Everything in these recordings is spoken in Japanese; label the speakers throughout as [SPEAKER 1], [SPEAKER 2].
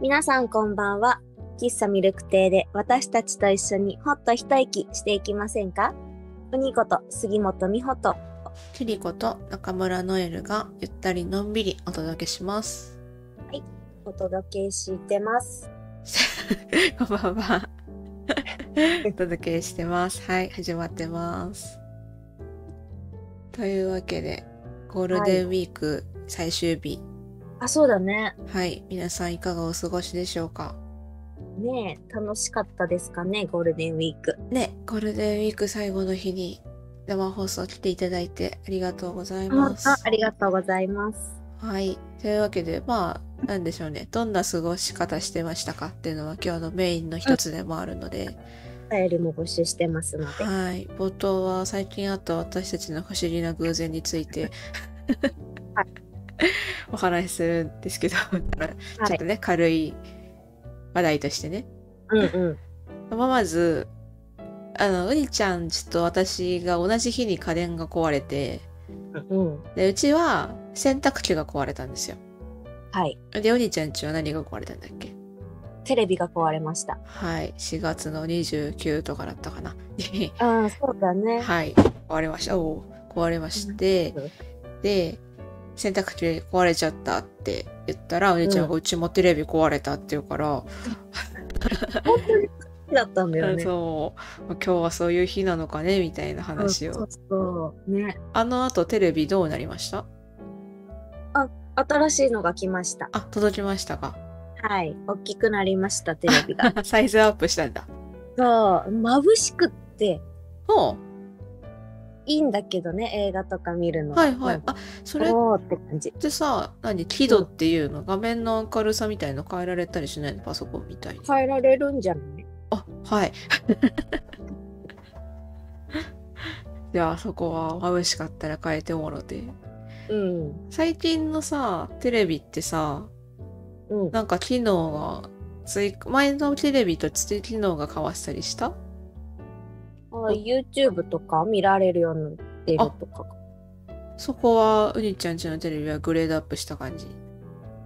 [SPEAKER 1] 皆さんこんばんは。喫茶ミルク亭で私たちと一緒にほっと一息していきませんかうにこと杉本美穂と
[SPEAKER 2] キリコと中村ノエルがゆったりのんびりお届けします。
[SPEAKER 1] お届けしてます。
[SPEAKER 2] こんばんは。お届けしてます。はい、始まってます。というわけで、ゴールデンウィーク最終日。
[SPEAKER 1] あ、そうだね。
[SPEAKER 2] はい、皆さんいかがお過ごしでしょうか
[SPEAKER 1] ねえ、楽しかったですかね、ゴールデンウィーク。
[SPEAKER 2] ね、ゴールデンウィーク最後の日に生放送来ていただいてありがとうございます。
[SPEAKER 1] ありがとうございます。
[SPEAKER 2] はい。というわけで、まあ、なんでしょうね。どんな過ごし方してましたかっていうのは今日のメインの一つでもあるので、
[SPEAKER 1] お便りも募集してますので。
[SPEAKER 2] はい。冒頭は最近あった私たちの不思議な偶然について
[SPEAKER 1] は
[SPEAKER 2] お話しするんですけど、ちょっ
[SPEAKER 1] はい
[SPEAKER 2] と。ね、軽い話題としてね。
[SPEAKER 1] うんうん。
[SPEAKER 2] まあまず、あの、うにちゃんちと私が同じ日に家電が壊れて、
[SPEAKER 1] うん。
[SPEAKER 2] で、うちは洗濯機が壊れたんですよ。
[SPEAKER 1] はい。
[SPEAKER 2] で、うにちゃんちは何が壊れたんだっけ
[SPEAKER 1] テレビが壊れました。
[SPEAKER 2] はい、4月の29とかだったかな。に
[SPEAKER 1] うん、そうだね。
[SPEAKER 2] はい、壊れました。おー壊れまして、
[SPEAKER 1] うん
[SPEAKER 2] で、洗濯機壊れちゃったって言ったら、お姉ちゃんがうちもテレビ壊れたって言うから、
[SPEAKER 1] 本当にだったんだよね。
[SPEAKER 2] そう、まあ今日はそういう日なのかね、みたいな話
[SPEAKER 1] う
[SPEAKER 2] を。
[SPEAKER 1] んそうそう。ね。
[SPEAKER 2] あの後テレビどうなりました
[SPEAKER 1] 新しいのが来ました。
[SPEAKER 2] あ、届きましたか。
[SPEAKER 1] はい。大きくなりました、テレビが。
[SPEAKER 2] サイズアップしたんだ。
[SPEAKER 1] そう。眩しくって
[SPEAKER 2] ほ
[SPEAKER 1] いいんだけどね、映画とか見る
[SPEAKER 2] う
[SPEAKER 1] の
[SPEAKER 2] はいはい。
[SPEAKER 1] まあ
[SPEAKER 2] あ、それっ
[SPEAKER 1] おーって感じ。
[SPEAKER 2] てさ、何輝度っていうの画面の明るさみたいの変えられたりしないのパソコンみたいに。
[SPEAKER 1] 変えられるんじゃない
[SPEAKER 2] あはい。 じゃあそこは眩しかったら変えてもろて。
[SPEAKER 1] うん。
[SPEAKER 2] 最近のさ、テレビってさ、
[SPEAKER 1] うん。
[SPEAKER 2] なんか機能が追加、前のテレビとつ機能が変わったりした
[SPEAKER 1] あ YouTube とか見られるようになってるとか。
[SPEAKER 2] そこは、うにちゃんちのテレビはグレードアップした感じ。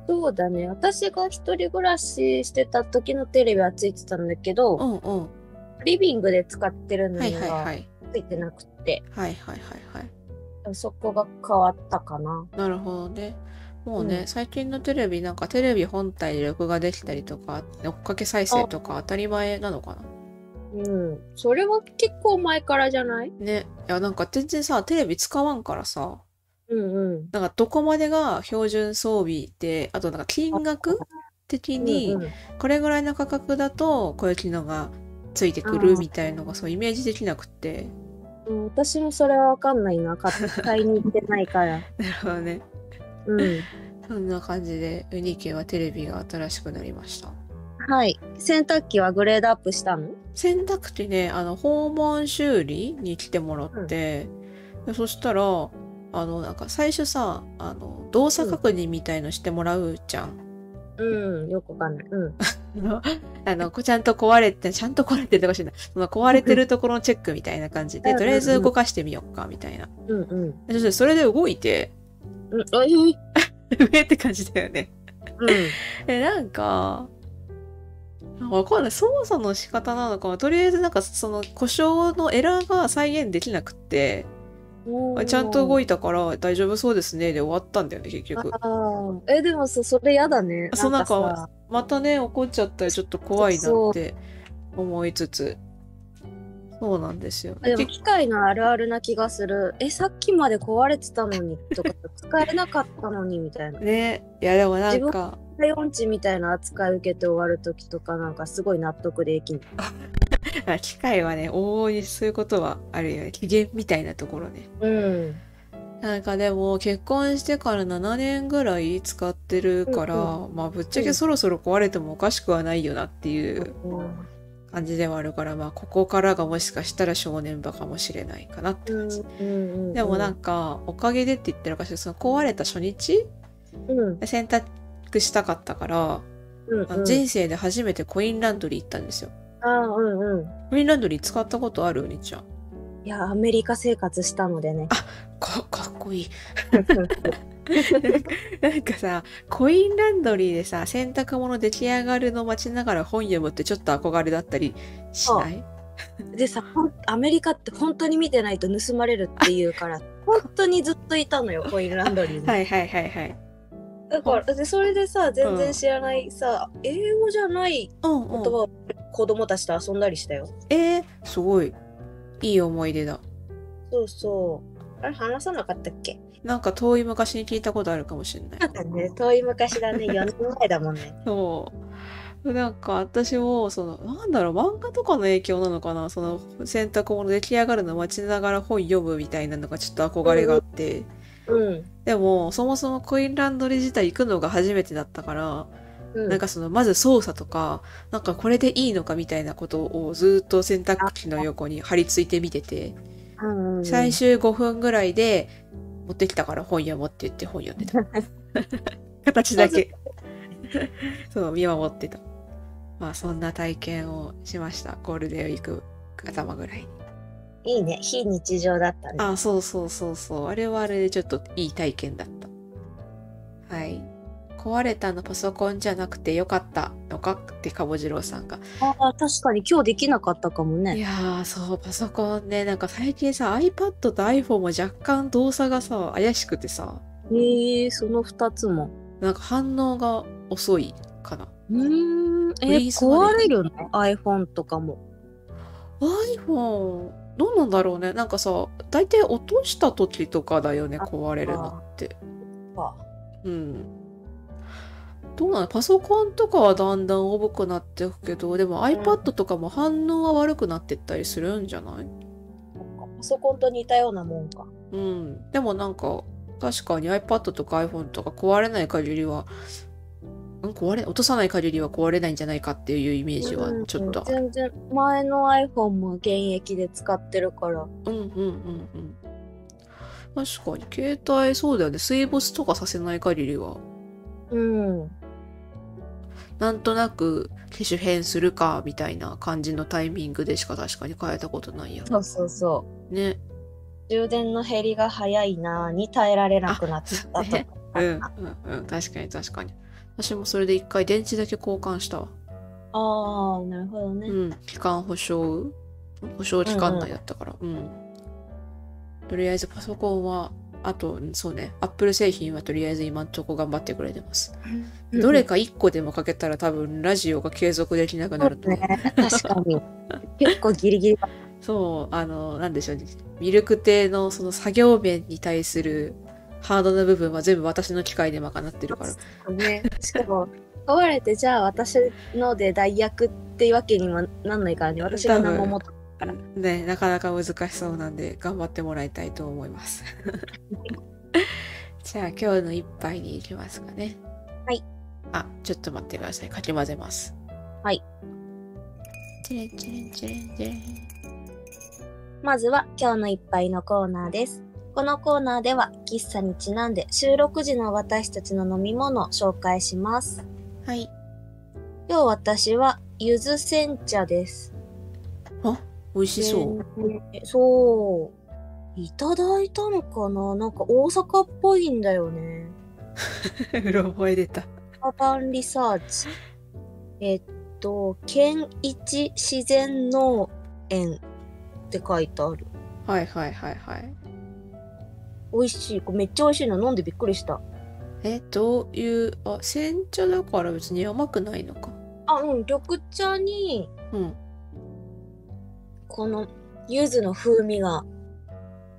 [SPEAKER 1] そうだね。私が一人暮らししてた時のテレビはついてたんだけ
[SPEAKER 2] う
[SPEAKER 1] ど、
[SPEAKER 2] んうん。は
[SPEAKER 1] リビングで使ってるの
[SPEAKER 2] い
[SPEAKER 1] に
[SPEAKER 2] はいは。
[SPEAKER 1] はいついてなくて、
[SPEAKER 2] はいはいはいはい。
[SPEAKER 1] そこが変わったかな。
[SPEAKER 2] なるほどね。もうね、
[SPEAKER 1] うん
[SPEAKER 2] 最近のテレビなんかテレビ本体で録画できたりとか、追っかけ再生とか当たり前なのかな
[SPEAKER 1] うん、それは結構前からじゃない
[SPEAKER 2] ね、いやなんか全然さテレビ使わんからさ
[SPEAKER 1] うんうん。
[SPEAKER 2] なんかどこまでが標準装備であとなんか金額的に
[SPEAKER 1] うんうん
[SPEAKER 2] これぐらいの価格だとこういう機能がついてくる
[SPEAKER 1] あー
[SPEAKER 2] みたいのがそうイメージできなくって
[SPEAKER 1] うん私もそれは分かんないな。買っ買いに行ってない から。
[SPEAKER 2] なるほどね
[SPEAKER 1] うん。
[SPEAKER 2] そんな感じでウニケはテレビが新しくなりました
[SPEAKER 1] はい。洗濯機はグレードアップしたの
[SPEAKER 2] 洗濯機ねあの訪問修理に来てもらって、でそしたらあのなんか最初さあの動作確認みたいのしてもらうじゃん
[SPEAKER 1] うん。よくわかんない。うん。
[SPEAKER 2] あの あの、こうちゃんと壊れて、ちゃんと壊れててほしいな。その壊れてるところのチェックみたいな感じ
[SPEAKER 1] う
[SPEAKER 2] で、
[SPEAKER 1] んうん
[SPEAKER 2] と
[SPEAKER 1] うん
[SPEAKER 2] りあえず動かしてみようか、みたいな。
[SPEAKER 1] うんうん。
[SPEAKER 2] そしてそれで動いて、
[SPEAKER 1] うん。おい
[SPEAKER 2] 上って感じだよね。え、なんか、なんかわかんない。操作の仕方なのかな。とりあえずなんかその故障のエラーが再現できなくって、
[SPEAKER 1] うん。
[SPEAKER 2] あちゃんと動
[SPEAKER 1] い
[SPEAKER 2] いたから大丈夫そうですね。で終わったんだよね、結
[SPEAKER 1] あ
[SPEAKER 2] 局。
[SPEAKER 1] ーえ、でもさ、それやだね。
[SPEAKER 2] そうなんか
[SPEAKER 1] さ
[SPEAKER 2] またね怒っちゃったらちょっと怖いなって思いつつそうなんですよ
[SPEAKER 1] でも
[SPEAKER 2] 結
[SPEAKER 1] 機械のあるあるな気がする。え、さっきまで壊れてたのにとか、使えなかったのにみたいな。
[SPEAKER 2] ねいやでもなん
[SPEAKER 1] 自
[SPEAKER 2] か
[SPEAKER 1] 体音痴みたいな扱い受けて終わる時とか、なんかすごい納得できん。
[SPEAKER 2] 機械はね往々にそういうことはあるよね機嫌みたいなところね
[SPEAKER 1] うん。
[SPEAKER 2] なんかでも結婚してから7年ぐらい使ってるから、
[SPEAKER 1] う
[SPEAKER 2] まあぶっちゃけ
[SPEAKER 1] うん
[SPEAKER 2] そろそろ壊れてもおかしくはないよなっていう
[SPEAKER 1] うん
[SPEAKER 2] 感じではあるからまあここからがもしかしたら正念場かもしれないかなって感じ、
[SPEAKER 1] うん
[SPEAKER 2] でもなん
[SPEAKER 1] か、
[SPEAKER 2] かおかげでって言ってるかしらその壊れた初日
[SPEAKER 1] うん
[SPEAKER 2] で洗濯したかったから、
[SPEAKER 1] うん
[SPEAKER 2] あ
[SPEAKER 1] う
[SPEAKER 2] の
[SPEAKER 1] ん、
[SPEAKER 2] 人生で初めてコインランドリー行ったんですよ。
[SPEAKER 1] あーうんう
[SPEAKER 2] コインランドリー使ったことあるうにちゃん。
[SPEAKER 1] んいやアメリカ生活したのでね
[SPEAKER 2] か、かっこいい。 なんかさ、コインランドリーでさ、洗濯物出来上がるの待ちながら本読むってちょっと憧れだったりしない
[SPEAKER 1] でさほんアメリカって本当に見てないと盗まれるっていう から本当にずっといたのよコインランドリーに、
[SPEAKER 2] はいはいはいはい。
[SPEAKER 1] だからでそれでさ全然知らないさ、英語じゃない
[SPEAKER 2] うん
[SPEAKER 1] 言葉を子供たちと遊んだりしたよ
[SPEAKER 2] えー、すごい。いい思い出だ。
[SPEAKER 1] そうそうあれ話さなかったっけ
[SPEAKER 2] なんか遠い昔に聞いたことあるかもしれない。
[SPEAKER 1] なんかね遠い昔だね 4年前だもんね
[SPEAKER 2] そう。なんか私も、その、なんだろう、漫画とかの影響なのかなその、洗濯物出来上がるの待ちながら本読むみたいなのがちょっと憧れがあって。
[SPEAKER 1] うん
[SPEAKER 2] でも、そもそもコインランドリー自体行くのが初めてだったから、
[SPEAKER 1] うん
[SPEAKER 2] なんかその、まず操作とか、なんかこれでいいのかみたいなことをずっと洗濯機の横に張り付いて見てて。
[SPEAKER 1] うんうん
[SPEAKER 2] 最終5分ぐらいで持ってきたから本読もうって言って本読んでた形 だけそう見守ってたまあそんな体験をしましたゴールデンウィーク頭ぐらい に
[SPEAKER 1] いいね非日常だったね
[SPEAKER 2] あそうそうそうそうあれはあれでちょっといい体験だったはい壊れたのパソコンじゃなくてよかったのかってかぼじろうさんが
[SPEAKER 1] あー確かに今日できなかったかも
[SPEAKER 2] い
[SPEAKER 1] ね
[SPEAKER 2] やーそうパソコンねなんか最近さ iPad と iPhone も若干動作がさ怪しくてさ
[SPEAKER 1] へえその2つも
[SPEAKER 2] なんか反応が遅いかな。
[SPEAKER 1] うーんえ
[SPEAKER 2] フリーズま
[SPEAKER 1] 壊
[SPEAKER 2] で
[SPEAKER 1] れるの iPhone とかも
[SPEAKER 2] iPhone、どうなんだろうね。なんかさ、大体落とした時とかだよね、
[SPEAKER 1] あ
[SPEAKER 2] 壊れるのって。
[SPEAKER 1] あ
[SPEAKER 2] うん。どうなのパソコンとかはだんだん重くなっていくけど、でも iPad とかも反応が悪くなってったりするんじゃない
[SPEAKER 1] パソコンと似たようなもんか
[SPEAKER 2] うん。でもなんか、確かに iPad とか iPhone とか壊れない限りは、うん、壊れ、落とさない限りは壊れないんじゃないかっていうイメージはちょっとある
[SPEAKER 1] 全然前の iPhone も現役で使ってるから
[SPEAKER 2] うんうんうんうん。確かに、携帯そうだよね。水没とかさせない限りは、
[SPEAKER 1] うん
[SPEAKER 2] なんとなく機種変するか、みたいな感じのタイミングでしか確かに変えたことないや。
[SPEAKER 1] そうそうそう
[SPEAKER 2] ね。
[SPEAKER 1] 充電の減りが早いなぁに耐えられなくなってきたと
[SPEAKER 2] あうん、うん、うん。確かに確かに。私もそれで一回電池だけ交換したわ。
[SPEAKER 1] ああなるほどね、
[SPEAKER 2] うん。期間保証、保証期間内だったから。うん、とりあえずパソコンは、あと、そうね、Apple 製品はとりあえず今んとこ頑張ってくれてます。どれか1個でもかけたら多分ラジオが継続できなくな
[SPEAKER 1] なる
[SPEAKER 2] ると
[SPEAKER 1] と
[SPEAKER 2] 思
[SPEAKER 1] ね
[SPEAKER 2] う。
[SPEAKER 1] 確かに結構ギリギリだ
[SPEAKER 2] そう、あの、なんでしょうね。ミルク亭のその作業面に対するハードな部分は全部私の機械で賄ってるから。
[SPEAKER 1] ったねしかも壊れてじゃあ私ので代役っていうわけにもなんないからね私が何も持ってから
[SPEAKER 2] ね、なかなか難しそうなんで頑張ってもらいたいと思います。 じゃあ今日の一杯に行きますかね。
[SPEAKER 1] はい。
[SPEAKER 2] あ、ちょっと待ってください。かき混ぜます。
[SPEAKER 1] はい。
[SPEAKER 2] チレンチレンチレンチレン。
[SPEAKER 1] まずは今日の一杯のコーナーです。このコーナーでは喫茶にちなんで収録時の私たちの飲み物を紹介します。
[SPEAKER 2] はい。
[SPEAKER 1] 今日私はゆず煎茶です。
[SPEAKER 2] 美味しそう。
[SPEAKER 1] えーそう。いただいたのかななんか大阪っぽいんだよね。
[SPEAKER 2] うろ覚え出た。
[SPEAKER 1] アバンリサーチ。えっと、県一自然農園って書いてある。
[SPEAKER 2] はいはいはいはい。
[SPEAKER 1] 美味しい。これめっちゃ美味しいの飲んでびっくりした。
[SPEAKER 2] え、どういう、あ、煎茶だから別に甘くないのか。
[SPEAKER 1] あ、うん。緑茶に
[SPEAKER 2] うん。
[SPEAKER 1] この柚子の風味が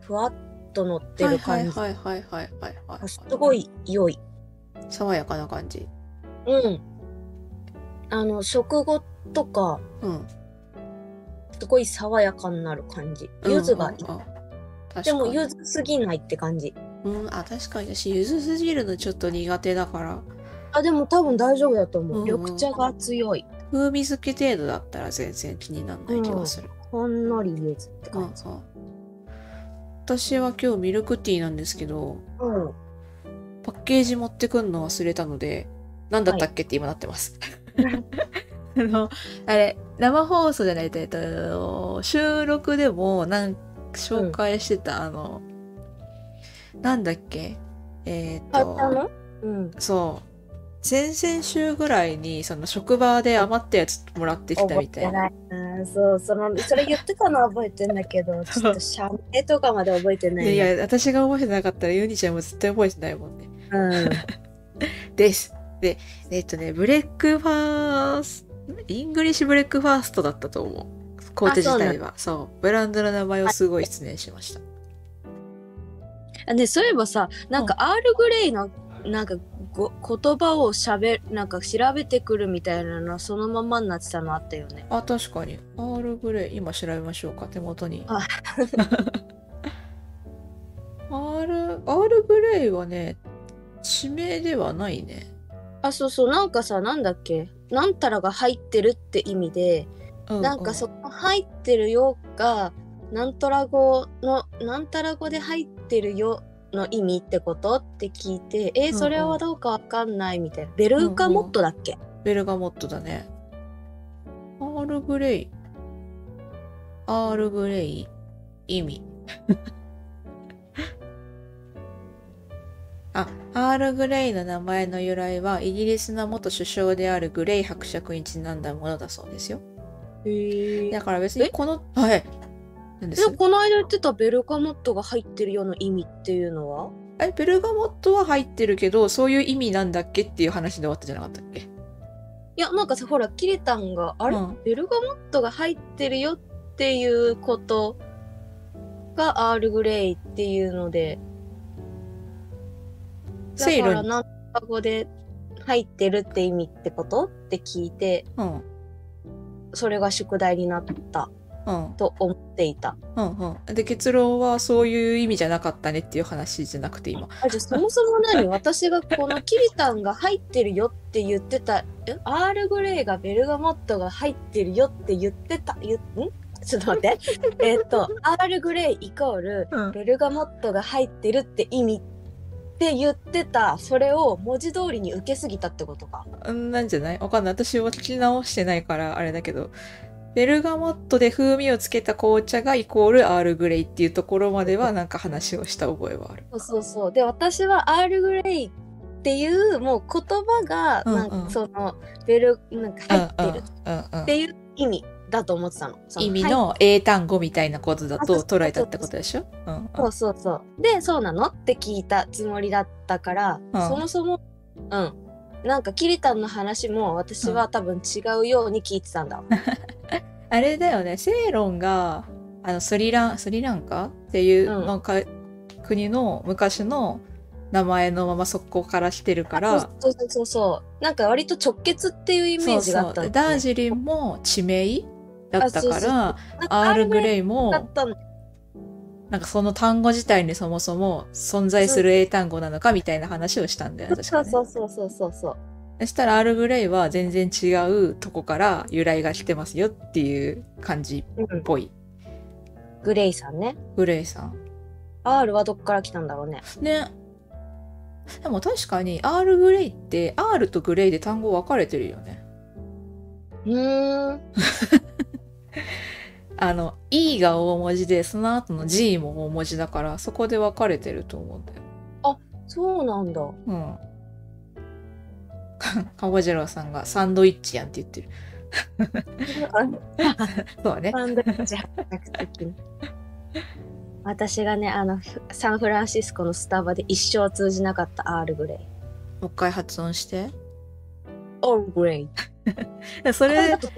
[SPEAKER 1] ふわっと乗って
[SPEAKER 2] はい
[SPEAKER 1] る
[SPEAKER 2] はい
[SPEAKER 1] 感じ、
[SPEAKER 2] はいはいはいはいはい。
[SPEAKER 1] すご。い良い
[SPEAKER 2] 爽やかな感じ。
[SPEAKER 1] うんあの食後とか
[SPEAKER 2] うん。
[SPEAKER 1] すごい爽やかになる感じ柚子がいい、
[SPEAKER 2] うんうんうん確かに
[SPEAKER 1] でも柚子すぎないって感じ
[SPEAKER 2] うん、あ、確かに私、ゆずすぎるのちょっと苦手だから、
[SPEAKER 1] あでも多分大丈夫だと思う、
[SPEAKER 2] うんうん
[SPEAKER 1] 緑茶が強い
[SPEAKER 2] 風味付け程度だったら全然気にならない気がする。
[SPEAKER 1] ほんのり柚子って
[SPEAKER 2] うん、う
[SPEAKER 1] 感
[SPEAKER 2] ん
[SPEAKER 1] じ、。
[SPEAKER 2] 私は今日ミルクティーなんですけど、
[SPEAKER 1] うん
[SPEAKER 2] パッケージ持ってくんの忘れたので、何だったっけって今なってます。 あの、あれ、生放送じゃないと、えっと、収録でもなん紹介してた、あの、なんだっけえっ、
[SPEAKER 1] 買っ
[SPEAKER 2] と、
[SPEAKER 1] たのうん。
[SPEAKER 2] そう。先々週ぐらいに、その職場で余ったやつもらってきた
[SPEAKER 1] 覚え
[SPEAKER 2] みた
[SPEAKER 1] て
[SPEAKER 2] いな。
[SPEAKER 1] ないな。そう、その、それ言ってたのは覚えてんだけ ど、ちょっと社名とかまで覚えてないな。
[SPEAKER 2] いやいや、私が覚えてなかったら、ユニちゃんも絶対覚えてないもんね。
[SPEAKER 1] うん。
[SPEAKER 2] です。で、えっ、とね、ブレックファースト、イングリッシュブレックファーストだったと思う。コーテ自体は。そうブランドの名前をすごい失念しました。
[SPEAKER 1] あね、そういえばさ、なんかアールグレイの、なんかご言葉をしゃべ、なんか調べてくるみたいなのそのままになってたのあったよね。
[SPEAKER 2] あ、確かに。アールグレイ、今調べましょうか、手元に。
[SPEAKER 1] あ
[SPEAKER 2] アール、アールグレイはね、地名ではないね。
[SPEAKER 1] あ、そうそう、なんかさ、なんだっけ、なんたらが入ってるって意味で、
[SPEAKER 2] うう
[SPEAKER 1] なんかその入ってるよが、なんとら語の、なんたら語で入ってるよの意味ってことって聞いて、え
[SPEAKER 2] うんう
[SPEAKER 1] ー、
[SPEAKER 2] ん
[SPEAKER 1] それはどうかわかんないみたいな。ベルーカモットだっけ、
[SPEAKER 2] ベルガモットだね。アールグレイ。アールグレイ。意味。 あ、アールグレイの名前の由来は、イギリスの元首相であるグレイ伯爵にちなんだものだそうですよ。
[SPEAKER 1] へ
[SPEAKER 2] だから別に
[SPEAKER 1] え
[SPEAKER 2] この、はい。なんで
[SPEAKER 1] ですもこの間言ってたベルカモットが入ってるよの意味っていうのは
[SPEAKER 2] え、ベルガモットは入ってるけど、そういう意味なんだっけっていう話で終わったじゃなかったっけ
[SPEAKER 1] いやなんかさほらキリタンがあれ、
[SPEAKER 2] うん
[SPEAKER 1] ベルガモットが入ってるよっていうことがアールグレイっていうのでだ
[SPEAKER 2] セイ
[SPEAKER 1] か
[SPEAKER 2] ロ
[SPEAKER 1] ら
[SPEAKER 2] ン。
[SPEAKER 1] 何か語で入ってるって意味ってことって聞いて
[SPEAKER 2] うん。うん。
[SPEAKER 1] それが宿題になった
[SPEAKER 2] うん。
[SPEAKER 1] と思っていた
[SPEAKER 2] うんうん。で、結論はそういう意味じゃなかったねっていう話じゃなくて今。
[SPEAKER 1] あじゃあそもそも 何私がこのキリタンが入ってるよって言ってたえアールグレイがベルガモットが入ってるよって言ってた言んちょっと 待ってえっとアールグレイイコール
[SPEAKER 2] うん。
[SPEAKER 1] ベルガモットが入ってるって意味って言ってたそれを文字通りに受けすぎたってことか
[SPEAKER 2] なんじゃないわかんない。私は聞き直してないからあれだけど。ベルガモットで風味をつけた紅茶がイコールアールグレイっていうところまではなんか話をした覚えはある。
[SPEAKER 1] そうそうそうで私はアールグレイっていうもう言葉がなん
[SPEAKER 2] うんうん
[SPEAKER 1] かそのベルなんか入ってる
[SPEAKER 2] うんうんうん
[SPEAKER 1] っ
[SPEAKER 2] うん
[SPEAKER 1] ていう意味だと思ってたのそ
[SPEAKER 2] 意味
[SPEAKER 1] 入っ
[SPEAKER 2] の英単語みたいなことだ
[SPEAKER 1] あそう
[SPEAKER 2] と捉えたってことでしょうんうん
[SPEAKER 1] そうそうそう。で、そうなのって聞いたつもりだったから、
[SPEAKER 2] うん
[SPEAKER 1] そもそも、うん。なんかキリタンの話も私は多分違うように聞いてたんだわ。
[SPEAKER 2] あれだよね、セイロンがあのスリラン、スリランカっていう
[SPEAKER 1] うん
[SPEAKER 2] のか、国の昔の名前のままそこからしてるから、
[SPEAKER 1] そうそうそうそう。なんか割と直結っていうイメージがあった
[SPEAKER 2] そうそ
[SPEAKER 1] ん
[SPEAKER 2] う
[SPEAKER 1] だ
[SPEAKER 2] ダ
[SPEAKER 1] よ
[SPEAKER 2] ー
[SPEAKER 1] ね
[SPEAKER 2] ジリンも地名だったか
[SPEAKER 1] あそうそう
[SPEAKER 2] ら、
[SPEAKER 1] なんか
[SPEAKER 2] アールグ
[SPEAKER 1] イ
[SPEAKER 2] レイ
[SPEAKER 1] だっ
[SPEAKER 2] も、
[SPEAKER 1] たんだ
[SPEAKER 2] なんかその単語自体にそもそも存在する英単語なのかみたいな話をしたんだよね、確
[SPEAKER 1] そ
[SPEAKER 2] か
[SPEAKER 1] う
[SPEAKER 2] ね。
[SPEAKER 1] そうそうそうそうそう。
[SPEAKER 2] そしたらアールグレイは全然違うとこから由来が来てますよっていう感じ
[SPEAKER 1] うん
[SPEAKER 2] っ、ぽい。
[SPEAKER 1] グレイさんね。
[SPEAKER 2] グレイさん。
[SPEAKER 1] R はどっから来たんだろうね。
[SPEAKER 2] ね。でも確かにアールグレイって R とグレイで単語分かれてるよね。
[SPEAKER 1] うーん。
[SPEAKER 2] あの E が大文字でその後の G も大文字だからそこで分かれてると思うんだよ。
[SPEAKER 1] そうなんだ。
[SPEAKER 2] うん。か川次郎さんがサンドイッチやんって言ってる。そうだね。
[SPEAKER 1] サンドイッチ働く時に私がねあのふサンフランシスコのスタバで一生通じなかったアールグレイ
[SPEAKER 2] もう一回発音して。
[SPEAKER 1] オールグレイ
[SPEAKER 2] そ
[SPEAKER 1] これ
[SPEAKER 2] れ
[SPEAKER 1] だ、と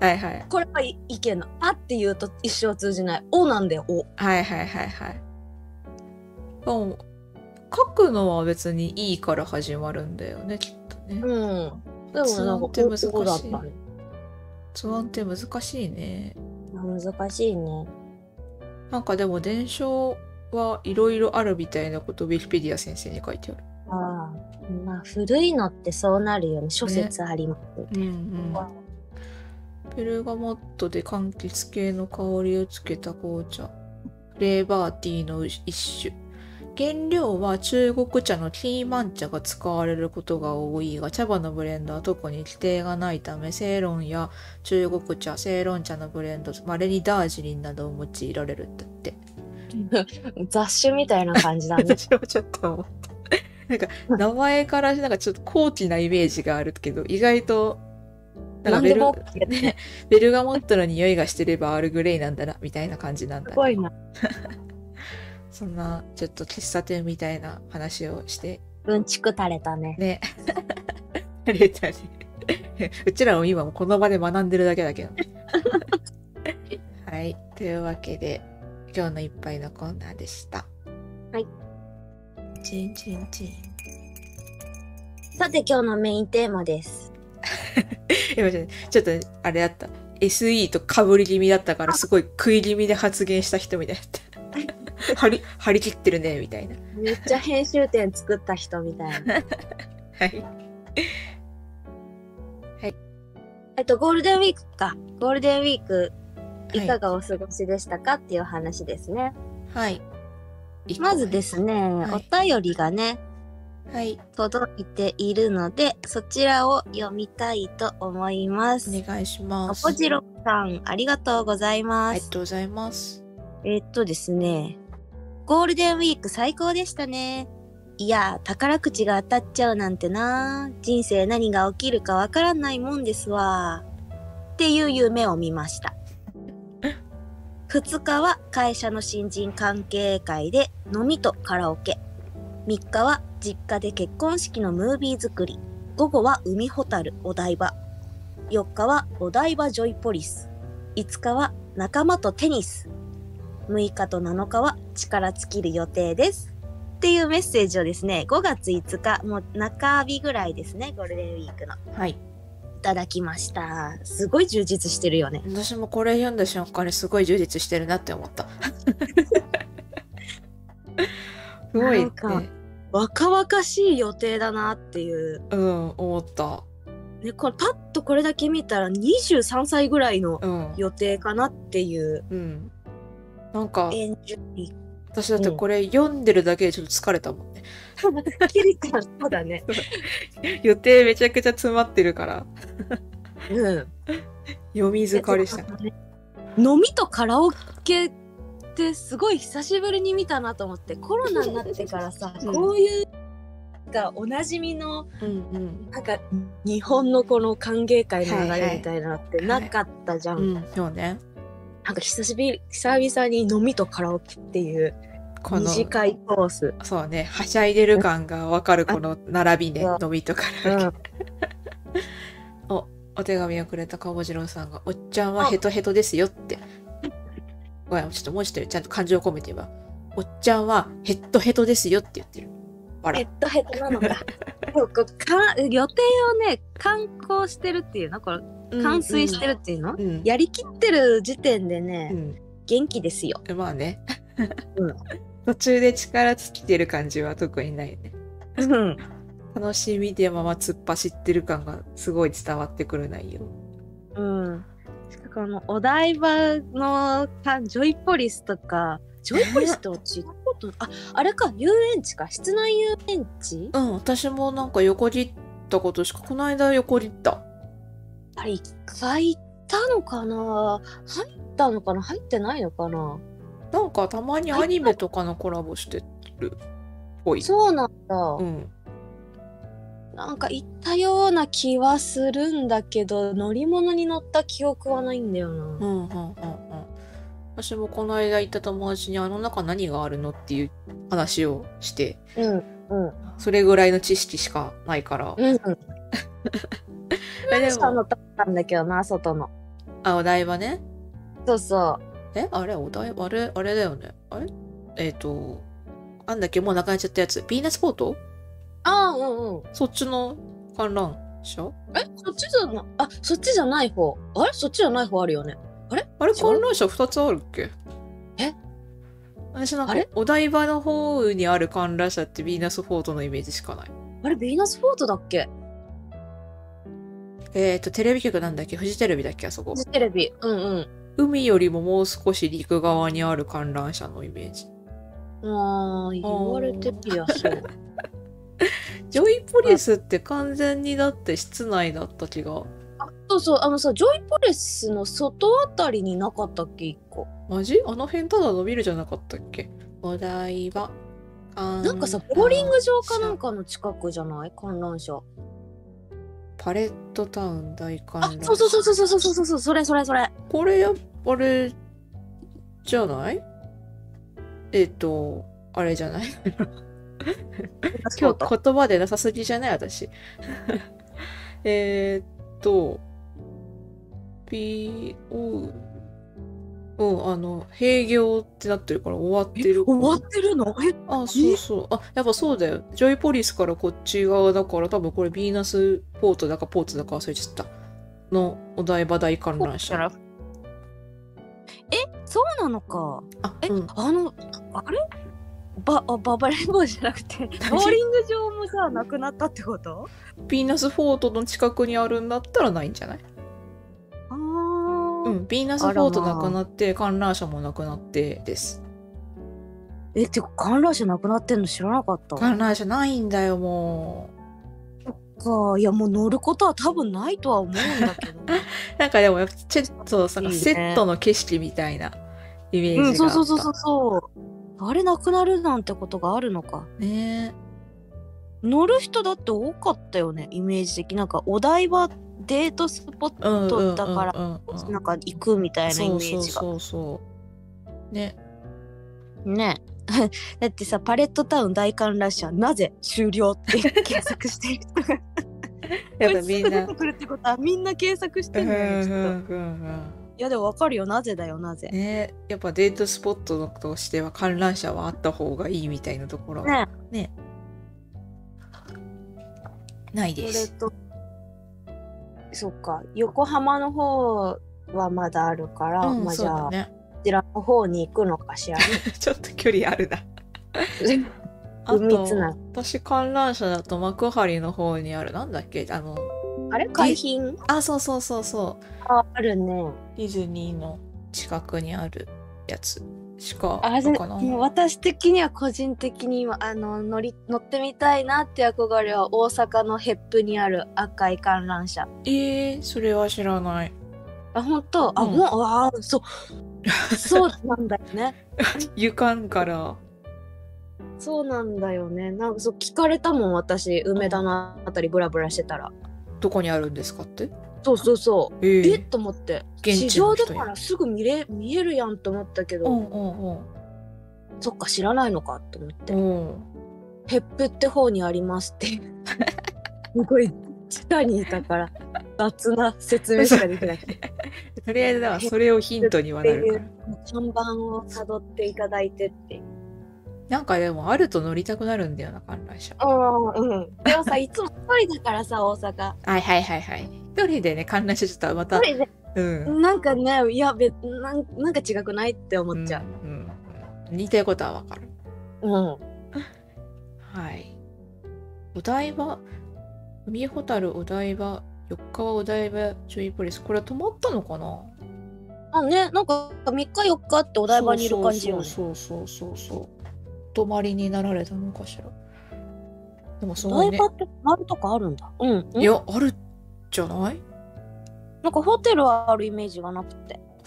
[SPEAKER 2] はいはい。
[SPEAKER 1] これはいいけんのあって言うと一生通じないおなんだよお
[SPEAKER 2] はいはいはいはい。でも書くのは別に E から始まるんだよね、きっと
[SPEAKER 1] う
[SPEAKER 2] ね。
[SPEAKER 1] んでもなんか
[SPEAKER 2] 発音って難しい
[SPEAKER 1] おおだったね
[SPEAKER 2] 発音って難しいね。
[SPEAKER 1] 難しいね
[SPEAKER 2] なんかでも伝承はいろいろあるみたいなことをウィキペディア先生に書いてある。
[SPEAKER 1] ああまあ古いのってそうなるよね諸説あります、
[SPEAKER 2] うんうんペルガモットで柑橘系の香りをつけた紅茶。フレーバーティーの一種。原料は中国茶のキーマン茶が使われることが多いが、茶葉のブレンドは特に規定がないため、セイロンや中国茶、セイロン茶のブレンド、稀にダージリンなどを用いられ るんだって。
[SPEAKER 1] 雑種みたいな感じだね
[SPEAKER 2] 私はちょっと思ったなんか、名前からなんかちょっと高貴なイメージがあるけど、意外と、なんか
[SPEAKER 1] 何
[SPEAKER 2] ベ
[SPEAKER 1] で
[SPEAKER 2] ル
[SPEAKER 1] も OK って
[SPEAKER 2] ねベルガモットの匂いがしてればアールグレイなんだな、みたいな感じなんだ
[SPEAKER 1] す
[SPEAKER 2] な
[SPEAKER 1] ごいな。
[SPEAKER 2] そんな、ちょっと喫茶店みたいな話をして、
[SPEAKER 1] うんちく垂れたね。
[SPEAKER 2] ね。ありがとうねうちらも今もこの場で学んでるだけだけど。 はい。というわけで、今日の一杯のコーナーでした。
[SPEAKER 1] はい。
[SPEAKER 2] チンチンチン。
[SPEAKER 1] さて今日のメインテーマです。
[SPEAKER 2] やばいちょっと、あれだった。SE とかぶり気味だったから、すごい食い気味で発言した人みたい だった。張り、張り切ってるね、みたいな。
[SPEAKER 1] めっちゃ編集点作った人みたいな。
[SPEAKER 2] はい。
[SPEAKER 1] えっと、ゴールデンウィークか。ゴールデンウィーク、いかがお過ごしでしたかっていう話ですね。
[SPEAKER 2] はい。
[SPEAKER 1] まずですね、
[SPEAKER 2] は
[SPEAKER 1] お
[SPEAKER 2] い
[SPEAKER 1] 便りがね、
[SPEAKER 2] はい。
[SPEAKER 1] 届いているので、そちらを読みたいと思います。
[SPEAKER 2] お願いします。
[SPEAKER 1] ポジロさん、ありがとうござい
[SPEAKER 2] あ
[SPEAKER 1] ま
[SPEAKER 2] り
[SPEAKER 1] す
[SPEAKER 2] が。とうございます。
[SPEAKER 1] えーっとですね、ゴールデンウィーク最高でしたね。いやー、宝くじが当たっちゃうなんてな、人生何が起きるかわからないもんですわ。っていう夢を見ました。2日は会社の新人関係会で飲みとカラオケ。3日は実家で結婚式のムービー作り。午後は海ほたるお台場。4日はお台場ジョイポリス。5日は仲間とテニス。6日と7日は力尽きる予定です。っていうメッセージをですね、5月5日、もう中日ぐらいですね、ゴールデンウィークの。
[SPEAKER 2] はい。
[SPEAKER 1] いただきました。すごい充実してるよね。
[SPEAKER 2] 私もこれ読んだ瞬間にすごい充実してるなって思った。 すごい
[SPEAKER 1] な
[SPEAKER 2] ね
[SPEAKER 1] ん。か若々しい予定だなっていう。
[SPEAKER 2] うん、思った。
[SPEAKER 1] ね、これパッとこれだけ見たら23歳ぐらいの
[SPEAKER 2] うん。
[SPEAKER 1] 予定かなっていう。
[SPEAKER 2] うん。なんか、
[SPEAKER 1] エンジョイ。
[SPEAKER 2] 私だってこれ読んでるだけでちょっと疲れたもんね。
[SPEAKER 1] キリカ、そうだね。
[SPEAKER 2] 予定めちゃくちゃ詰まってるから、
[SPEAKER 1] うん。
[SPEAKER 2] 読み疲れした。
[SPEAKER 1] 飲みとカラオケってすごい久しぶりに見たなと思ってコロナになってからさ、
[SPEAKER 2] うん
[SPEAKER 1] こういうがおなじみの
[SPEAKER 2] うんうん。
[SPEAKER 1] なんか日本のこの歓迎会の流れみたいなのってなかったじゃん、
[SPEAKER 2] うん、そうね。
[SPEAKER 1] なんか久しぶり久々に飲みとカラオケっていう
[SPEAKER 2] この、
[SPEAKER 1] 短いコース、
[SPEAKER 2] そうね、はしゃいでる感がわかるこの並びね、
[SPEAKER 1] う
[SPEAKER 2] 飲みとか
[SPEAKER 1] う
[SPEAKER 2] ら。
[SPEAKER 1] ん、
[SPEAKER 2] お手紙をくれたかぼじろうさんが、おっちゃんはヘトヘトですよって。ごめん、ちょっともう一人ちゃんと感情を込めて言えば、おっちゃんはヘッドヘトですよって言ってる。あら
[SPEAKER 1] ヘッドヘッドな のかそうこうか予定をね観光してるっていうのこれ完遂してるっていうの、
[SPEAKER 2] うん。うん。
[SPEAKER 1] やりきってる時点でね、
[SPEAKER 2] うん
[SPEAKER 1] 元気ですよ
[SPEAKER 2] うんまあね。
[SPEAKER 1] うん
[SPEAKER 2] 途中で力尽きてる感じは特にないね。
[SPEAKER 1] うん
[SPEAKER 2] 楽しみでまま突っ走ってる感がすごい伝わってくる内容。
[SPEAKER 1] うん。このお台場のかジョイポリスとか、ジョイポリスって私行ったこと、あ、あれか、遊園地か、室内遊園地
[SPEAKER 2] うん、私もなんか横切ったことしか、この間横切った。
[SPEAKER 1] あれ、一回行ったのかな入ったのかな入ってないのかな
[SPEAKER 2] なんかたまにアニメとかのコラボしてるっぽい。
[SPEAKER 1] そうなんだ。
[SPEAKER 2] うん。
[SPEAKER 1] なんか行ったような気はするんだけど、乗り物に乗った記憶はないんだよな。
[SPEAKER 2] うんうんうんうん。私もこの間行った友達にあの中何があるのっていう話をして、
[SPEAKER 1] うん、うん、
[SPEAKER 2] それぐらいの知識しかないから。
[SPEAKER 1] うん。
[SPEAKER 2] えで
[SPEAKER 1] 下
[SPEAKER 2] も、
[SPEAKER 1] のとったんだけどな、外の。
[SPEAKER 2] あ、お台場ね。
[SPEAKER 1] そうそ
[SPEAKER 2] え、あれ、お台場、あれ、あれだよね。あれえっ、と、あんだっけ、もうなくなっちゃったやつ。ビーナスポート
[SPEAKER 1] う。ああ、うんうん。
[SPEAKER 2] そっちの観覧車
[SPEAKER 1] え、そっちじゃな、あ、そっちじゃない方。あれそっちじゃない方あるよね。
[SPEAKER 2] あれ、
[SPEAKER 1] 違う
[SPEAKER 2] 観覧車2つあるっけ
[SPEAKER 1] え
[SPEAKER 2] 私なんか
[SPEAKER 1] あれ
[SPEAKER 2] お台場の方にある観覧車ってビーナスフォートのイメージしかない。
[SPEAKER 1] あれ、ヴィーナスフォートだっけ
[SPEAKER 2] えっ、と、テレビ局なんだっけフジテレビだっけあそこ
[SPEAKER 1] フ。ジテレビ。うん
[SPEAKER 2] 海よりももう少し陸側にある観覧車のイメージ。
[SPEAKER 1] うん。ああ、言われてみりゃそう。
[SPEAKER 2] ジョイポリスって完全にだって室内だった気が。
[SPEAKER 1] あ そうそう、あのさ、ジョイポレスの外あたりになかったっけ、一個。
[SPEAKER 2] マジあの辺ただ伸びるじゃなかったっけお台場、
[SPEAKER 1] なんかさボーリング場かなんかの近くじゃない観覧車
[SPEAKER 2] パレットタウン大観
[SPEAKER 1] あ
[SPEAKER 2] 覧
[SPEAKER 1] そうそうそうそうそうそうそうそうそれそれそれ
[SPEAKER 2] これやっぱあれじゃないえっ、とあれじゃない 今日言葉でなさすぎじゃない私 えーっと PO うんあの閉業ってなってるから終わってる
[SPEAKER 1] 終わってるのえ
[SPEAKER 2] あそうそうあやっぱそうだよジョイポリスからこっち側だから多分これヴィーナスポートだかポートだか忘れちゃったのお台場大観覧車
[SPEAKER 1] えそうなのか
[SPEAKER 2] あ
[SPEAKER 1] え、
[SPEAKER 2] うん
[SPEAKER 1] あのあればあババレンボーじゃなく てボーリング場もさなくなったってこと
[SPEAKER 2] ヴィーナスフォートの近くにあるんだったらないんじゃない
[SPEAKER 1] あ
[SPEAKER 2] う
[SPEAKER 1] ー
[SPEAKER 2] ん、ヴィーナスフォートなくなって、観覧車もなくなってです。
[SPEAKER 1] えてか観覧車なくなってんの知らなかった
[SPEAKER 2] 観覧車ないんだよ、も
[SPEAKER 1] かいやもう乗ることは多分ないとは思うんだけど
[SPEAKER 2] う。なんかでも、やっぱちょっとさ、
[SPEAKER 1] いいね
[SPEAKER 2] セットの景色みたいなイメージがあ
[SPEAKER 1] うん
[SPEAKER 2] った。
[SPEAKER 1] そうそうそうそうそうあれなくなるなんてことがあるのか
[SPEAKER 2] ね
[SPEAKER 1] 乗る人だって多かったよねイメージ的なんかお台場デートスポッ
[SPEAKER 2] え。うん、うん、うん、うん。
[SPEAKER 1] だからなんか行くみたいなイメージが
[SPEAKER 2] そうそうそうそう。ね。
[SPEAKER 1] ね えだってさパレットタウン大観覧車なぜ終了って検索してる人が
[SPEAKER 2] やっぱみんな。
[SPEAKER 1] 出てくるってことはみんな検索して
[SPEAKER 2] うんん、
[SPEAKER 1] だ
[SPEAKER 2] う
[SPEAKER 1] よねきっ
[SPEAKER 2] ん、
[SPEAKER 1] と
[SPEAKER 2] うん、
[SPEAKER 1] いやでもわかるよなぜだよなぜ
[SPEAKER 2] うん。ねやっぱデートスポットとしては観覧車はあった方がいいみたいなところは
[SPEAKER 1] ね
[SPEAKER 2] ない
[SPEAKER 1] そ
[SPEAKER 2] で
[SPEAKER 1] れ
[SPEAKER 2] す。
[SPEAKER 1] とそっか横浜の方はまだあるから、
[SPEAKER 2] うん、
[SPEAKER 1] まあじ
[SPEAKER 2] そう
[SPEAKER 1] ゃあ
[SPEAKER 2] だ
[SPEAKER 1] こ
[SPEAKER 2] ね。
[SPEAKER 1] ちらの方に行くのかしら
[SPEAKER 2] ちょっと距離あるな。 あ
[SPEAKER 1] 海
[SPEAKER 2] と
[SPEAKER 1] つなが
[SPEAKER 2] 私観覧車だと幕張の方にあるなんだっけあの
[SPEAKER 1] あれ海浜
[SPEAKER 2] あそうそうそうそう
[SPEAKER 1] ああるね
[SPEAKER 2] ディズニーの近くにあるやつしか
[SPEAKER 1] あぜ
[SPEAKER 2] のかな
[SPEAKER 1] もう私的には個人的に今あの乗り乗ってみたいなって憧れは大阪のヘップにある赤い観覧車
[SPEAKER 2] えー、それは知らない
[SPEAKER 1] あ本当あ、
[SPEAKER 2] うん
[SPEAKER 1] もうあーそう そうなんだよね
[SPEAKER 2] 湯管から
[SPEAKER 1] そうなんだよねなんかそう聞かれたもん私梅田のあたりブラブラしてたら
[SPEAKER 2] どこにあるんですかって
[SPEAKER 1] そうそうそう
[SPEAKER 2] え
[SPEAKER 1] えっ
[SPEAKER 2] ー、
[SPEAKER 1] と思って
[SPEAKER 2] 現地の人
[SPEAKER 1] 地上だからすぐ見れ見えるやんと思ったけど、
[SPEAKER 2] うんうん
[SPEAKER 1] そっか知らないのかと思って、
[SPEAKER 2] うんうん
[SPEAKER 1] ヘップって方にあります ってすごい下にいたから雑な説明しかできない
[SPEAKER 2] とりあえずだからそれをヒントにはなるから
[SPEAKER 1] 看板をたどっていただいてって
[SPEAKER 2] なんかでもあると乗りたくなるんだよな観覧車
[SPEAKER 1] うんうんでもさいつも一人だからさ大阪
[SPEAKER 2] はいはいはいはい一人でね観覧車ちょっとまた
[SPEAKER 1] 一人で
[SPEAKER 2] うん
[SPEAKER 1] なんかねいやべなんなんか違くないって思っちゃう
[SPEAKER 2] うんうん、似てることはわかる
[SPEAKER 1] うん、
[SPEAKER 2] はい。お台場、海ほたるお台場、四日はお台場ジョイポリス。これは泊まったのかな
[SPEAKER 1] あねなんか3日4日ってお台場にいる感じよね
[SPEAKER 2] そうそうそうそうそう。泊まりになられたのかしら。でもす
[SPEAKER 1] お
[SPEAKER 2] ごい
[SPEAKER 1] 台
[SPEAKER 2] ね
[SPEAKER 1] 場。って丸とかあるんだうん
[SPEAKER 2] いや、あるじゃない
[SPEAKER 1] なんかホテルはあるイメージがなくてあの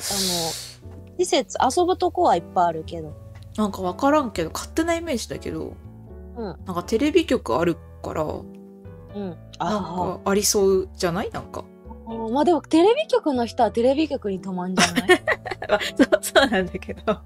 [SPEAKER 1] 施設遊ぶとこはいっぱいあるけど
[SPEAKER 2] なんかわからんけど、勝手なイメージだけど、
[SPEAKER 1] うん
[SPEAKER 2] なんかテレビ局あるから、
[SPEAKER 1] うん
[SPEAKER 2] なん
[SPEAKER 1] あ
[SPEAKER 2] かありそうじゃないなんか。
[SPEAKER 1] あまあでもテレビ局の人はテレビ局に泊まんじゃない
[SPEAKER 2] まあ そうそうなんだけど なんか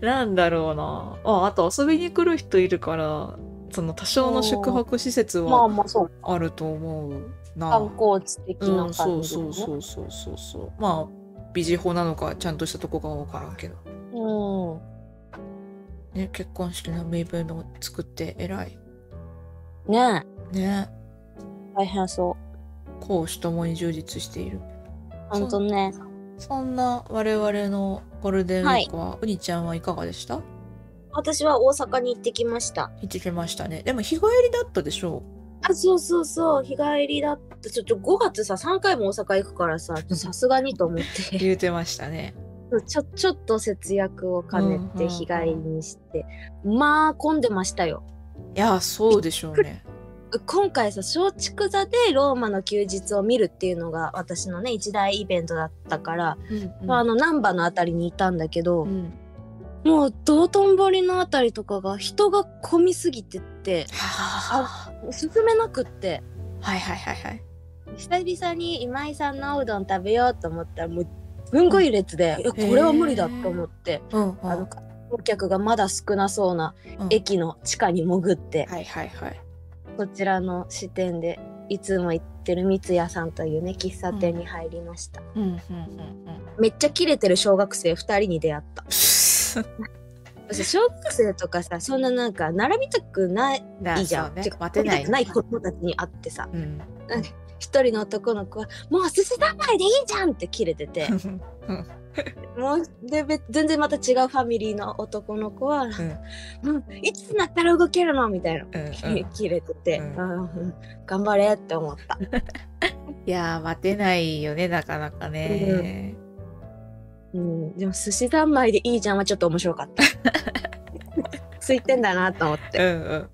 [SPEAKER 2] なんだろうなああと遊びに来る人いるからその多少の宿泊施設
[SPEAKER 1] まあ
[SPEAKER 2] は
[SPEAKER 1] まあそう
[SPEAKER 2] あると思うな、
[SPEAKER 1] 観光地的
[SPEAKER 2] う、
[SPEAKER 1] なん
[SPEAKER 2] そ
[SPEAKER 1] 感
[SPEAKER 2] う
[SPEAKER 1] じだ
[SPEAKER 2] そ
[SPEAKER 1] よ
[SPEAKER 2] う
[SPEAKER 1] ね
[SPEAKER 2] そうそうそうそうまあ美人法なのかちゃんとしたとこかは分からんけど、
[SPEAKER 1] うん
[SPEAKER 2] ね、結婚式の名分を作って偉い
[SPEAKER 1] ねえ
[SPEAKER 2] ね
[SPEAKER 1] 大変そう
[SPEAKER 2] 公私ともに充実している
[SPEAKER 1] ほんとね
[SPEAKER 2] そんな我々のゴールデンウィークは、うにちゃんはいかがでした
[SPEAKER 1] 私は大阪に行ってきました
[SPEAKER 2] 行ってきましたねでも日帰りだったでしょ
[SPEAKER 1] あそうそうそう日帰りだってちょっと5月さ3回も大阪行くからささすがにと思っ
[SPEAKER 2] う
[SPEAKER 1] て
[SPEAKER 2] 言うてましたね
[SPEAKER 1] ちょちょっと節約を兼ね
[SPEAKER 2] うんうんう
[SPEAKER 1] て
[SPEAKER 2] ん
[SPEAKER 1] 日帰りにして、まあ混んでましたよ
[SPEAKER 2] いやそうでしょうね。
[SPEAKER 1] 今回さ松竹座でローマの休日を見るっていうのが私のね一大イベントだったから、
[SPEAKER 2] うん
[SPEAKER 1] まああの難波のあたりにいたんだけど、
[SPEAKER 2] うん
[SPEAKER 1] もう道頓堀のあたりとかが人が混みすぎてって
[SPEAKER 2] は
[SPEAKER 1] 進めなくって
[SPEAKER 2] いはいはいはい。
[SPEAKER 1] 久々に今井さんのおうどん食べようと思ったらもうすんごい列で、いやこれは無理だと思って、
[SPEAKER 2] うんうん。
[SPEAKER 1] あのお客がまだ少なそうな
[SPEAKER 2] うん
[SPEAKER 1] 駅の地下に潜って、
[SPEAKER 2] はいはいはい。
[SPEAKER 1] こちらの支店でいつも行ってる三ツ矢さんというね喫茶店に入りました、
[SPEAKER 2] うんうんうんうん。
[SPEAKER 1] めっちゃキレてる小学生2人に出会った私小学生とかさそんななんか並びたくない
[SPEAKER 2] ない
[SPEAKER 1] じゃん、
[SPEAKER 2] ね
[SPEAKER 1] て。か
[SPEAKER 2] 待てない
[SPEAKER 1] 並び
[SPEAKER 2] よ
[SPEAKER 1] たくない子供たちに会ってさ
[SPEAKER 2] うん。
[SPEAKER 1] 一人の男の子は「もう寿司三昧でいいじゃん!」ってキレててもうで別全然また違うファミリーの男の子は「うん、いつになったら動けるの?」みたいな
[SPEAKER 2] うんうん
[SPEAKER 1] 切れてて、
[SPEAKER 2] うん
[SPEAKER 1] あーうん頑張れって思った。
[SPEAKER 2] いやー待てないよねなかなかね。
[SPEAKER 1] うん、でも寿司三昧でいいじゃんはちょっと面白かった。 空いてんだなと思っ
[SPEAKER 2] うん
[SPEAKER 1] て。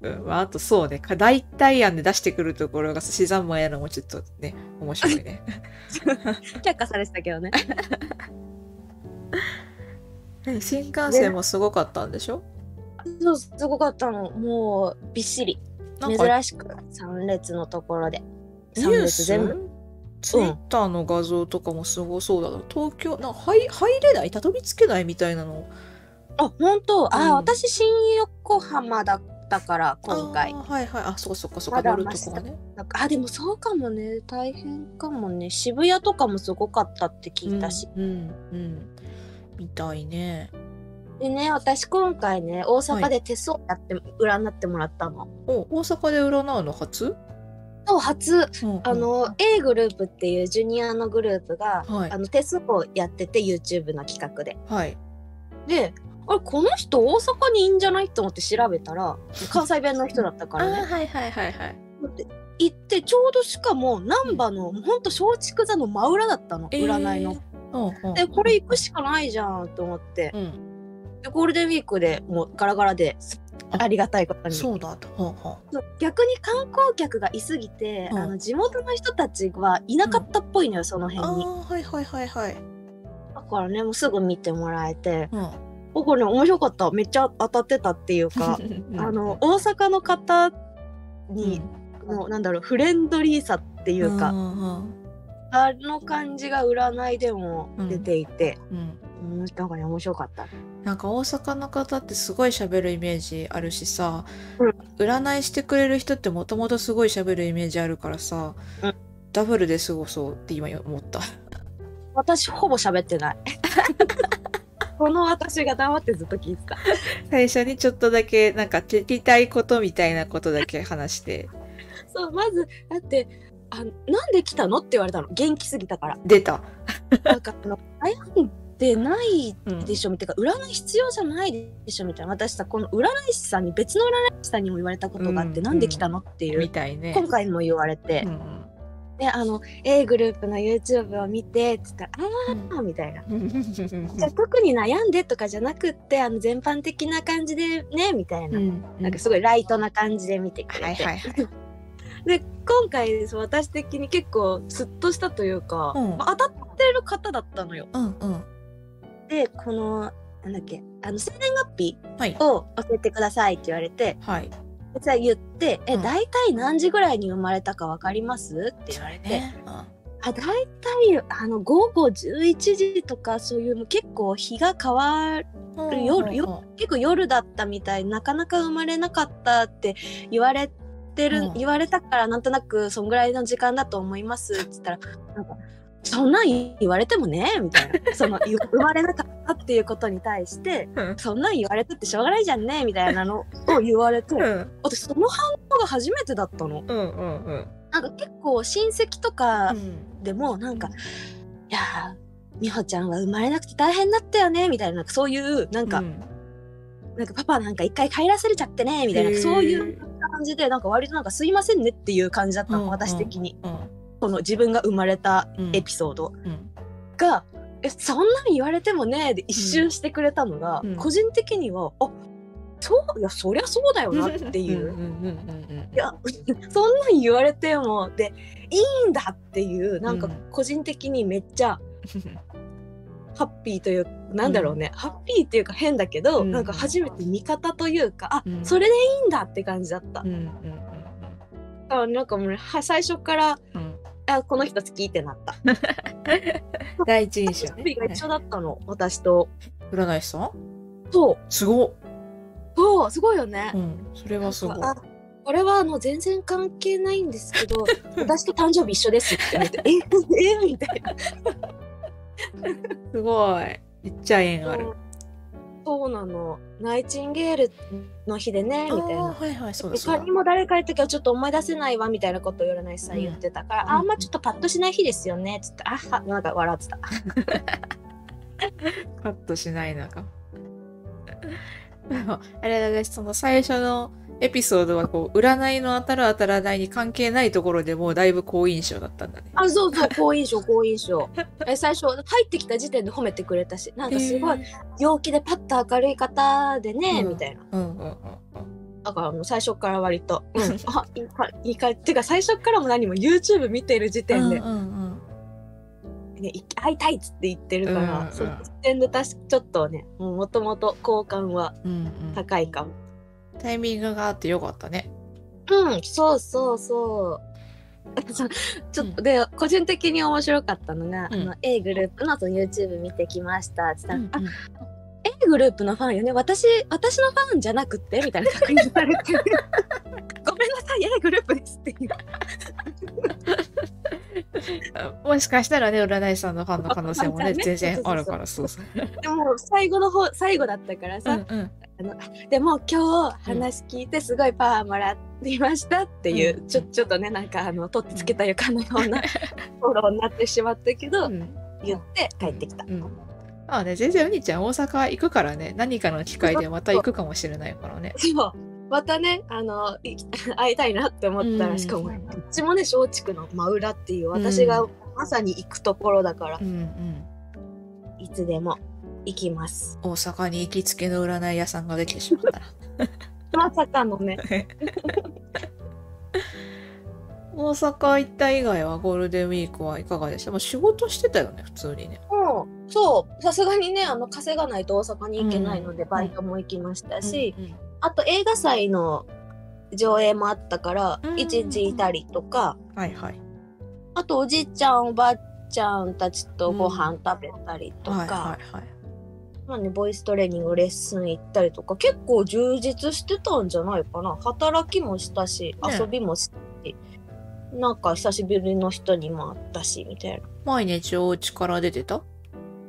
[SPEAKER 2] うんうん。まああとそうね課題対案で出してくるところが寿司三昧やのもちょっとね面白いね。
[SPEAKER 1] 却下されてたけどね。
[SPEAKER 2] 新幹線もすごかったんでしょ？
[SPEAKER 1] そうすごかったの。もうびっしり
[SPEAKER 2] なんか
[SPEAKER 1] 珍しく三列のところで。
[SPEAKER 2] ニ
[SPEAKER 1] 三
[SPEAKER 2] ュー
[SPEAKER 1] 列
[SPEAKER 2] ス
[SPEAKER 1] 全部。
[SPEAKER 2] ツイッターの画像とかもすごそうだな。東京なんか入入れない畳みつけないみたいなの。
[SPEAKER 1] あ本当。あ、
[SPEAKER 2] うん
[SPEAKER 1] 私新横浜だったから今回
[SPEAKER 2] あ。ーはいはいあそこそこそこ
[SPEAKER 1] まだ
[SPEAKER 2] 乗るとこがね。
[SPEAKER 1] なんかあでもそうかもね。大変かもね。渋谷とかもすごかったって聞いたし。
[SPEAKER 2] うんうん、うん、みたいね
[SPEAKER 1] でね私今回ね大
[SPEAKER 2] は
[SPEAKER 1] 阪
[SPEAKER 2] い
[SPEAKER 1] で手相やって、占ってもらったの。
[SPEAKER 2] お大阪で占うの初、
[SPEAKER 1] 今日初
[SPEAKER 2] うんうん
[SPEAKER 1] あの、A グループっていうジュニアのグループが、
[SPEAKER 2] はい
[SPEAKER 1] あの手相をやってて YouTube の企画で。
[SPEAKER 2] はい
[SPEAKER 1] であれこの人大阪にいいんじゃないと思って調べたら関西弁の人だったか
[SPEAKER 2] あ
[SPEAKER 1] ら
[SPEAKER 2] ー
[SPEAKER 1] ね。
[SPEAKER 2] はいはいはいはい
[SPEAKER 1] で行ってちょうどしかも難波のほんと松竹座の真裏だったの占いの。
[SPEAKER 2] うんうん
[SPEAKER 1] でこれ行くしかないじゃんと思って
[SPEAKER 2] うん
[SPEAKER 1] でゴールデンウィークでもうガラガラです
[SPEAKER 2] あ
[SPEAKER 1] ありがたいことに。
[SPEAKER 2] そうだとほうほ
[SPEAKER 1] そう逆に観光客がいすぎて、
[SPEAKER 2] うん
[SPEAKER 1] あの地元の人たちはいなかったっぽいのよ、その
[SPEAKER 2] うあ
[SPEAKER 1] 辺に。
[SPEAKER 2] ーはいはいはいはい
[SPEAKER 1] だからねもうすぐ見てもらえて
[SPEAKER 2] うん
[SPEAKER 1] 僕ね面白かっためっちゃ当たってたっていうかあ の大阪の方に、のなんだろうフレンドリーさっていうか、
[SPEAKER 2] うんうん
[SPEAKER 1] あの感じが占いでも出ていて、
[SPEAKER 2] うん
[SPEAKER 1] うん、なんかね面白かった。
[SPEAKER 2] なんか大阪の方ってすごい喋るイメージあるしさ、
[SPEAKER 1] うん
[SPEAKER 2] 占いしてくれる人ってもともとすごい喋るイメージあるからさ、
[SPEAKER 1] うん
[SPEAKER 2] ダブルですごそうって今思った。
[SPEAKER 1] 私ほぼ喋って ない。この私が黙ってずっと聞いてた。
[SPEAKER 2] 最初にちょっとだけなんか聞きたいことみたいなことだけ話して
[SPEAKER 1] そうまずだってあなんで来たのって言われたの元気すぎたから。
[SPEAKER 2] 出た、
[SPEAKER 1] なんかあの悩んでない
[SPEAKER 2] うん
[SPEAKER 1] でしょみたいな占い必要じゃないでしょみたいな私さこの占い師さんに別の占い師さんにも言われたことがあって、
[SPEAKER 2] うん
[SPEAKER 1] なんで来たのっていう、
[SPEAKER 2] みたいね。
[SPEAKER 1] 今回も言われて、
[SPEAKER 2] うん
[SPEAKER 1] であの A グループの YouTube を見てっつったら「ああ」みたいな。じゃあ特に悩んでとかじゃなくってあの全般的な感じでねみたいな、 なんかすごいライトな感じで見てくれて、
[SPEAKER 2] はいはいはい。
[SPEAKER 1] で今回です私的に結構スッとしたというか、
[SPEAKER 2] うん
[SPEAKER 1] まあ当たってる方だったのよ。
[SPEAKER 2] うんうん。
[SPEAKER 1] でこのなんだっけあの生年月日
[SPEAKER 2] はい。
[SPEAKER 1] を教えてくださいって言われて
[SPEAKER 2] はい。
[SPEAKER 1] でさ言って「え
[SPEAKER 2] うん
[SPEAKER 1] 大体何時ぐらいに生まれたか分かります?」って言われて「
[SPEAKER 2] ね。うん
[SPEAKER 1] あ大体あの午後11時とかそういうもう結構日が変わる夜夜結構夜だったみたいなかなか生まれなかった」って言われてる、
[SPEAKER 2] うん
[SPEAKER 1] 言われたからなんとなくそんぐらいの時間だと思いますって言ったらなんか。そんなん言われてもねみたいなその生まれなかったっていうことに対して
[SPEAKER 2] うん
[SPEAKER 1] そんなん言われたってしょうがないじゃんねみたいなのを言われて
[SPEAKER 2] うん
[SPEAKER 1] 私その反応が初めてだったの
[SPEAKER 2] うんうんうん。
[SPEAKER 1] なんか結構親戚とか
[SPEAKER 2] うん
[SPEAKER 1] でもなんか、いやー美穂ちゃんは生まれなくて大変だったよねみたいななんかそういうなんか、
[SPEAKER 2] うん
[SPEAKER 1] なんかパパなんか一回帰らされちゃってねみたい
[SPEAKER 2] へ
[SPEAKER 1] な
[SPEAKER 2] ー
[SPEAKER 1] そういう感じでなんか割となんかすいませんねっていう感じだったの、
[SPEAKER 2] うんうん
[SPEAKER 1] 私的に
[SPEAKER 2] うん
[SPEAKER 1] この自分が生まれた
[SPEAKER 2] うん
[SPEAKER 1] エピソード
[SPEAKER 2] うん
[SPEAKER 1] が、えそんなん言われてもねで一周してくれたのが、
[SPEAKER 2] うん
[SPEAKER 1] 個人的にはあそういやそりゃそうだよなっていう。
[SPEAKER 2] うんうんうん
[SPEAKER 1] いやそんなん言われてもでいいんだっていうなんか
[SPEAKER 2] うん
[SPEAKER 1] 個人的にめっちゃ、ハッピーというなんだろうね、ハッピーっていうか変だけど、
[SPEAKER 2] うん
[SPEAKER 1] なんか初めて味方というかあ、
[SPEAKER 2] うん
[SPEAKER 1] それでいいんだって感じだった、
[SPEAKER 2] うんうん
[SPEAKER 1] だからなんかもうねは最初から
[SPEAKER 2] うんうん
[SPEAKER 1] あこの人好きってなった
[SPEAKER 2] 第一印象
[SPEAKER 1] ハッピ
[SPEAKER 2] ね
[SPEAKER 1] ーが一緒だったの、私と
[SPEAKER 2] 占い師さん
[SPEAKER 1] そう
[SPEAKER 2] すごっ
[SPEAKER 1] そうすごいよね、
[SPEAKER 2] うんそれはすごい
[SPEAKER 1] あこれはあの全然関係ないんですけ ど私と誕生日一緒ですって言われてええみたいな
[SPEAKER 2] すごいいっちゃ縁ある
[SPEAKER 1] そうなのナイチンゲールの日でねみたい
[SPEAKER 2] あ
[SPEAKER 1] な
[SPEAKER 2] ーはいはいそうだそう
[SPEAKER 1] 他
[SPEAKER 2] だ
[SPEAKER 1] にも誰かいた時はちょっと思い出せないわみたいなことを占い師さん言ってたから、
[SPEAKER 2] うん
[SPEAKER 1] ああんまちょっとパッとしない日ですよねっつってあはなんか笑ってた
[SPEAKER 2] カットしないのか。でもあれだね、その最初のエピソードはこう、占いの当たる当たらないに関係ないところでもうだいぶ好印象だったんだね。
[SPEAKER 1] あそうそう好印象好印象え最初入ってきた時点で褒めてくれたしなんかすごい
[SPEAKER 2] へー。
[SPEAKER 1] 陽気でパッと明るい方でね、
[SPEAKER 2] うん
[SPEAKER 1] みたいな
[SPEAKER 2] うんうんうん
[SPEAKER 1] だからもう最初から割と、うん、あいいかいいかっていうか最初からも何も YouTube 見てる時
[SPEAKER 2] うん。
[SPEAKER 1] 点で、
[SPEAKER 2] うんうん
[SPEAKER 1] ね、い会いたいっつって言ってるから、
[SPEAKER 2] うんうん
[SPEAKER 1] その時点で確かちょっとねもともと好感は
[SPEAKER 2] うんうん
[SPEAKER 1] 高いかも。
[SPEAKER 2] タイミングがあってよかったね。
[SPEAKER 1] うん、そうそう そう。そうちょっと、で個人的に面白かったのが、
[SPEAKER 2] うん
[SPEAKER 1] あの A グループのその YouTube 見てきましたって言ったら、
[SPEAKER 2] うんうん
[SPEAKER 1] A グループのファンよね私私のファンじゃなくってみたいな確認されてごめんなさい A グループですっていう
[SPEAKER 2] もしかしたらね、占い師さんのファンの可能性もね、
[SPEAKER 1] 可能性ね
[SPEAKER 2] 全然あるから、そうそう。
[SPEAKER 1] でも最後の方最後だったから
[SPEAKER 2] う
[SPEAKER 1] さ、
[SPEAKER 2] んうん。っ
[SPEAKER 1] でも今日話聞いてすごいパワーもらいましたっていう、
[SPEAKER 2] うん
[SPEAKER 1] ちょちょっとねなんかあの取ってつけた床のようなフォローになってしまったけど、言って帰ってきた、
[SPEAKER 2] うん。まあね、全然うにちゃん大阪行くからね、何かの機会でまた行くかもしれないからね。
[SPEAKER 1] そうまたねあのい 会いたいなって思ったら、
[SPEAKER 2] うん
[SPEAKER 1] しかもこっちもね松竹の真裏っていう私がまさに行くところだから
[SPEAKER 2] う、んうん。
[SPEAKER 1] いつでも行きます
[SPEAKER 2] 大阪に行きつけの占い屋さんができてしまっ たら
[SPEAKER 1] まさかのね
[SPEAKER 2] 大阪行った以外はゴールデンウィークはいかがでしたもう仕事してたよね普通にね
[SPEAKER 1] もうそうさすがにねあの稼がないと大阪に行けないので、バイトも行きましたし、
[SPEAKER 2] うんうん
[SPEAKER 1] あと映画祭の上映もあったから
[SPEAKER 2] うん
[SPEAKER 1] 一日いたりとか
[SPEAKER 2] はいはい
[SPEAKER 1] あとおじいちゃんおばあちゃんたちとご飯食べたりとか、
[SPEAKER 2] はいはいはい
[SPEAKER 1] まあね、ボイストレーニングレッスン行ったりとか結構充実してたんじゃないかな働きもしたし
[SPEAKER 2] ね
[SPEAKER 1] 遊びもしたし、なんか久しぶりの人にも会ったしみたいな。
[SPEAKER 2] 毎日お家から出てた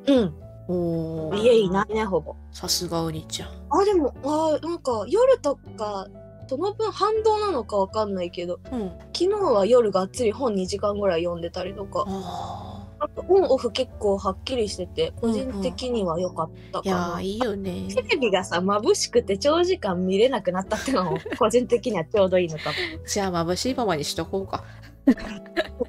[SPEAKER 1] うん、
[SPEAKER 2] おお
[SPEAKER 1] 家いないねほぼ。
[SPEAKER 2] さすがうにちゃん
[SPEAKER 1] あでもあーなんか夜とかその分反動なのかわかんないけど
[SPEAKER 2] うん
[SPEAKER 1] 昨日は夜がっつり本2時間ぐらい読んでたりとか
[SPEAKER 2] あ
[SPEAKER 1] あとオンオフ結構はっきりしてて個人的には良かった
[SPEAKER 2] ー
[SPEAKER 1] か
[SPEAKER 2] い
[SPEAKER 1] な、
[SPEAKER 2] やーいいよ ね
[SPEAKER 1] テレビがさ眩しくて長時間見れなくなったってのも個人的にはちょうどいいのかも
[SPEAKER 2] じゃあ眩しいままにしとこうか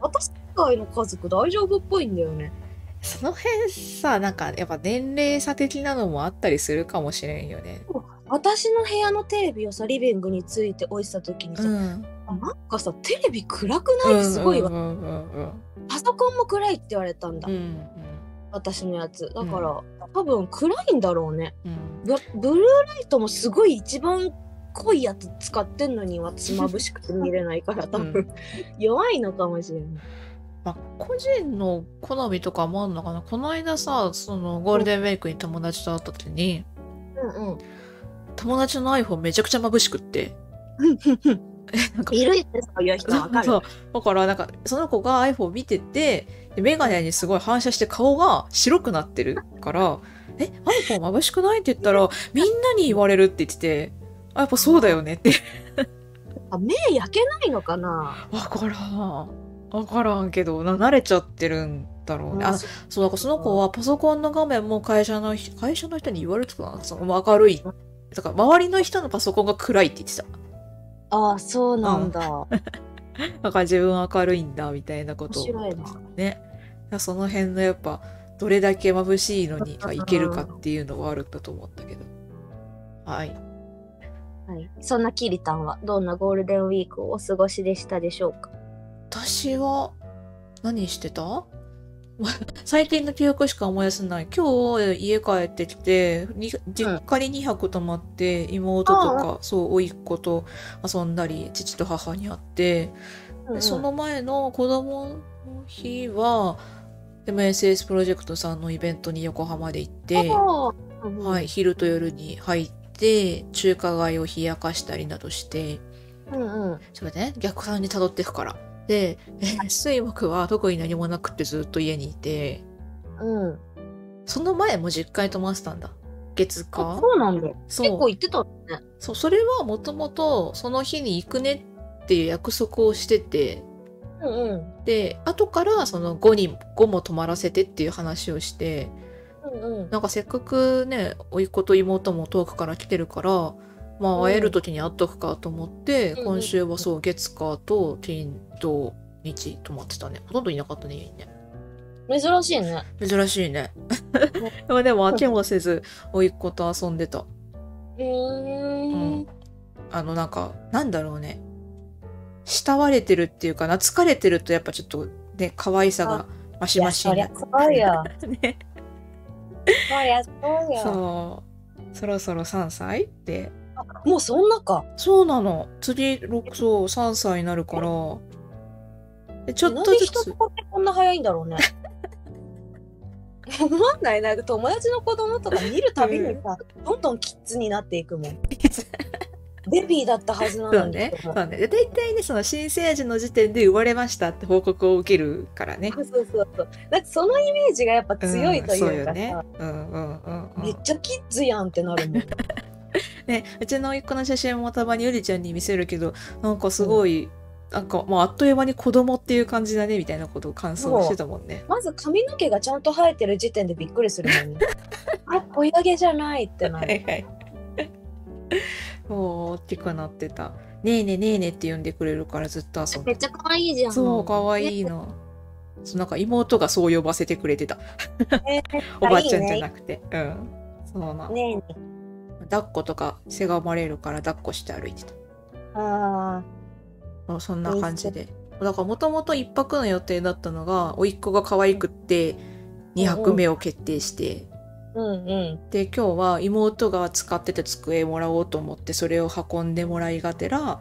[SPEAKER 1] 私以外の家族大丈夫っぽいんだよね
[SPEAKER 2] その辺さなんかやっぱ年齢差的なのもあったりするかもしれんよね
[SPEAKER 1] 私の部屋のテレビをさリビングについて置いてた時にさ、
[SPEAKER 2] ん
[SPEAKER 1] なんかさテレビ暗くないってすごいわ、
[SPEAKER 2] うんうんうんうん
[SPEAKER 1] パソコンも暗いって言われたんだ、
[SPEAKER 2] うんうん
[SPEAKER 1] 私のやつだから、多分暗いんだろうね
[SPEAKER 2] うん
[SPEAKER 1] ブブルーライトもすごい一番濃いやつ使ってんのに私眩しくて見れないから多分、
[SPEAKER 2] う
[SPEAKER 1] 弱いのかもしれない。
[SPEAKER 2] まあ、個人の好みとかもあるのかなこの間さそのゴールデンウィークに友達と会った時に
[SPEAKER 1] うんうん。
[SPEAKER 2] 友達の iPhone めちゃくちゃ眩しくってなんか
[SPEAKER 1] いるよねそういう人わかる。
[SPEAKER 2] そうだからなんかその子が iPhone 見ててで眼鏡にすごい反射して顔が白くなってるから「え iPhone 眩しくない?」って言ったらみんなに言われるって言ってて「あやっぱそうだよね」って
[SPEAKER 1] あ目焼けないのかな。
[SPEAKER 2] 分からん分からんけどな慣れちゃってるんだろうね。あ
[SPEAKER 1] そう
[SPEAKER 2] そうだからその子はパソコンの画面も会社の人会社の人に言われてたかなその明るいだから周りの人のパソコンが暗いって言ってた
[SPEAKER 1] あそうなんだ。
[SPEAKER 2] だから自分明るいんだみたいなことを
[SPEAKER 1] 面白いな
[SPEAKER 2] ねだからその辺のやっぱどれだけ眩しいのにがいけるかっていうのはあるんだと思ったけどはい
[SPEAKER 1] はい。そんなキリタンはどんなゴールデンウィークをお過ごしでしたでしょうか。
[SPEAKER 2] 私は何してた 最近の記憶しか思い出せない。今日家帰ってきて、に実家に2泊泊まって、妹とか、そう、甥っ子と遊んだり、父と母に会って、
[SPEAKER 1] うんう
[SPEAKER 2] で
[SPEAKER 1] ん
[SPEAKER 2] その前の子供の日は、MSS プロジェクトさんのイベントに横浜で行って、
[SPEAKER 1] あーうんうん
[SPEAKER 2] はい、昼と夜に入って、中華街を冷やかしたりなどして、
[SPEAKER 1] うんうん
[SPEAKER 2] ちょっと待ってね、逆算に辿っていくから。で、えー水木は特に何もなくってずっと家にいて、
[SPEAKER 1] うん
[SPEAKER 2] その前も実家に泊まってたんだ。月
[SPEAKER 1] あ
[SPEAKER 2] か
[SPEAKER 1] そうなんだ
[SPEAKER 2] そ
[SPEAKER 1] 結構
[SPEAKER 2] う
[SPEAKER 1] 行ってたね
[SPEAKER 2] そう、それはもともとその日に行くねっていう約束をしてて、
[SPEAKER 1] うんうん
[SPEAKER 2] で、後からその5に、5も泊まらせてっていう話をして、
[SPEAKER 1] うんうん
[SPEAKER 2] なんかせっかくね、甥っ子と妹も遠くから来てるから、ま
[SPEAKER 1] うん
[SPEAKER 2] あ会える時に会っとくかと思って、
[SPEAKER 1] うん
[SPEAKER 2] 今週はそう、月火と金土日泊まってたね。ほとんどいなかったね、家にね。
[SPEAKER 1] 珍しいね
[SPEAKER 2] 珍しいね。 まあでも飽きもせず、甥っ子と遊んでた。
[SPEAKER 1] うーん
[SPEAKER 2] あの、なんか、なんだろうね。慕われてるっていうかな、疲れてるとやっぱちょっとね、可愛さがマシマシに
[SPEAKER 1] い
[SPEAKER 2] な
[SPEAKER 1] や
[SPEAKER 2] っ
[SPEAKER 1] そりゃそうよ
[SPEAKER 2] ね。
[SPEAKER 1] そりゃそうよ
[SPEAKER 2] そう。そろそろ3歳って
[SPEAKER 1] もうそんなか
[SPEAKER 2] そうなの。次、6、そう、3歳になるから。でちょっ
[SPEAKER 1] なん
[SPEAKER 2] と
[SPEAKER 1] で
[SPEAKER 2] ず
[SPEAKER 1] 人
[SPEAKER 2] つ
[SPEAKER 1] と。こってこんな早いんだ ろうね思わないなんか友達の子供とか見るたびにさ、どんどんキッズになっていくもんベビーだったはずな
[SPEAKER 2] そ
[SPEAKER 1] の
[SPEAKER 2] う
[SPEAKER 1] に、
[SPEAKER 2] ね。そうね。で、大体ね、その新生児の時点で生まれましたって報告を受けるからね。
[SPEAKER 1] そうそうそうなんかそのイメージがやっぱ
[SPEAKER 2] うん
[SPEAKER 1] 強いと
[SPEAKER 2] そう
[SPEAKER 1] いう
[SPEAKER 2] よ
[SPEAKER 1] かさ、
[SPEAKER 2] ね。うんうんうんう
[SPEAKER 1] めっ
[SPEAKER 2] ん。
[SPEAKER 1] ちゃキッズやんってなるもん
[SPEAKER 2] ね、うちの一個の写真もたまにゆりちゃんに見せるけど、なんかすごい、なんか、まあ、あっという間に子供っていう感じだね、みたいなことを感想してたもんね。
[SPEAKER 1] まず髪の毛がちゃんと生えてる時点でびっくりするもん ねあ小や毛じゃないってな
[SPEAKER 2] は
[SPEAKER 1] る
[SPEAKER 2] いはい。もう、大きくなってた。ねえねえねえねえって呼んでくれるからずっと遊んで
[SPEAKER 1] めっちゃ可愛いじゃん
[SPEAKER 2] そう、かわいいの。そうなんか妹がそう呼ばせてくれてた。
[SPEAKER 1] ね
[SPEAKER 2] おばあちゃん
[SPEAKER 1] いいね
[SPEAKER 2] じゃなくて。うん。そうなの。
[SPEAKER 1] ねえ
[SPEAKER 2] 抱っことかせがまれるから抱っこして歩いてた。
[SPEAKER 1] あ
[SPEAKER 2] そうそんな感じで。だからもともと1泊の予定だったのが、甥っ子が可愛くって、2泊目を決定して、
[SPEAKER 1] ーうんうん
[SPEAKER 2] で、今日は妹が使ってた机もらおうと思って、それを運んでもらいがてら、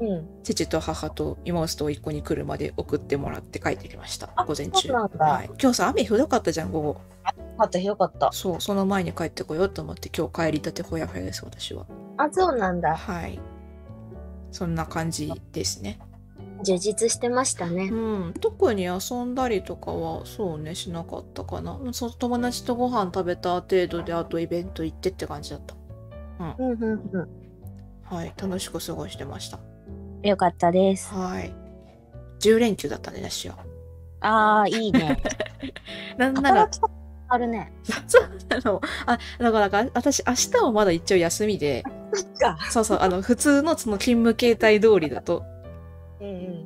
[SPEAKER 1] うん
[SPEAKER 2] 父と母と妹と甥っ子に来るまで送ってもらって帰ってきました
[SPEAKER 1] あ。
[SPEAKER 2] 午前中。
[SPEAKER 1] そうなんだ
[SPEAKER 2] はい、今日さ、雨ひどかったじゃん、午後。
[SPEAKER 1] よかったよかった
[SPEAKER 2] そう、その前に帰ってこようと思って今日帰りたてほやほやです、私は。
[SPEAKER 1] あそうなんだ
[SPEAKER 2] はい。そんな感じですね。
[SPEAKER 1] 充実してましたね
[SPEAKER 2] うん、特に遊んだりとかはそうね、しなかったかな。うんそう友達とご飯食べた程度で、あとイベント行ってって感じだった。
[SPEAKER 1] うんうんう
[SPEAKER 2] はい、楽しく過ごしてました。
[SPEAKER 1] んよかったです
[SPEAKER 2] はい。10連休だったね、私は。
[SPEAKER 1] ああいいね
[SPEAKER 2] なんなら
[SPEAKER 1] 働、きたくあるね
[SPEAKER 2] そうなの。あ、だからなんか、私、明日はまだ一応休みで、
[SPEAKER 1] か
[SPEAKER 2] そうそう、あの、普通のその勤務形態通りだと、
[SPEAKER 1] うん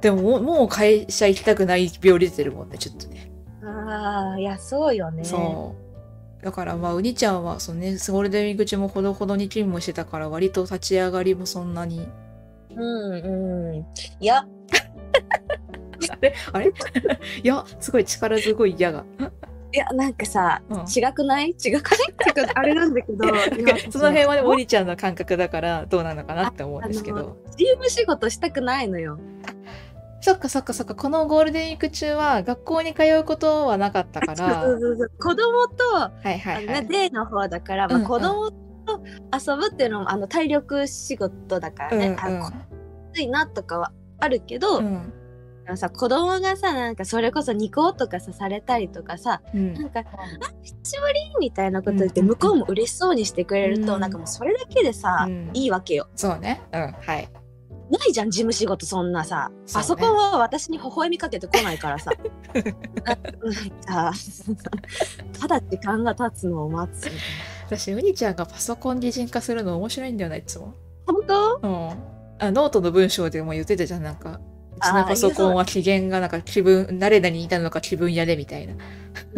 [SPEAKER 2] でももう、もう会社行きたくない病出てるもんね、ちょっとね。
[SPEAKER 1] うんああいやそうよね
[SPEAKER 2] そう。だからまあ、うにちゃんは、そのね、ゴールデンウィーク中もほどほどに勤務してたから、割と立ち上がりもそん なに。
[SPEAKER 1] うんうんいや
[SPEAKER 2] あれあれ いや、すごい力すごい嫌が。
[SPEAKER 1] いやなんかさ、
[SPEAKER 2] うん
[SPEAKER 1] 違くない違くないっていうかあれなんだけ ど
[SPEAKER 2] その辺はね、
[SPEAKER 1] も
[SPEAKER 2] うにちゃんの感覚だから、どうなのかなって思うんですけ
[SPEAKER 1] ああ
[SPEAKER 2] ど。
[SPEAKER 1] チーム仕事したくないのよ
[SPEAKER 2] そっかそっかそっか、このゴールデンウィーク中は、学校に通うことはなかったから。
[SPEAKER 1] そうそうそう子供と、
[SPEAKER 2] はいはいは
[SPEAKER 1] あの
[SPEAKER 2] い。
[SPEAKER 1] デーの方だから、まあ
[SPEAKER 2] うんうん
[SPEAKER 1] 子供と遊ぶっていうのもあの体力仕事だからね、あのきついなとかはあるけど、
[SPEAKER 2] うん
[SPEAKER 1] あのさ子供がさなんかそれこそ2校とかさされたりとかさ
[SPEAKER 2] うん
[SPEAKER 1] なんか「あ久しぶり!」みたいなこと言って
[SPEAKER 2] うんうんう
[SPEAKER 1] 向こ
[SPEAKER 2] ん
[SPEAKER 1] うも嬉しそうにしてくれると、
[SPEAKER 2] うん
[SPEAKER 1] なんかもうそれだけでさ、
[SPEAKER 2] うん
[SPEAKER 1] いいわけよ。
[SPEAKER 2] そうね。うん、はい。
[SPEAKER 1] ないじゃん事務仕事そんなさ
[SPEAKER 2] そうね
[SPEAKER 1] あそこは私に微笑みかけてこない からさあ なんかただ時間が経つのを待つみたい
[SPEAKER 2] 私、ウニちゃんがパソコン擬人化するの面白いんだよな、いつも。
[SPEAKER 1] な本当
[SPEAKER 2] うん。あノートの文章でも言ってたじゃん、なんか。うち
[SPEAKER 1] あ
[SPEAKER 2] の
[SPEAKER 1] ー
[SPEAKER 2] パソコンは機嫌がなんか気分、慣れ何にいたのか気分やでみたいな。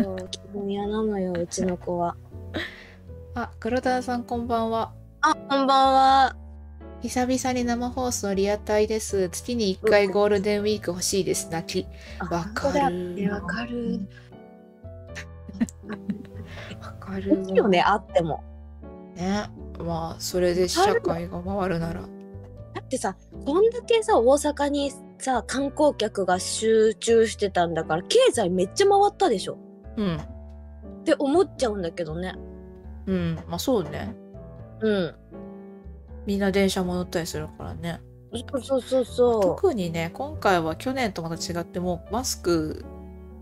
[SPEAKER 1] そう気分屋なのようちの子は
[SPEAKER 2] あ、黒田さんこんばんは。
[SPEAKER 1] あこんばんは
[SPEAKER 2] 久々に生放送リアタイです。月に1回ゴールデンウィーク欲しいです。泣き。わかる
[SPEAKER 1] 本当だわかる。
[SPEAKER 2] わかる
[SPEAKER 1] 大きいよね、あっても。
[SPEAKER 2] ね。まあ、それで社会が回るなら。
[SPEAKER 1] だってさ、こんだけさ、大阪にさ、観光客が集中してたんだから、経済めっちゃ回ったでしょ
[SPEAKER 2] うん。
[SPEAKER 1] って思っちゃうんだけどね。
[SPEAKER 2] うん。まあ、そうね。
[SPEAKER 1] うん。
[SPEAKER 2] みんな電車も乗ったりするからね。
[SPEAKER 1] そうそうそうそ
[SPEAKER 2] 特にね、今回は去年とまた違って、もうマスク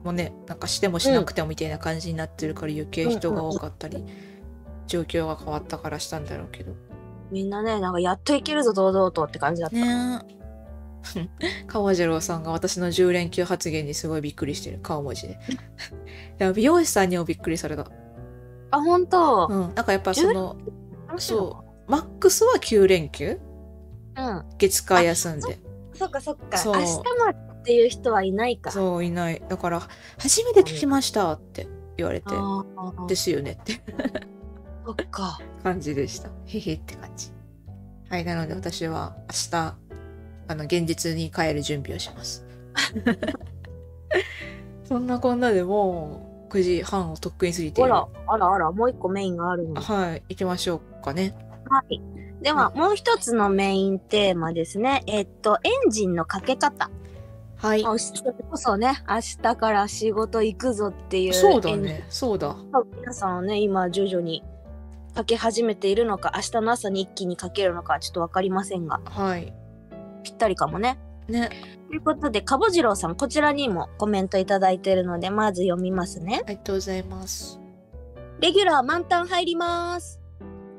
[SPEAKER 2] もね、なんかしてもしなくてもみたいな感じになってるから、余計人が多かったり、状況が変わったからしたんだろうけど。
[SPEAKER 1] う。みんなね、なんかやっといけるぞ、堂々とって感じだった。
[SPEAKER 2] ねえ 川次郎さんが私の10連休発言にすごいびっくりしてる顔文 字ででも美容師さんにもびっくりされた、
[SPEAKER 1] あ、ほんと
[SPEAKER 2] う。ん、なんかやっぱその
[SPEAKER 1] 楽しいの
[SPEAKER 2] そマックスは9連休
[SPEAKER 1] うん。
[SPEAKER 2] 月火休んで
[SPEAKER 1] そっかそっか。
[SPEAKER 2] そう
[SPEAKER 1] 明日までっていう人はいないか。う。
[SPEAKER 2] そういないだから「初めて聞きました」って言われて
[SPEAKER 1] あ
[SPEAKER 2] 「
[SPEAKER 1] あ、
[SPEAKER 2] ですよね」って
[SPEAKER 1] そっか。
[SPEAKER 2] 感じでしたへへって感じはいなので私は明日あの現実に帰る準備をします そんなこんなでもう9時半をとっくに過ぎてい
[SPEAKER 1] あ
[SPEAKER 2] る
[SPEAKER 1] ら、あらあら、もう一個メインがあるの。は
[SPEAKER 2] はい、行きましょうかね。
[SPEAKER 1] い。では、もう一つのメインテーマですね。えっと、エンジンのかけ方。
[SPEAKER 2] はい
[SPEAKER 1] まあそれこそね、明日から仕事行くぞっていう。
[SPEAKER 2] そうだ。ね、そうだ。
[SPEAKER 1] 皆さんをね、今徐々にかけ始めているのか、明日の朝に一気にかけるのか、ちょっとわかりませんが、
[SPEAKER 2] はい。
[SPEAKER 1] ぴったりかもね。
[SPEAKER 2] ね、
[SPEAKER 1] ということで、かぼじろうさん、こちらにもコメントいただいているので、まず読みますね。
[SPEAKER 2] ありがとうございます。
[SPEAKER 1] レギュラー満タン入ります。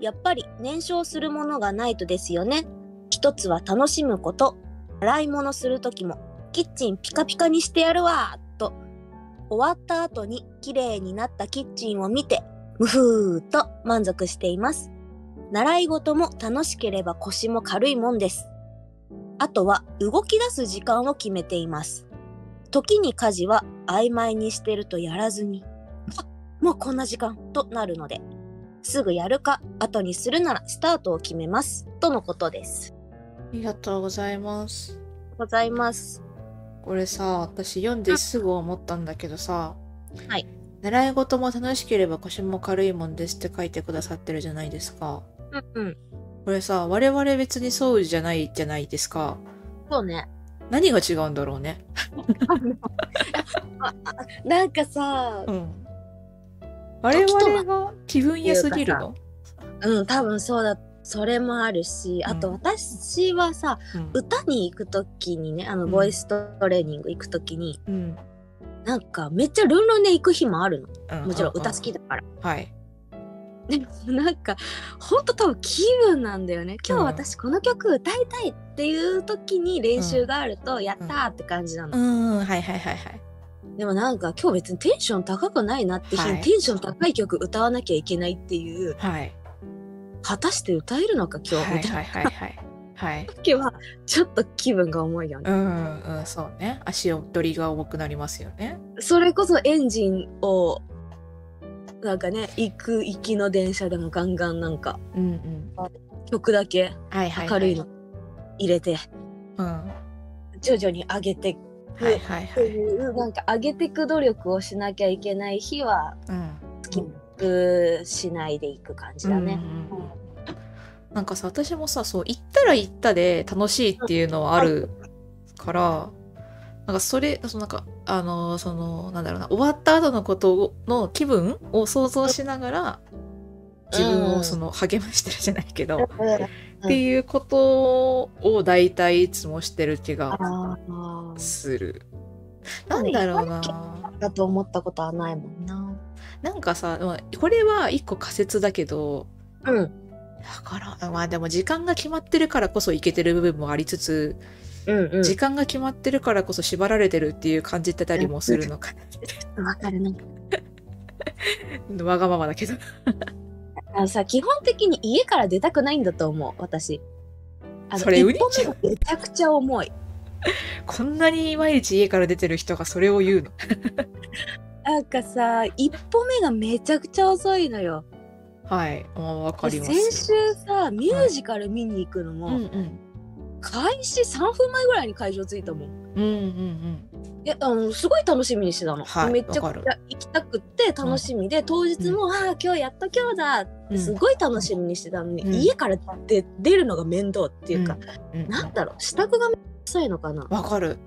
[SPEAKER 1] やっぱり燃焼するものがないとですよね。一つは楽しむこと。洗い物する時も、キッチンピカピカにしてやるわと。終わった後に綺麗になったキッチンを見て、むふーと満足しています。習い事も楽しければ腰も軽いもんです。あとは動き出す時間を決めています。時に家事は曖昧にしてるとやらずに、もうこんな時間となるので、すぐやるか、後にするならスタートを決めます。とのことです。
[SPEAKER 2] ありがとうございます。
[SPEAKER 1] ございます。
[SPEAKER 2] これさ、私読んですぐ思ったんだけどさ、
[SPEAKER 1] はい。
[SPEAKER 2] 習い事も楽しければ腰も軽いもんですって書いてくださってるじゃないですか。
[SPEAKER 1] うんうん。
[SPEAKER 2] これさ、我々別にそうじゃないじゃないですか。
[SPEAKER 1] そうね。
[SPEAKER 2] 何が違うんだろうね。
[SPEAKER 1] なんかさ、
[SPEAKER 2] うん。我々が気分屋すぎるの
[SPEAKER 1] うん、多分そうだ。それもあるし、あ
[SPEAKER 2] う
[SPEAKER 1] と
[SPEAKER 2] ん
[SPEAKER 1] 私はさ、歌に行くときにね、あの、
[SPEAKER 2] うん
[SPEAKER 1] ボイストレーニング行くときに、
[SPEAKER 2] うん。うん
[SPEAKER 1] なんかめっちゃルンルンで行く日もあるの。
[SPEAKER 2] う
[SPEAKER 1] もちろん歌好きだから。
[SPEAKER 2] はい。
[SPEAKER 1] でもなんか、ほんと多分気分なんだよね。今日
[SPEAKER 2] うん
[SPEAKER 1] 私この曲歌いたいっていう時に練習があると、やったーって感じなの。
[SPEAKER 2] うん、はいはいはいはい。
[SPEAKER 1] でもなんか今日別にテンション高くないなって日に、
[SPEAKER 2] はい
[SPEAKER 1] テンション高い曲歌わなきゃいけないっていう
[SPEAKER 2] はい。
[SPEAKER 1] 果たして歌えるのか今日
[SPEAKER 2] はい
[SPEAKER 1] みたい
[SPEAKER 2] はいはいはい。はい
[SPEAKER 1] な。時はちょっと気分が重いよね
[SPEAKER 2] う、ん、うん、そうね。足を取りが重くなりますよね。
[SPEAKER 1] それこそエンジンをなんかね行く行きの電車でもガンガンなんか
[SPEAKER 2] うんうん。
[SPEAKER 1] 曲だけ
[SPEAKER 2] はいはい、
[SPEAKER 1] 明るいの。入れて、
[SPEAKER 2] うん。は
[SPEAKER 1] 徐々に上げて
[SPEAKER 2] いはいはい
[SPEAKER 1] って。いうなんか上げてく努力をしなきゃいけない日は
[SPEAKER 2] うん。
[SPEAKER 1] スキップしないでいく感じだね。
[SPEAKER 2] うんうんうんなんかさ、私もさ、そう、行ったら行ったで楽しいっていうのはあるから、なんかそれ、そのなんか、あの、その、なんだろうな、終わった後のことをの気分を想像しながら、自
[SPEAKER 1] う
[SPEAKER 2] 分を
[SPEAKER 1] ん
[SPEAKER 2] その励ましてるじゃないけど、
[SPEAKER 1] うん
[SPEAKER 2] っていうことを大体いつもしてる気が
[SPEAKER 1] あー
[SPEAKER 2] する。なんだろうな。
[SPEAKER 1] だと思ったことはないもんな。
[SPEAKER 2] なんかさ、まあこれは一個仮説だけど、
[SPEAKER 1] うん。
[SPEAKER 2] だから、まあでも時間が決まってるからこそいけてる部分もありつつ、
[SPEAKER 1] うんう
[SPEAKER 2] 時間が決まってるからこそ縛られてるっていう感じてたりもするのかなって
[SPEAKER 1] ん。わかるなんか。
[SPEAKER 2] わがままだけど。
[SPEAKER 1] あのさ、基本的に家から出たくないんだと思う、私。あの
[SPEAKER 2] それ売り
[SPEAKER 1] 一歩目がめちゃくちゃ重い。
[SPEAKER 2] こんなに毎日家から出てる人がそれを言うの。
[SPEAKER 1] なんかさ、一歩目がめちゃくちゃ遅いのよ。
[SPEAKER 2] はい。あわかります。
[SPEAKER 1] 先週さミュージカル見に行くのも、
[SPEAKER 2] うんうん。
[SPEAKER 1] 開始3分前ぐらいに会場着いたもん
[SPEAKER 2] うんうん
[SPEAKER 1] いやあのすごい楽しみにしてたの、
[SPEAKER 2] はい
[SPEAKER 1] めっちゃ
[SPEAKER 2] わ
[SPEAKER 1] 行
[SPEAKER 2] かる
[SPEAKER 1] きたくって楽しみで、当日も、ああ今日やっと今日だっ
[SPEAKER 2] う
[SPEAKER 1] て
[SPEAKER 2] ん。
[SPEAKER 1] すごい楽しみにしてたのに、
[SPEAKER 2] うん
[SPEAKER 1] 家から出出るのが面倒っていうか、
[SPEAKER 2] うんうん
[SPEAKER 1] なんだろう支度がめんどくさいのかな
[SPEAKER 2] わかる。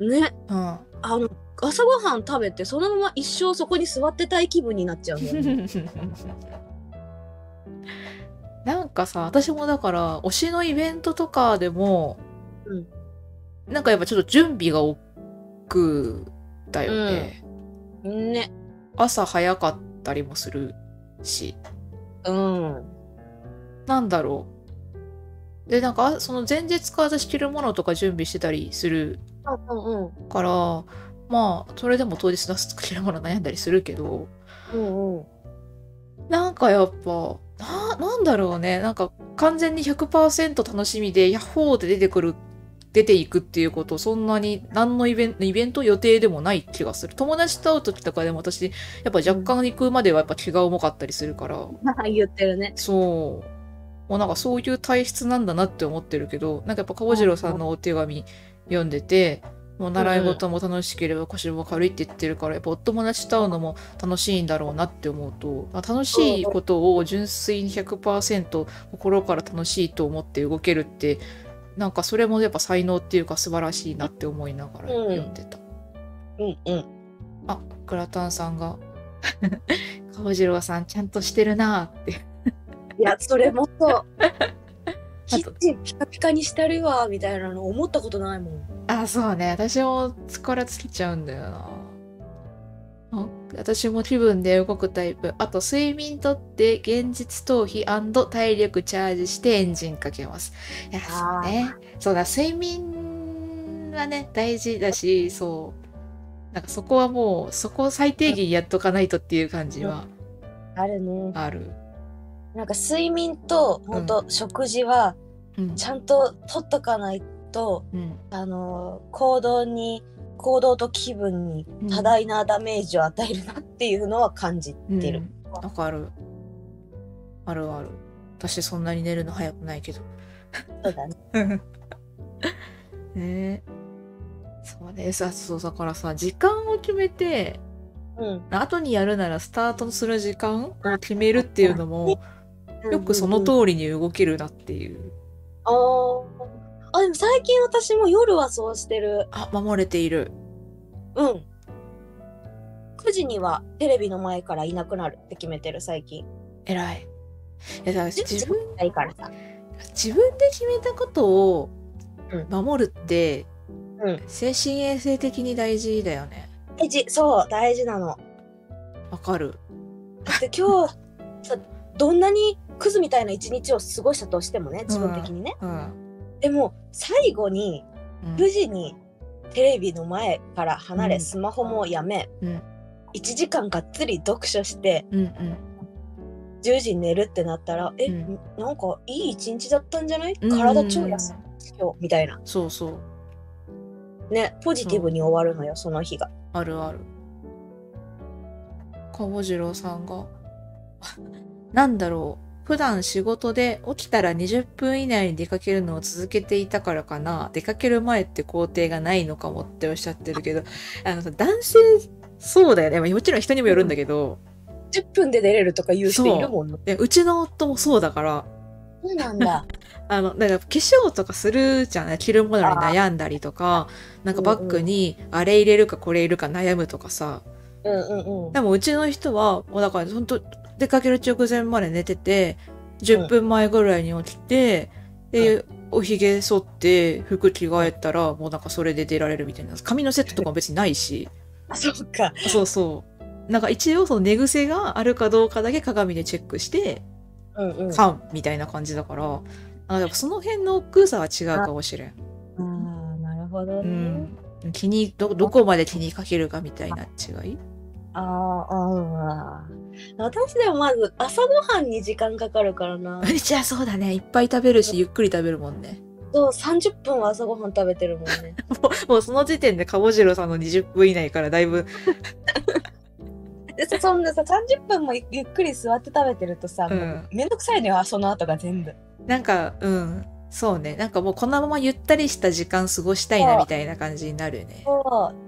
[SPEAKER 1] ね
[SPEAKER 2] うん。
[SPEAKER 1] あの朝ごはん食べてそのまま一生そこに座ってたい気分になっちゃうのよね
[SPEAKER 2] なんかさ私もだから推しのイベントとかでも、
[SPEAKER 1] うん
[SPEAKER 2] なんかやっぱちょっと準備が億劫だよね、
[SPEAKER 1] ね
[SPEAKER 2] 朝早かったりもするし
[SPEAKER 1] うん
[SPEAKER 2] なんだろうでなんかあその前日から私着るものとか準備してたりする
[SPEAKER 1] うんうん
[SPEAKER 2] からまあそれでも当日の着るもの悩んだりするけど、
[SPEAKER 1] うんうん
[SPEAKER 2] なんかやっぱ、な、なんだろうね。なんか完全に100%楽しみで、ヤッホーって出てくる、出ていくっていうこと、そんなに何のイベント、イベント予定でもない気がする。友達と会う時とかでも私、やっぱ若干行くまではやっぱ気が重かったりするから、
[SPEAKER 1] 言ってるね
[SPEAKER 2] そう。もうなんかそういう体質なんだなって思ってるけど、なんかやっぱ川次郎さんのお手紙読んでて、もう習い事も楽しければ腰も軽いって言ってるから、やっぱお友達と会うのも楽しいんだろうなって思うと、まあ楽しいことを純粋に100%心から楽しいと思って動けるって、なんかそれもやっぱ才能っていうか素晴らしいなって思いながら
[SPEAKER 1] うん
[SPEAKER 2] 読んでた。
[SPEAKER 1] うんうん
[SPEAKER 2] あ、グラタンさんが、 川次郎さんちゃんとしてるなーって。
[SPEAKER 1] いやそれも そうキ
[SPEAKER 2] あと
[SPEAKER 1] ッチンピカピカにしてるわみたいなの思ったことないもん
[SPEAKER 2] あ、そうね。私も疲れつきちゃうんだよな。あ私も気分で動くタイプ。あと、睡眠とって現実逃避体力チャージしてエンジンかけます。いや、そう
[SPEAKER 1] あー
[SPEAKER 2] ね。そうだ、睡眠はね、大事だし、そう。なんかそこはもう、そこを最低限やっとかないとっていう感じは
[SPEAKER 1] あるね
[SPEAKER 2] ある。
[SPEAKER 1] なんか睡眠と本当、食事は
[SPEAKER 2] うん。
[SPEAKER 1] ちゃんと取っとかないと
[SPEAKER 2] うん。
[SPEAKER 1] あのー行動に行動と気分に多大なダメージを与えるなっていうのは感じてる、
[SPEAKER 2] うん。わかる。あるある。私そんなに寝るの早くないけど。
[SPEAKER 1] そうだね
[SPEAKER 2] ね えそうですあそうだからさ時間を決めて
[SPEAKER 1] うん
[SPEAKER 2] 後にやるならスタートする時間を決めるっていうのもよくその通りに動けるなっていう
[SPEAKER 1] あーあでも最近私も夜はそうしてる
[SPEAKER 2] あ守れている
[SPEAKER 1] うん9時にはテレビの前からいなくなるって決めてる最近
[SPEAKER 2] 偉いいやだから自分
[SPEAKER 1] いいからさ
[SPEAKER 2] 自分で決めたことを守るって、
[SPEAKER 1] うん
[SPEAKER 2] 精神衛生的に大事だよね
[SPEAKER 1] 大事そう大事なの
[SPEAKER 2] わかる
[SPEAKER 1] だって今日さどんなにクズみたいな一日を過ごしたとしてもね自分的にね、
[SPEAKER 2] うん、
[SPEAKER 1] でも最後に
[SPEAKER 2] うん
[SPEAKER 1] 無事にテレビの前から離れ、
[SPEAKER 2] うん
[SPEAKER 1] スマホもやめ、
[SPEAKER 2] うん
[SPEAKER 1] 1時間がっつり読書して
[SPEAKER 2] うんうん
[SPEAKER 1] 10時に寝るってなったら、え
[SPEAKER 2] うん
[SPEAKER 1] なんかいい一日だったんじゃない
[SPEAKER 2] うん
[SPEAKER 1] 体超休みよみたいな
[SPEAKER 2] そうそう
[SPEAKER 1] ねポジティブに終わるのよその日が
[SPEAKER 2] あるある。川次郎さんが、 なんだろう。普段仕事で起きたら20分以内に出かけるのを続けていたからかな。出かける前って工程がないのかもっておっしゃってるけど、 あのさ、男性、そうだよね。まあもちろん人にもよるんだけど、
[SPEAKER 1] 10分で出れるとか言う人いるもんね
[SPEAKER 2] でうちの夫もそうだから、
[SPEAKER 1] そうなんだ
[SPEAKER 2] あの、だから化粧とかするじゃない着るものに悩んだりとか、なんかバッグにあれ入れるかこれ入れるか悩むとかさ、
[SPEAKER 1] うんうんうん
[SPEAKER 2] でもうちの人はもうだから本当出かける直前まで寝てて10分前ぐらいに起きて、で、おひげ剃って服着替えたらもうなんかそれで出られるみたいな髪のセットとかも別にないし
[SPEAKER 1] あそうか
[SPEAKER 2] そうそうなんか一応その寝癖があるかどうかだけ鏡でチェックして
[SPEAKER 1] うんうん
[SPEAKER 2] 完みたいな感じだからあやっぱその辺の奥さは違うかもしれん、
[SPEAKER 1] あーなるほど
[SPEAKER 2] う
[SPEAKER 1] ね、
[SPEAKER 2] ん、気にどどこまで気にかけるかみたいな違い
[SPEAKER 1] あーあー私でもまず朝ごはんに時間かかるからな
[SPEAKER 2] じゃあそうだねいっぱい食べるしゆっくり食べるもんね
[SPEAKER 1] そう30分は朝ごはん食べてるもんね
[SPEAKER 2] もうその時点でかぼじろうさんの20分以内からだいぶ
[SPEAKER 1] でさそんなさ30分もゆゆっくり座って食べてるとさ、
[SPEAKER 2] う、
[SPEAKER 1] もうんめんどくさいのよその後が全部
[SPEAKER 2] なんかうんそうねなんかもうこのままゆったりした時間過ごしたいなみたいな感じになるね
[SPEAKER 1] そ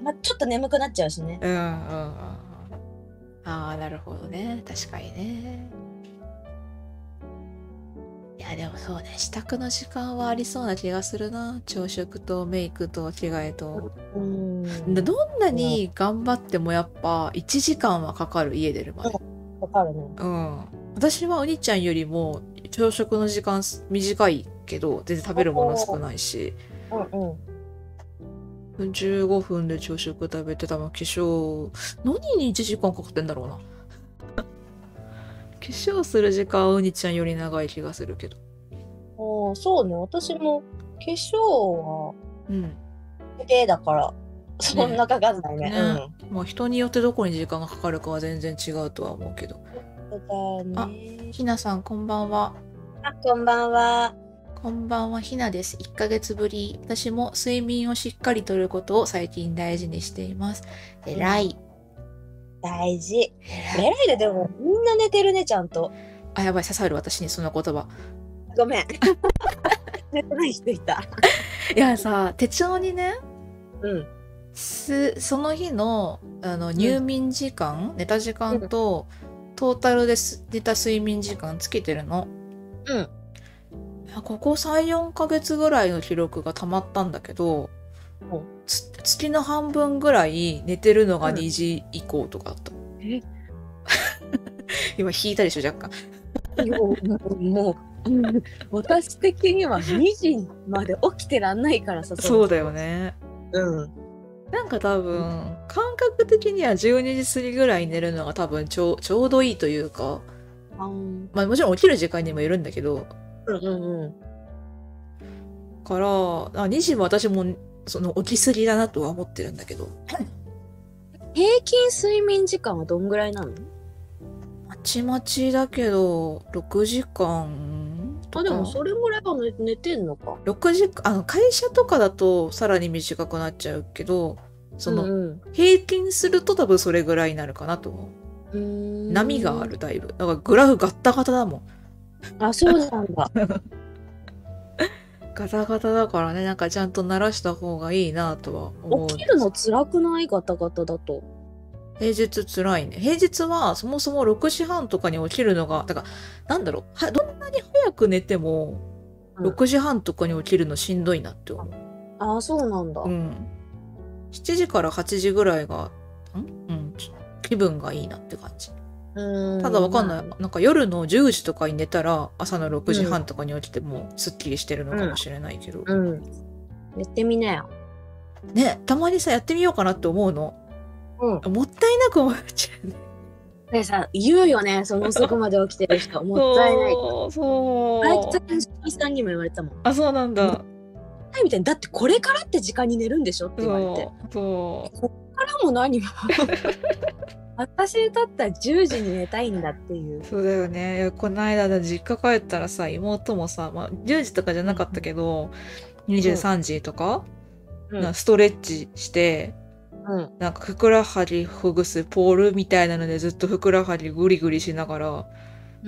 [SPEAKER 1] う、まあ、ちょっと眠くなっちゃうしね
[SPEAKER 2] うんうんうんうんああなるほどね確かにねいやでもそうね支度の時間はありそうな気がするな朝食とメイクと着替えと
[SPEAKER 1] うん
[SPEAKER 2] どんなに頑張ってもやっぱ1時間はかかる家出るまで
[SPEAKER 1] わかるね
[SPEAKER 2] うん私はお兄ちゃんよりも朝食の時間短いけど全然食べるもの少ないし
[SPEAKER 1] うんうん
[SPEAKER 2] 15分で朝食食べて多分化粧何に1時間かかってんだろうな 化粧する時間はお兄ちゃんより長い気がするけど
[SPEAKER 1] おーそうね私も化粧は
[SPEAKER 2] うん
[SPEAKER 1] 綺麗だからそんなかかんないね
[SPEAKER 2] ねまあ人によってどこに時間がかかるかは全然違うとは思うけど
[SPEAKER 1] うんだね
[SPEAKER 2] ひなさんこんばんは
[SPEAKER 1] あこんばんは
[SPEAKER 2] こんばんは、ひなです。1ヶ月ぶり。私も睡眠をしっかりとることを最近大事にしています。えらい。
[SPEAKER 1] 大事
[SPEAKER 2] えらい。
[SPEAKER 1] 偉いででもみんな寝てるねちゃんと
[SPEAKER 2] あ、やばい、刺さる、私にその言葉。
[SPEAKER 1] ごめん寝てない人いた
[SPEAKER 2] いやさ、手帳にね、
[SPEAKER 1] うん
[SPEAKER 2] すその日のあの入眠時間、寝た時間と、トータルです寝た睡眠時間つけてるの。
[SPEAKER 1] うん
[SPEAKER 2] いや。ここ3、4ヶ月ぐらいの記録が溜まったんだけど
[SPEAKER 1] うん、
[SPEAKER 2] つ月の半分ぐらい寝てるのが
[SPEAKER 1] うん
[SPEAKER 2] 2時以降とかだった。
[SPEAKER 1] え
[SPEAKER 2] 今引いたでしょ、若干。
[SPEAKER 1] もうもう、うん私的には2時まで起きてらんないからさ
[SPEAKER 2] そうだよね。
[SPEAKER 1] うん
[SPEAKER 2] なんか多分、感覚的には12時過ぎぐらい寝るのが多分ちょうちょうどいいというか、
[SPEAKER 1] あうん
[SPEAKER 2] まあもちろん起きる時間にもよるんだけど、
[SPEAKER 1] うんうん
[SPEAKER 2] から、あ2時も私もその起きすぎだなとは思ってるんだけど、
[SPEAKER 1] 平均睡眠時間はどんぐらいなの
[SPEAKER 2] まちまちだけど、6時間とか
[SPEAKER 1] あでもそれぐらいは寝寝てんのか
[SPEAKER 2] 6時間、あの、会社とかだとさらに短くなっちゃうけど、その、
[SPEAKER 1] うん
[SPEAKER 2] 平均すると多分それぐらいになるかなと思う。
[SPEAKER 1] うん、うーん
[SPEAKER 2] 波がある、だいぶ。だからグラフガッタガタだもん。
[SPEAKER 1] あそうなん だ
[SPEAKER 2] ガタガタだからね、なんかちゃんと慣らした方がいいなとは思う。
[SPEAKER 1] 起きるの辛くないガタガタだと
[SPEAKER 2] 平日つらいね。平日はそもそも6時半とかに起きるのが、だから、なんだろう、はどんなに早く寝ても、
[SPEAKER 1] うん
[SPEAKER 2] 6時半とかに起きるのしんどいなって思
[SPEAKER 1] あそうなんだ、
[SPEAKER 2] う。うん。7時から8時ぐらいが、んうん、気分がいいなって感じ。
[SPEAKER 1] うん
[SPEAKER 2] ただわかんない。なんか夜の10時とかに寝たら、朝の6時半とかに起きても、すっきりしてるのかもしれないけど。
[SPEAKER 1] うんやってみなよ
[SPEAKER 2] ね、たまにさ、やってみようかなって思うの。
[SPEAKER 1] うん
[SPEAKER 2] もったいなく思っちゃうね。
[SPEAKER 1] でさ言うよねその遅くまで起きてる人もったいない
[SPEAKER 2] そう。そう
[SPEAKER 1] 大吉さん石井さんにも言われたもん
[SPEAKER 2] あ、そうなんだ。
[SPEAKER 1] はいみたいなだってこれからって時間に寝るんでしょって言われて
[SPEAKER 2] そう。そう
[SPEAKER 1] からも何 も私にとったら10時に寝たいんだっていう
[SPEAKER 2] そうだよね。いやこの間、実家帰ったらさ、妹もさ、まあ、10時とかじゃなかったけど、23時とか、
[SPEAKER 1] うん
[SPEAKER 2] なストレッチして、
[SPEAKER 1] うん
[SPEAKER 2] なんかふくらはぎほぐすポールみたいなのでずっとふくらはぎぐりぐりしながら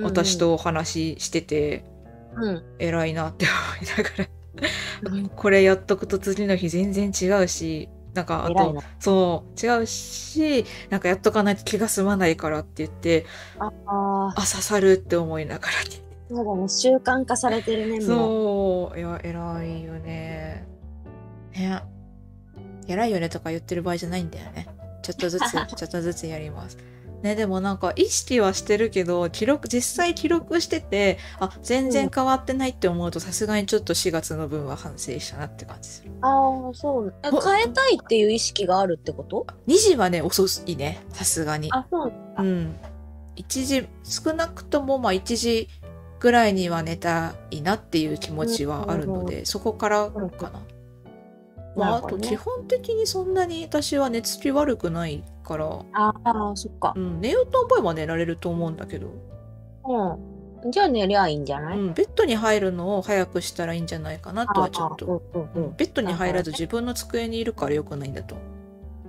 [SPEAKER 2] 私とお話ししてて、
[SPEAKER 1] うん
[SPEAKER 2] 偉いなって思いながらこれやっとくと次の日全然違うしなんかあ
[SPEAKER 1] 偉い
[SPEAKER 2] と
[SPEAKER 1] な
[SPEAKER 2] そう違うしなんかやっとかないと気が済まないからって言って
[SPEAKER 1] あ
[SPEAKER 2] あ刺さるって思いながらね、
[SPEAKER 1] ーそうだね習慣化されてるねもう
[SPEAKER 2] そういや偉いよねね偉いよねとか言ってる場合じゃないんだよねちょっと ずつちょっとずつやりますねでもなんか意識はしてるけど記録実際記録しててあ全然変わってないって思うとさすがにちょっと4月の分は反省したなって感じする
[SPEAKER 1] ああそうえ変えたいっていう意識があるってこと
[SPEAKER 2] 2時はね遅いねさすがに
[SPEAKER 1] あそう
[SPEAKER 2] うん1時少なくともまあ1時ぐらいには寝たいなっていう気持ちはあるので、そこからかな、まあ、
[SPEAKER 1] な
[SPEAKER 2] あ
[SPEAKER 1] るほど
[SPEAKER 2] と
[SPEAKER 1] ね
[SPEAKER 2] 基本的にそんなに私は寝つき悪くないから、
[SPEAKER 1] ああそっか
[SPEAKER 2] うん、寝ようと思えば寝られると思うんだけど、
[SPEAKER 1] うんじゃあ寝りゃいいんじゃな
[SPEAKER 2] う
[SPEAKER 1] い、
[SPEAKER 2] ん、ベッドに入るのを早くしたらいいんじゃないかなとはちょっと、
[SPEAKER 1] あーうん
[SPEAKER 2] う
[SPEAKER 1] うん
[SPEAKER 2] ん、ベッドに入らず自分の机にいるからよくないんだと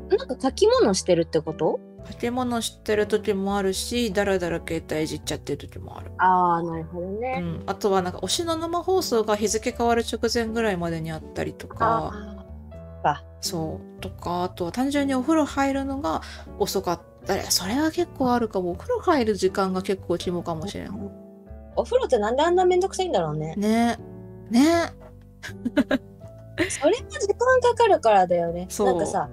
[SPEAKER 1] うんなんか書き物してるってこと
[SPEAKER 2] 建物知ってる時もあるしだらだら携帯いじっちゃってる時もある、
[SPEAKER 1] ああ、なるほど
[SPEAKER 2] う
[SPEAKER 1] ね。
[SPEAKER 2] ん、あとはなんか推しの生放送が日付変わる直前ぐらいまでにあったりと
[SPEAKER 1] あ
[SPEAKER 2] か
[SPEAKER 1] あ
[SPEAKER 2] そうとかあとは単純にお風呂入るのが遅かったりそれは結構あるかもお風呂入る時間が結構肝かもしれん
[SPEAKER 1] お風呂ってなんであんなめんどくさいんだろうね。
[SPEAKER 2] ねね
[SPEAKER 1] それは時間かかるからだよね。
[SPEAKER 2] そう
[SPEAKER 1] なんかさ、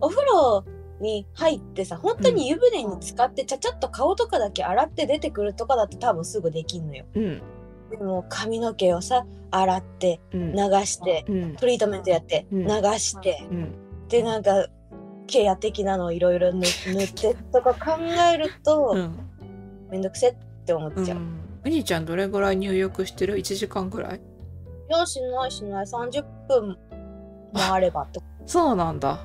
[SPEAKER 1] お風呂に入ってさ、本当に湯船に浸かって、ちゃちゃっと顔とかだけ洗って出てくるとかだと多分すぐできんのよ。
[SPEAKER 2] うん
[SPEAKER 1] でも髪の毛をさ、洗って、
[SPEAKER 2] うん
[SPEAKER 1] 流して、
[SPEAKER 2] うん
[SPEAKER 1] トリートメントやって、
[SPEAKER 2] うん
[SPEAKER 1] 流して、
[SPEAKER 2] うん
[SPEAKER 1] で、なんか、ケア的なのをいろい ろ塗塗ってとか考えると、
[SPEAKER 2] うん
[SPEAKER 1] めんどくせって思
[SPEAKER 2] う
[SPEAKER 1] っちゃう。
[SPEAKER 2] んみにちゃんどれぐらい入浴してる ?1 時間ぐらい
[SPEAKER 1] いや、しないしない、30分もあればとか。
[SPEAKER 2] そうなんだ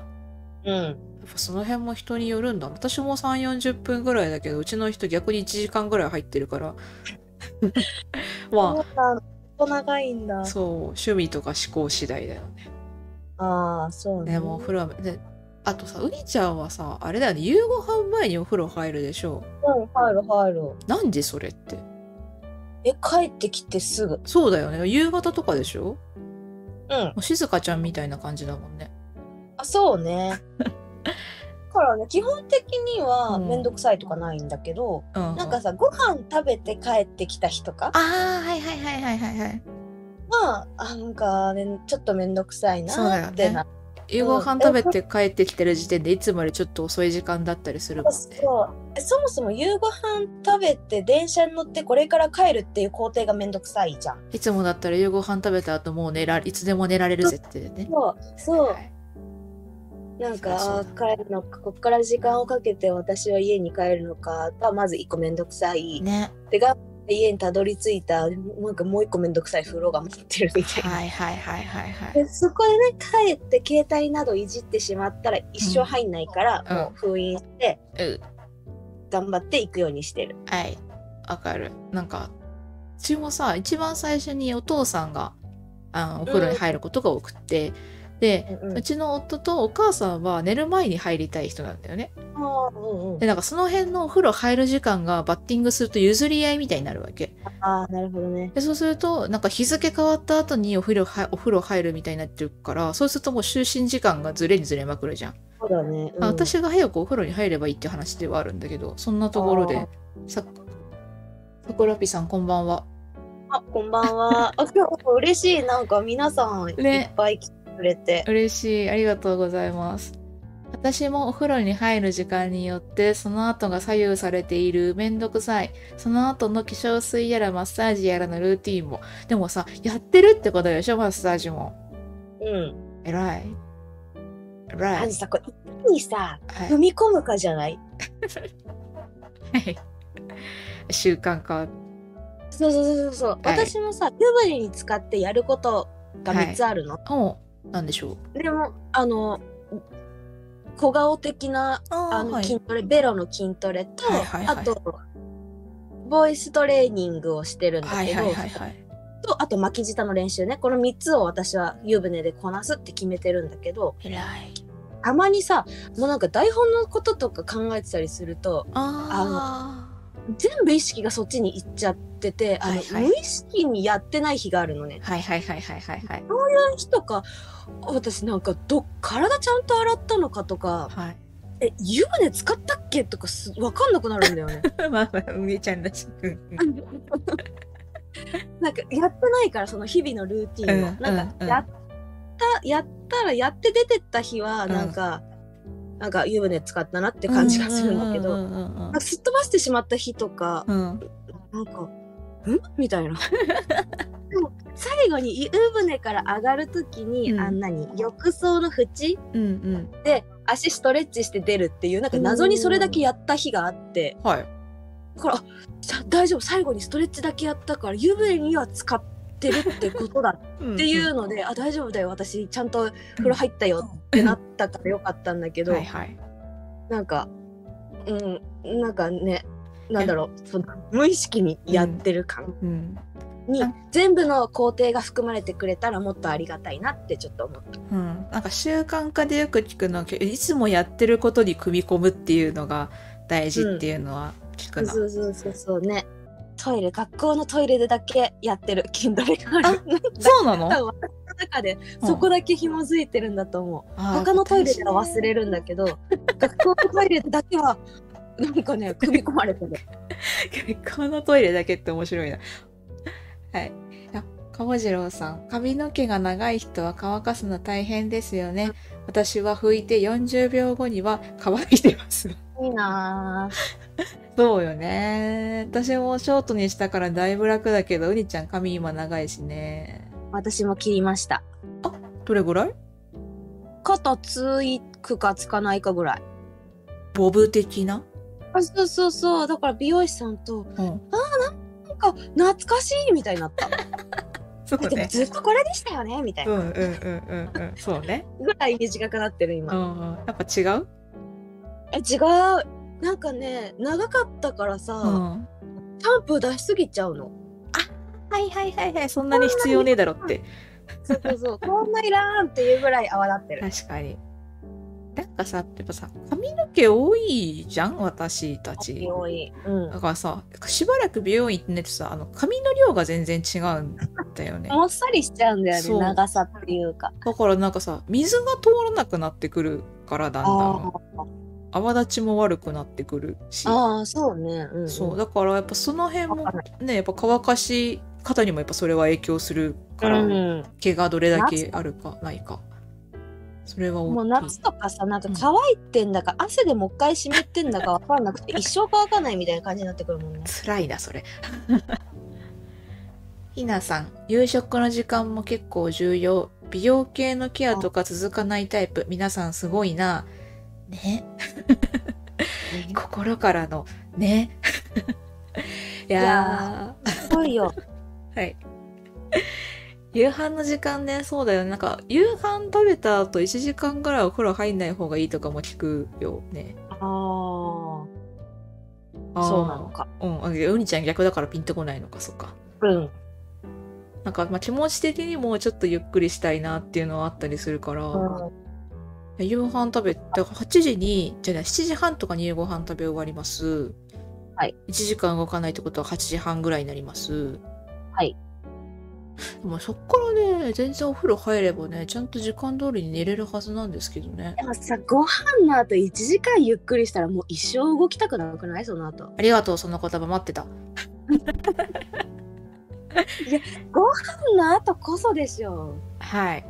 [SPEAKER 1] うん。
[SPEAKER 2] やっぱその辺も人によるんだ私も3 4 0分ぐらいだけどうちの人逆に1時間ぐらい入ってるから ま
[SPEAKER 1] そうなんだ長いんだ
[SPEAKER 2] あ。そう趣味とか思考次第だよね
[SPEAKER 1] ああ、そうね。
[SPEAKER 2] でもお風呂はねあとさうにちゃんはさあれだよね夕ご飯前にお風呂入るでしょ
[SPEAKER 1] うん、入る入る。
[SPEAKER 2] 何時それって
[SPEAKER 1] え、帰ってきてすぐ。
[SPEAKER 2] そうだよね夕方とかでしょも
[SPEAKER 1] うん。
[SPEAKER 2] う静香ちゃんみたいな感じだもんね
[SPEAKER 1] あ、そう ね。だからね、基本的には
[SPEAKER 2] うん
[SPEAKER 1] めんどくさいとかないんだけど、
[SPEAKER 2] うん
[SPEAKER 1] なんかさ、ご飯食べて帰ってきた日とか
[SPEAKER 2] ああはいはいはいはいはいはい
[SPEAKER 1] は、あなんか、ね、ちょっとめんどくさい
[SPEAKER 2] そうだよ
[SPEAKER 1] な
[SPEAKER 2] ね
[SPEAKER 1] ってな。
[SPEAKER 2] 夕ご飯食べて帰ってきてる時点でいつもよりちょっと遅い時間だったりするもんね
[SPEAKER 1] そうそもそも夕ご飯食べて電車に乗ってこれから帰るっていう工程がめんどくさいじゃん。
[SPEAKER 2] いつもだったら夕ご飯食べた後もう寝らいつでも寝られるぜってね。
[SPEAKER 1] そうそう
[SPEAKER 2] はい
[SPEAKER 1] なんか
[SPEAKER 2] そう
[SPEAKER 1] あ
[SPEAKER 2] そう
[SPEAKER 1] ー帰るのかこっから時間をかけて私は家に帰るのかがまず一個めんどくさい、
[SPEAKER 2] ね。
[SPEAKER 1] でが家にたどり着いたなんかもう一個めんどくさい風呂が待ってるみたいな、
[SPEAKER 2] はいはいはいはいはい。
[SPEAKER 1] でそこでね帰って携帯などいじってしまったら一生入んないから、
[SPEAKER 2] うん
[SPEAKER 1] もう封印して
[SPEAKER 2] うん
[SPEAKER 1] 頑張っていくようにしてる、
[SPEAKER 2] はい。わかる。なんか、うちもさ、一番最初にお父さんがあのお風呂に入ることが多くって、で、
[SPEAKER 1] うんうん
[SPEAKER 2] うちの夫とお母さんは寝る前に入りたい人なんだよね。
[SPEAKER 1] あーうんうん
[SPEAKER 2] で、なんかその辺のお風呂入る時間がバッティングすると譲り合いみたいになるわけ。
[SPEAKER 1] あーなるほどね
[SPEAKER 2] でそうするとなんか日付変わった後にお風呂はお風呂入るみたいになってるからそうするともう就寝時間がずれにずれまくるじゃん、
[SPEAKER 1] そうだね、うん
[SPEAKER 2] あ私が早くお風呂に入ればいいって話ではあるんだけどそんなところ
[SPEAKER 1] あ
[SPEAKER 2] で
[SPEAKER 1] ー
[SPEAKER 2] ささくらぴさんこんばんは
[SPEAKER 1] あこんばんはあ今日嬉しいなんか皆さんい
[SPEAKER 2] ね
[SPEAKER 1] っぱい来てくれて、
[SPEAKER 2] 嬉しいありがとうございます私もお風呂に入る時間によってその後が左右されているめんどくさいその後の化粧水やらマッサージやらのルーティンもでもさやってるってことでしょマッサージも
[SPEAKER 1] うん
[SPEAKER 2] 偉い偉
[SPEAKER 1] あ
[SPEAKER 2] い
[SPEAKER 1] のさこれいかにさ
[SPEAKER 2] はい
[SPEAKER 1] 踏み込むかじゃない
[SPEAKER 2] はい習慣化
[SPEAKER 1] そうそうそうそう、そう
[SPEAKER 2] はい
[SPEAKER 1] 私もさ湯船に使ってやることが3つあるの、
[SPEAKER 2] をなんでしょう
[SPEAKER 1] でもあの小顔的な
[SPEAKER 2] あ
[SPEAKER 1] あの筋トレ、ベロの筋トレと、
[SPEAKER 2] はいはいはい
[SPEAKER 1] あとボイストレーニングをしてるんだけど、
[SPEAKER 2] はいはいはいはい
[SPEAKER 1] とあと巻き舌の練習ねこの3つを私は湯船でこなすって決めてるんだけど
[SPEAKER 2] 偉い
[SPEAKER 1] たまにさもうなんか台本のこととか考えてたりすると
[SPEAKER 2] あ
[SPEAKER 1] 全部意識がそっちに行っちゃっててあの、
[SPEAKER 2] はいはい
[SPEAKER 1] 無意識にやってない日があるのね。
[SPEAKER 2] あはいはいはいはいはいはい
[SPEAKER 1] 日とか私なんかど体ちゃんと洗ったのかとか
[SPEAKER 2] はい
[SPEAKER 1] え湯船使ったっけとかす分かんなくなるんだ よね
[SPEAKER 2] まあまあ梅ちゃんらしく
[SPEAKER 1] なんかやってないからその日々のルーティンを、
[SPEAKER 2] うん
[SPEAKER 1] なん
[SPEAKER 2] う
[SPEAKER 1] か
[SPEAKER 2] ん
[SPEAKER 1] やった、やったらやって出てった日はなんか、なんか湯船使ったなって感じがするんだけど、
[SPEAKER 2] うんうんうん
[SPEAKER 1] なんかすっ飛ばしてしまった日とか、
[SPEAKER 2] うんうん
[SPEAKER 1] なんか「ん?」みたい な。でも最後に湯船から上がる時に、
[SPEAKER 2] うん
[SPEAKER 1] あんなに浴槽の縁
[SPEAKER 2] うんうん
[SPEAKER 1] で足ストレッチして出るっていうなんか謎にそれだけやった日があって
[SPEAKER 2] はい
[SPEAKER 1] だからあじゃあ大丈夫最後にストレッチだけやったから湯船には使ってるってことだってい
[SPEAKER 2] ん
[SPEAKER 1] うので、あ大丈夫だよ私ちゃんと風呂入ったよってなったからよかったんだけ
[SPEAKER 2] う
[SPEAKER 1] ど、
[SPEAKER 2] んはいはい
[SPEAKER 1] なんかうんなんかねなんだろうその無意識にやってる感、
[SPEAKER 2] うん
[SPEAKER 1] に
[SPEAKER 2] あ
[SPEAKER 1] 全部の工程が含まれてくれたらもっとありがたいなってちょっと思った。
[SPEAKER 2] うん、なんか習慣化でよく聞くのいつもやってることに組み込むっていうのが大事っていうのは聞くな、
[SPEAKER 1] そうそうそうそうね。トイレ学校のトイレでだけやってる Kindle がある。
[SPEAKER 2] そうなの
[SPEAKER 1] 多分私の中でそこだけ紐づいてるんだと思う。
[SPEAKER 2] あー
[SPEAKER 1] 他のトイレでは忘れるんだけど、学校のトイレだけはなんか ね組み込まれてる。
[SPEAKER 2] 学校のトイレだけって面白いな。はい。あ、鴨次郎さん。髪の毛が長い人は乾かすの大変ですよね。私は拭いて40秒後には乾いてます。
[SPEAKER 1] いいなぁ。
[SPEAKER 2] そうよね。私もショートにしたからだいぶ楽だけど、うにちゃん髪今長いしね。
[SPEAKER 1] 私も切りました。
[SPEAKER 2] どれぐらい
[SPEAKER 1] 肩つくかつかないかぐらい。
[SPEAKER 2] ボブ的な
[SPEAKER 1] あそうそうそうだから美容師さんと
[SPEAKER 2] うん。
[SPEAKER 1] なんか懐かしいみたいになった。
[SPEAKER 2] そう
[SPEAKER 1] でも
[SPEAKER 2] ね。
[SPEAKER 1] ずっとこれでしたよねみたいうなん
[SPEAKER 2] うんうんうんうん。そうね。
[SPEAKER 1] ぐらい短くなってる
[SPEAKER 2] う
[SPEAKER 1] 今。
[SPEAKER 2] んうん。やっぱ違う
[SPEAKER 1] え違うなんかね長かったからさ、
[SPEAKER 2] うん。
[SPEAKER 1] シャンプー出しすぎちゃうの。
[SPEAKER 2] はいはいはいはい。そんなに必要ねえだろって。
[SPEAKER 1] そうそう そうこんないらんっていうぐらい泡立ってる。
[SPEAKER 2] 確かに。なんかさ、やっぱさ、髪の毛多いじゃん私たち。
[SPEAKER 1] 多い。うん
[SPEAKER 2] だ。からさ、しばらく美容院行ってないとさ、あの髪の量が全然違うんだよね。
[SPEAKER 1] もっさりしちゃうんだよ
[SPEAKER 2] そう
[SPEAKER 1] ね長さっていうか。
[SPEAKER 2] だからなんかさ、水が通らなくなってくるからだんだ
[SPEAKER 1] あ
[SPEAKER 2] ん。泡立ちも悪くなってくるし
[SPEAKER 1] あ。ああそうね。うん、
[SPEAKER 2] そう、だからやっぱその辺も
[SPEAKER 1] わか
[SPEAKER 2] ね、やっぱ乾かし方にもやっぱそれは影響するから、
[SPEAKER 1] うん、
[SPEAKER 2] 毛がどれだけあるかないか。それは
[SPEAKER 1] もう
[SPEAKER 2] 大きい
[SPEAKER 1] 夏。とかさなんか乾いてんだか、汗でもう一回湿ってんだか分かんなくて一生乾かないみたいな感じになってくる もんね。
[SPEAKER 2] 辛いなそれひなさん夕食の時間も結構重要美容系のケアとか続かないタイプ皆さんすごいなね心からのね い
[SPEAKER 1] い
[SPEAKER 2] や
[SPEAKER 1] やすごいよ。
[SPEAKER 2] ーはい夕飯の時間ねそうだよねなんか夕飯食べた後1時間ぐらいお風呂入んない方がいいとかも聞くよね
[SPEAKER 1] ああそうなのか。
[SPEAKER 2] うんあうにちゃん逆だからピンとこないのかそっか
[SPEAKER 1] うん。
[SPEAKER 2] なんか、まあ、気持ち的にもちょっとゆっくりしたいなっていうのはあったりするから、夕飯食べて8時にじゃあ7時半とかに夕ご飯食べ終わります
[SPEAKER 1] はい
[SPEAKER 2] 1時間動かないってことは8時半ぐらいになります
[SPEAKER 1] はい
[SPEAKER 2] でもそっからね全然お風呂入ればねちゃんと時間通りに寝れるはずなんですけどね
[SPEAKER 1] でもさご飯の後1時間ゆっくりしたらもう一生動きたくなくないその後
[SPEAKER 2] ありがとうその言葉待ってた
[SPEAKER 1] ご飯の後こそでしょ
[SPEAKER 2] はい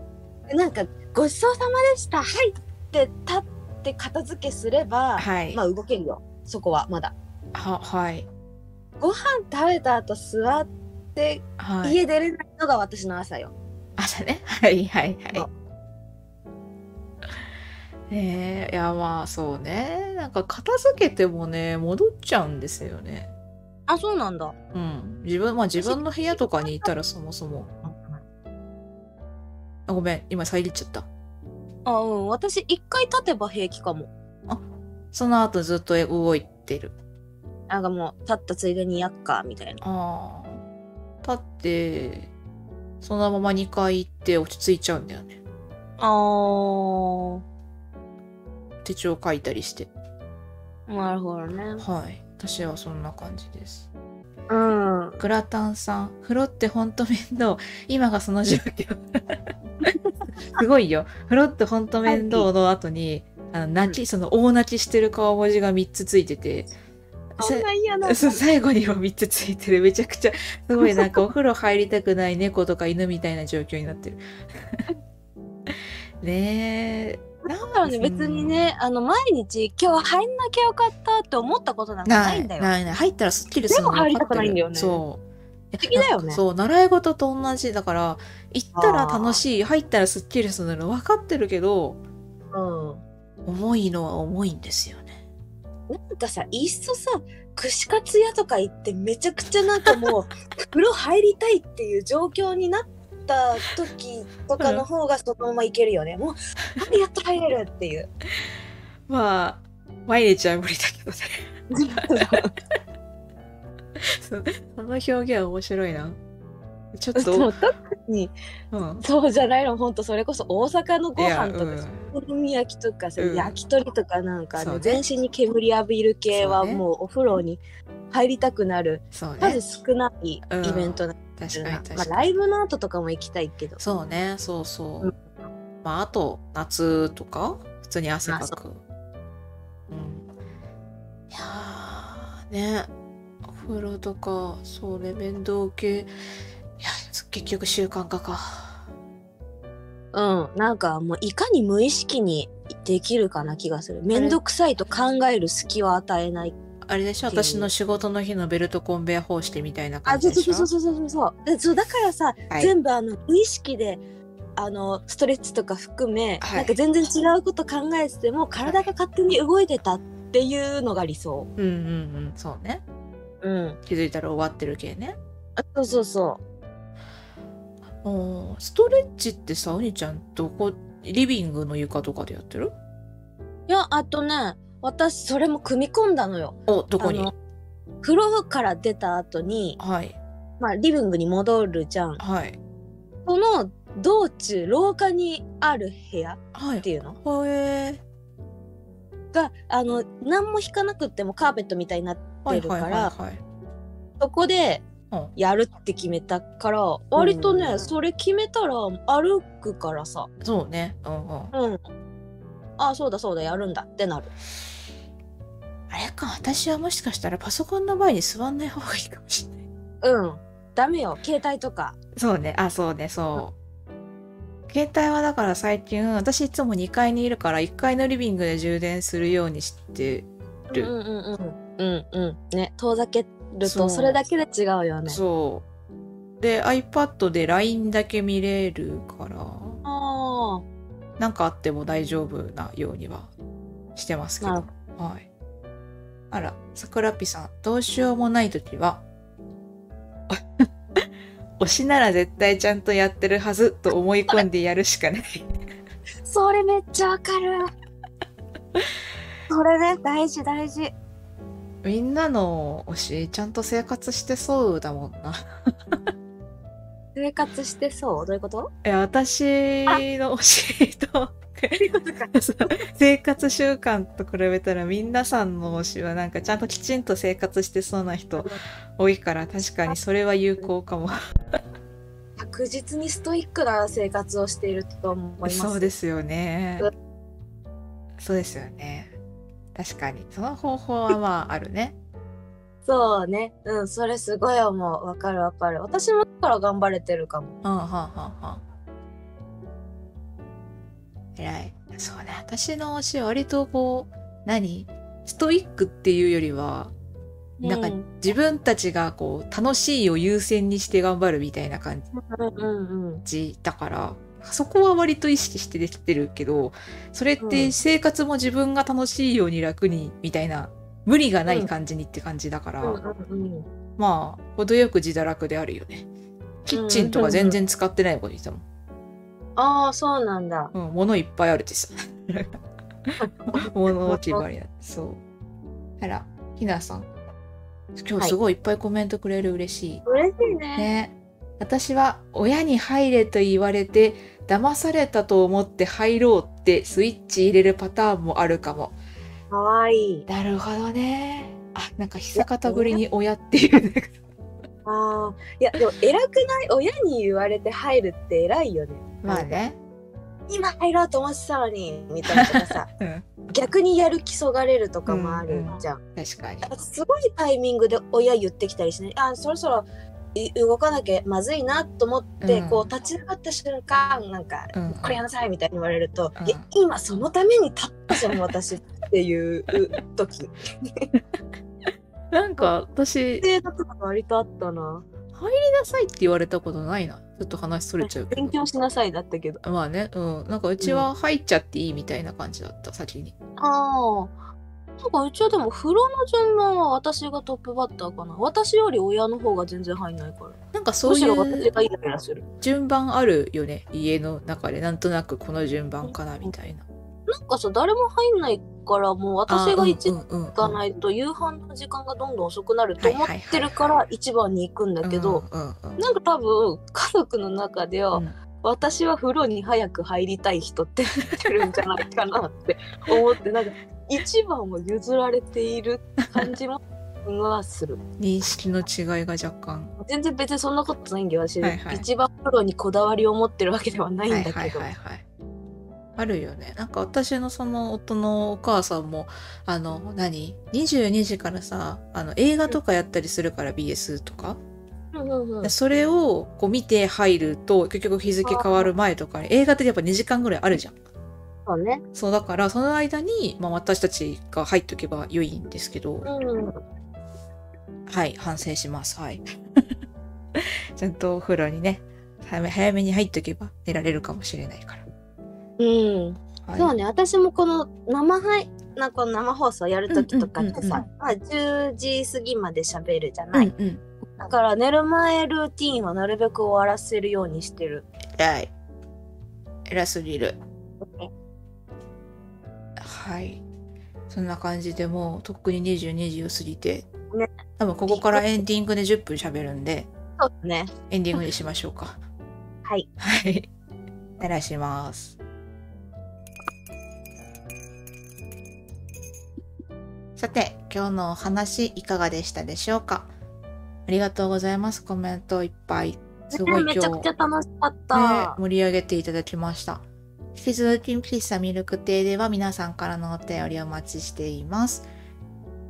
[SPEAKER 1] なんかごちそうさまでしたはいって立って片付けすれば、
[SPEAKER 2] はい
[SPEAKER 1] まあ動けるよそこはまだ
[SPEAKER 2] ははい
[SPEAKER 1] ご飯食べた後座って
[SPEAKER 2] はい
[SPEAKER 1] 家出れないのが私の朝よ、
[SPEAKER 2] 朝ね はいはいはい
[SPEAKER 1] そう
[SPEAKER 2] ねえいやまあそうねなんか片付けてもね戻っちゃうんですよね
[SPEAKER 1] あそうなんだ
[SPEAKER 2] うん自分まあ自分の部屋とかにいたらそもそもあごめん今遮っちゃった
[SPEAKER 1] あうん私一回立てば平気かも
[SPEAKER 2] その後ずっと動いてる
[SPEAKER 1] なんかもう立ったついでにやっかみたいな
[SPEAKER 2] ああ立ってそのまま2階行って落ち着いちゃうんだよね
[SPEAKER 1] あー
[SPEAKER 2] 手帳書いたりして
[SPEAKER 1] なるほどね
[SPEAKER 2] はい私はそんな感じです
[SPEAKER 1] うん
[SPEAKER 2] グラタンさん、風呂ってほんと面倒。今がその状 況。すごいよ。風呂ってほんと面倒の後に、あの泣き、その大泣きしてる顔文字が3つついてて、
[SPEAKER 1] そんな嫌な
[SPEAKER 2] そう最後にも3つついてる。めちゃくちゃ、すご いなんかお風呂入りたくない猫とか犬みたいな状況になってる。 ねえ。
[SPEAKER 1] なんだろうね別にねあの毎日今日入んなきゃよかったって思ったことなんかないんだよ。
[SPEAKER 2] ないない入ったらすっきりするの
[SPEAKER 1] でも入り
[SPEAKER 2] 分
[SPEAKER 1] た
[SPEAKER 2] か
[SPEAKER 1] く
[SPEAKER 2] ってる
[SPEAKER 1] ないんだよね
[SPEAKER 2] そう。不
[SPEAKER 1] 思議だよね
[SPEAKER 2] そう、習い事と同じ。だから、行ったら楽しい、入ったらすっきりするの分かってるけど、
[SPEAKER 1] う
[SPEAKER 2] 重いのは重いんですよね。
[SPEAKER 1] ん、なんかさいっそさ串カツ屋とか行ってめちゃくちゃなんかも う風呂入りたいっていう状況になった時とかの方がそのままいけるよ ね。もうあやっと入れるっていう。
[SPEAKER 2] まあ、毎日は無理だけどね。 そその表現面白いな。ちょ っ
[SPEAKER 1] でも
[SPEAKER 2] と、
[SPEAKER 1] 特に
[SPEAKER 2] うん、
[SPEAKER 1] そうじゃないの本当それこそ大阪の
[SPEAKER 2] い
[SPEAKER 1] ご
[SPEAKER 2] や
[SPEAKER 1] 飯とか、
[SPEAKER 2] うん
[SPEAKER 1] お好み焼きとかさ、
[SPEAKER 2] うん
[SPEAKER 1] 焼き鳥とかなんか、ね
[SPEAKER 2] そうね
[SPEAKER 1] 全身に煙浴びる系は
[SPEAKER 2] そうね
[SPEAKER 1] もうお風呂に入りたくなる
[SPEAKER 2] そうね
[SPEAKER 1] 数少ないイベントなんだけど
[SPEAKER 2] 確か
[SPEAKER 1] な
[SPEAKER 2] に
[SPEAKER 1] ま
[SPEAKER 2] 確か
[SPEAKER 1] あ、
[SPEAKER 2] に、
[SPEAKER 1] ライブの後とかも行きたいけど
[SPEAKER 2] そうねそうそ
[SPEAKER 1] う
[SPEAKER 2] う、
[SPEAKER 1] ん
[SPEAKER 2] まああと夏とか普通に汗かく、うん、いやーねお風呂とかそうね面倒系いや結局習慣化か
[SPEAKER 1] うんなんかもういかに無意識にできるかな気がする面倒くさいと考える隙は与えない
[SPEAKER 2] あれでしょ
[SPEAKER 1] っていう
[SPEAKER 2] 私の仕事の日のベルトコンベア方式みたいな
[SPEAKER 1] あ
[SPEAKER 2] 感
[SPEAKER 1] そ
[SPEAKER 2] じ
[SPEAKER 1] う
[SPEAKER 2] でし
[SPEAKER 1] そ
[SPEAKER 2] ょ
[SPEAKER 1] うそうそうそうそうでそうだからさ、
[SPEAKER 2] はい
[SPEAKER 1] 全部あの無意識であのストレッチとか含め、
[SPEAKER 2] はい
[SPEAKER 1] なんか全然違うこと考えてても体が勝手に動いてたっていうのが理想。
[SPEAKER 2] うんうんうんそうね
[SPEAKER 1] うん。
[SPEAKER 2] 気づいたら終わってる系ね
[SPEAKER 1] あそうそうそ
[SPEAKER 2] うんストレッチってさお兄ちゃんどこリビングの床とかでやってる
[SPEAKER 1] う。いやあとね私それも組み込んだのよ。
[SPEAKER 2] おどこ
[SPEAKER 1] あ
[SPEAKER 2] に
[SPEAKER 1] の風呂から出た後に、
[SPEAKER 2] はい
[SPEAKER 1] まあ、リビングに戻るじゃん。
[SPEAKER 2] はい
[SPEAKER 1] その道中廊下にある部屋
[SPEAKER 2] はい
[SPEAKER 1] っていうの
[SPEAKER 2] ほえ
[SPEAKER 1] があの何も引かなくってもカーペットみたいになって
[SPEAKER 2] ー、はいはい
[SPEAKER 1] 出
[SPEAKER 2] は
[SPEAKER 1] る
[SPEAKER 2] い
[SPEAKER 1] から
[SPEAKER 2] はい
[SPEAKER 1] そこで
[SPEAKER 2] うん
[SPEAKER 1] やるって決めたから割とね、
[SPEAKER 2] うん
[SPEAKER 1] それ決めたら歩くからさ
[SPEAKER 2] そうねうんうん
[SPEAKER 1] うんあそうだそうだやるんだってなる
[SPEAKER 2] あれか私はもしかしたらパソコンの前に座んない方がいいかもしれない
[SPEAKER 1] うんダメよ携帯とか
[SPEAKER 2] そうねあそうねそう携帯はだから最近私いつも2階にいるから1階のリビングで充電するようにして
[SPEAKER 1] うん
[SPEAKER 2] る
[SPEAKER 1] うんうんうんうんね遠ざける
[SPEAKER 2] そう
[SPEAKER 1] とそれだけで違うよね
[SPEAKER 2] そうで iPad で LINE だけ見れるから
[SPEAKER 1] あ
[SPEAKER 2] 何かあっても大丈夫なようにはしてますけ
[SPEAKER 1] な
[SPEAKER 2] ど
[SPEAKER 1] る
[SPEAKER 2] はいあら桜ピさんどうしようもない時は 推しなら絶対ちゃんとやってるはずと思い込んでやるし かない
[SPEAKER 1] あそれめっちゃわかるそれね大事大事
[SPEAKER 2] みんなの推しちゃんと生活してそうだもんな
[SPEAKER 1] 生活してそうどういうこと
[SPEAKER 2] いや私の推 しと
[SPEAKER 1] か
[SPEAKER 2] そう生活習慣と比べたらみんなさんの推しはなんかちゃんときちんと生活してそうな人多いから確かにそれは有効かも
[SPEAKER 1] 確実にストイックな生活をしていると思います
[SPEAKER 2] そうですよね
[SPEAKER 1] う
[SPEAKER 2] そうですよね確かにその方法はまああるね
[SPEAKER 1] そうね。うん、それすごい思う。わかるわかる。私もだから頑張れてるかも。
[SPEAKER 2] うんはんはんはん偉いそうね私の推しは割とこう何ストイックっていうよりはなんか
[SPEAKER 1] うん
[SPEAKER 2] 自分たちがこう楽しいを優先にして頑張るみたいな感
[SPEAKER 1] うんうんうん。
[SPEAKER 2] じだからそこは割と意識してできてるけどそれっ
[SPEAKER 1] う
[SPEAKER 2] て
[SPEAKER 1] ん
[SPEAKER 2] 生活も自分が楽しいように楽にみたいな無理がない感じにって感じだから、
[SPEAKER 1] うんうんうん。
[SPEAKER 2] まあ程よく自堕落であるよねキッチンとか全然使ってないことにしたもん、
[SPEAKER 1] ああ、そうなんだ。
[SPEAKER 2] うん物いっぱいあるってさ物置き場になってそうあらひなさん今日すごいいっぱいコメントくれる嬉しい
[SPEAKER 1] 嬉しいね。
[SPEAKER 2] ね私は親に入れと言われて騙されたと思って入ろうってスイッチ入れるパターンもあるかも
[SPEAKER 1] かわいい。
[SPEAKER 2] なるほどねあなんか久方ぶりに親っていうね
[SPEAKER 1] ああ。いや、でも偉くない親に言われて入るって偉いよね。
[SPEAKER 2] まあ。ね。
[SPEAKER 1] 今入ろうと思ってたのに、みたいなとかさ
[SPEAKER 2] うん
[SPEAKER 1] 逆にやる気そがれるとかもあるじゃん。
[SPEAKER 2] 確かに
[SPEAKER 1] あとすごいタイミングで親言ってきたりして、ね、あそろそろい動かなきゃまずいなと思って、
[SPEAKER 2] うん
[SPEAKER 1] こう立ち上がった瞬間なんか、
[SPEAKER 2] うん
[SPEAKER 1] これやんなさいみたいに言われると、
[SPEAKER 2] うん
[SPEAKER 1] いや今そのために立ったじゃん私っていう 時
[SPEAKER 2] なんか私
[SPEAKER 1] でだとか割とあったな
[SPEAKER 2] なさいって言われたことないな。ちょっと話それちゃうけど
[SPEAKER 1] 勉。強しなさいだったけど
[SPEAKER 2] まあね、うん。なんかうちは入っちゃっていいみたいな感じだった、先に。
[SPEAKER 1] ああなんか一応でも風呂の順番は私がトップバッターかな私より親の方が全然入んないから
[SPEAKER 2] なんかそ
[SPEAKER 1] む
[SPEAKER 2] う
[SPEAKER 1] し
[SPEAKER 2] い
[SPEAKER 1] ろ私
[SPEAKER 2] う
[SPEAKER 1] がイライラする
[SPEAKER 2] 順番あるよね。家の中で、なんとなくこの順番かなみたいな。
[SPEAKER 1] なんかさ誰も入んないからもう私が一番
[SPEAKER 2] 番行
[SPEAKER 1] 行かないと夕飯の時間がどんどん遅くなると思ってるから一番に行くんだけど、
[SPEAKER 2] うんうんうん
[SPEAKER 1] なんか多分家族の中では、
[SPEAKER 2] うん
[SPEAKER 1] 私は風呂に早く入りたい人って言ってるんじゃないかなって 思ってなんか一番を譲られている感じも自分はする
[SPEAKER 2] 認識の違いが若干
[SPEAKER 1] 全然別にそんなことないんだよ私、
[SPEAKER 2] はいはい
[SPEAKER 1] 一番風呂にこだわりを持ってるわけではないんだけど、
[SPEAKER 2] はいはいはいはい、あるよねなんか私のその夫のお母さんもあの何22時からさあの映画とかやったりするから BS とか、
[SPEAKER 1] うんうんうん
[SPEAKER 2] でそれをこう見て入ると結局日付変わる前とかに映画ってやっぱ2時間ぐらいあるじゃん
[SPEAKER 1] そうね、
[SPEAKER 2] そうだからその間に、まあ、私たちが入っとけば良いんですけど
[SPEAKER 1] うん、
[SPEAKER 2] はい反省しますはい ちゃんとお風呂にね早め早めに入っとけば寝られるかもしれないから、
[SPEAKER 1] うん、
[SPEAKER 2] はい
[SPEAKER 1] そうね私もこの生配なんかこの生放送やる時とかって
[SPEAKER 2] うんうんうん
[SPEAKER 1] さ、まあ、10時過ぎまで喋るじゃ
[SPEAKER 2] う
[SPEAKER 1] なんい、
[SPEAKER 2] うん
[SPEAKER 1] だから寝る前ルーティンはなるべく終わらせるようにしてる
[SPEAKER 2] 偉い。偉すぎる。はい。そんな感じでもうとっくに22時を過ぎて、
[SPEAKER 1] ね
[SPEAKER 2] 多分ここからエンディングで10分喋るんで、
[SPEAKER 1] そうだね
[SPEAKER 2] エンディングにしましょうか。
[SPEAKER 1] はい
[SPEAKER 2] はい。お願いします。さて、今日のお話いかがでしたでしょうかありがとうございます。コメントいっぱい。すごい
[SPEAKER 1] ね
[SPEAKER 2] 今日。
[SPEAKER 1] めちゃくちゃ楽しかっ
[SPEAKER 2] ね
[SPEAKER 1] た、、
[SPEAKER 2] 盛り上げていただきました引き続き喫茶ミルク亭では皆さんからのお便りをお待ちしています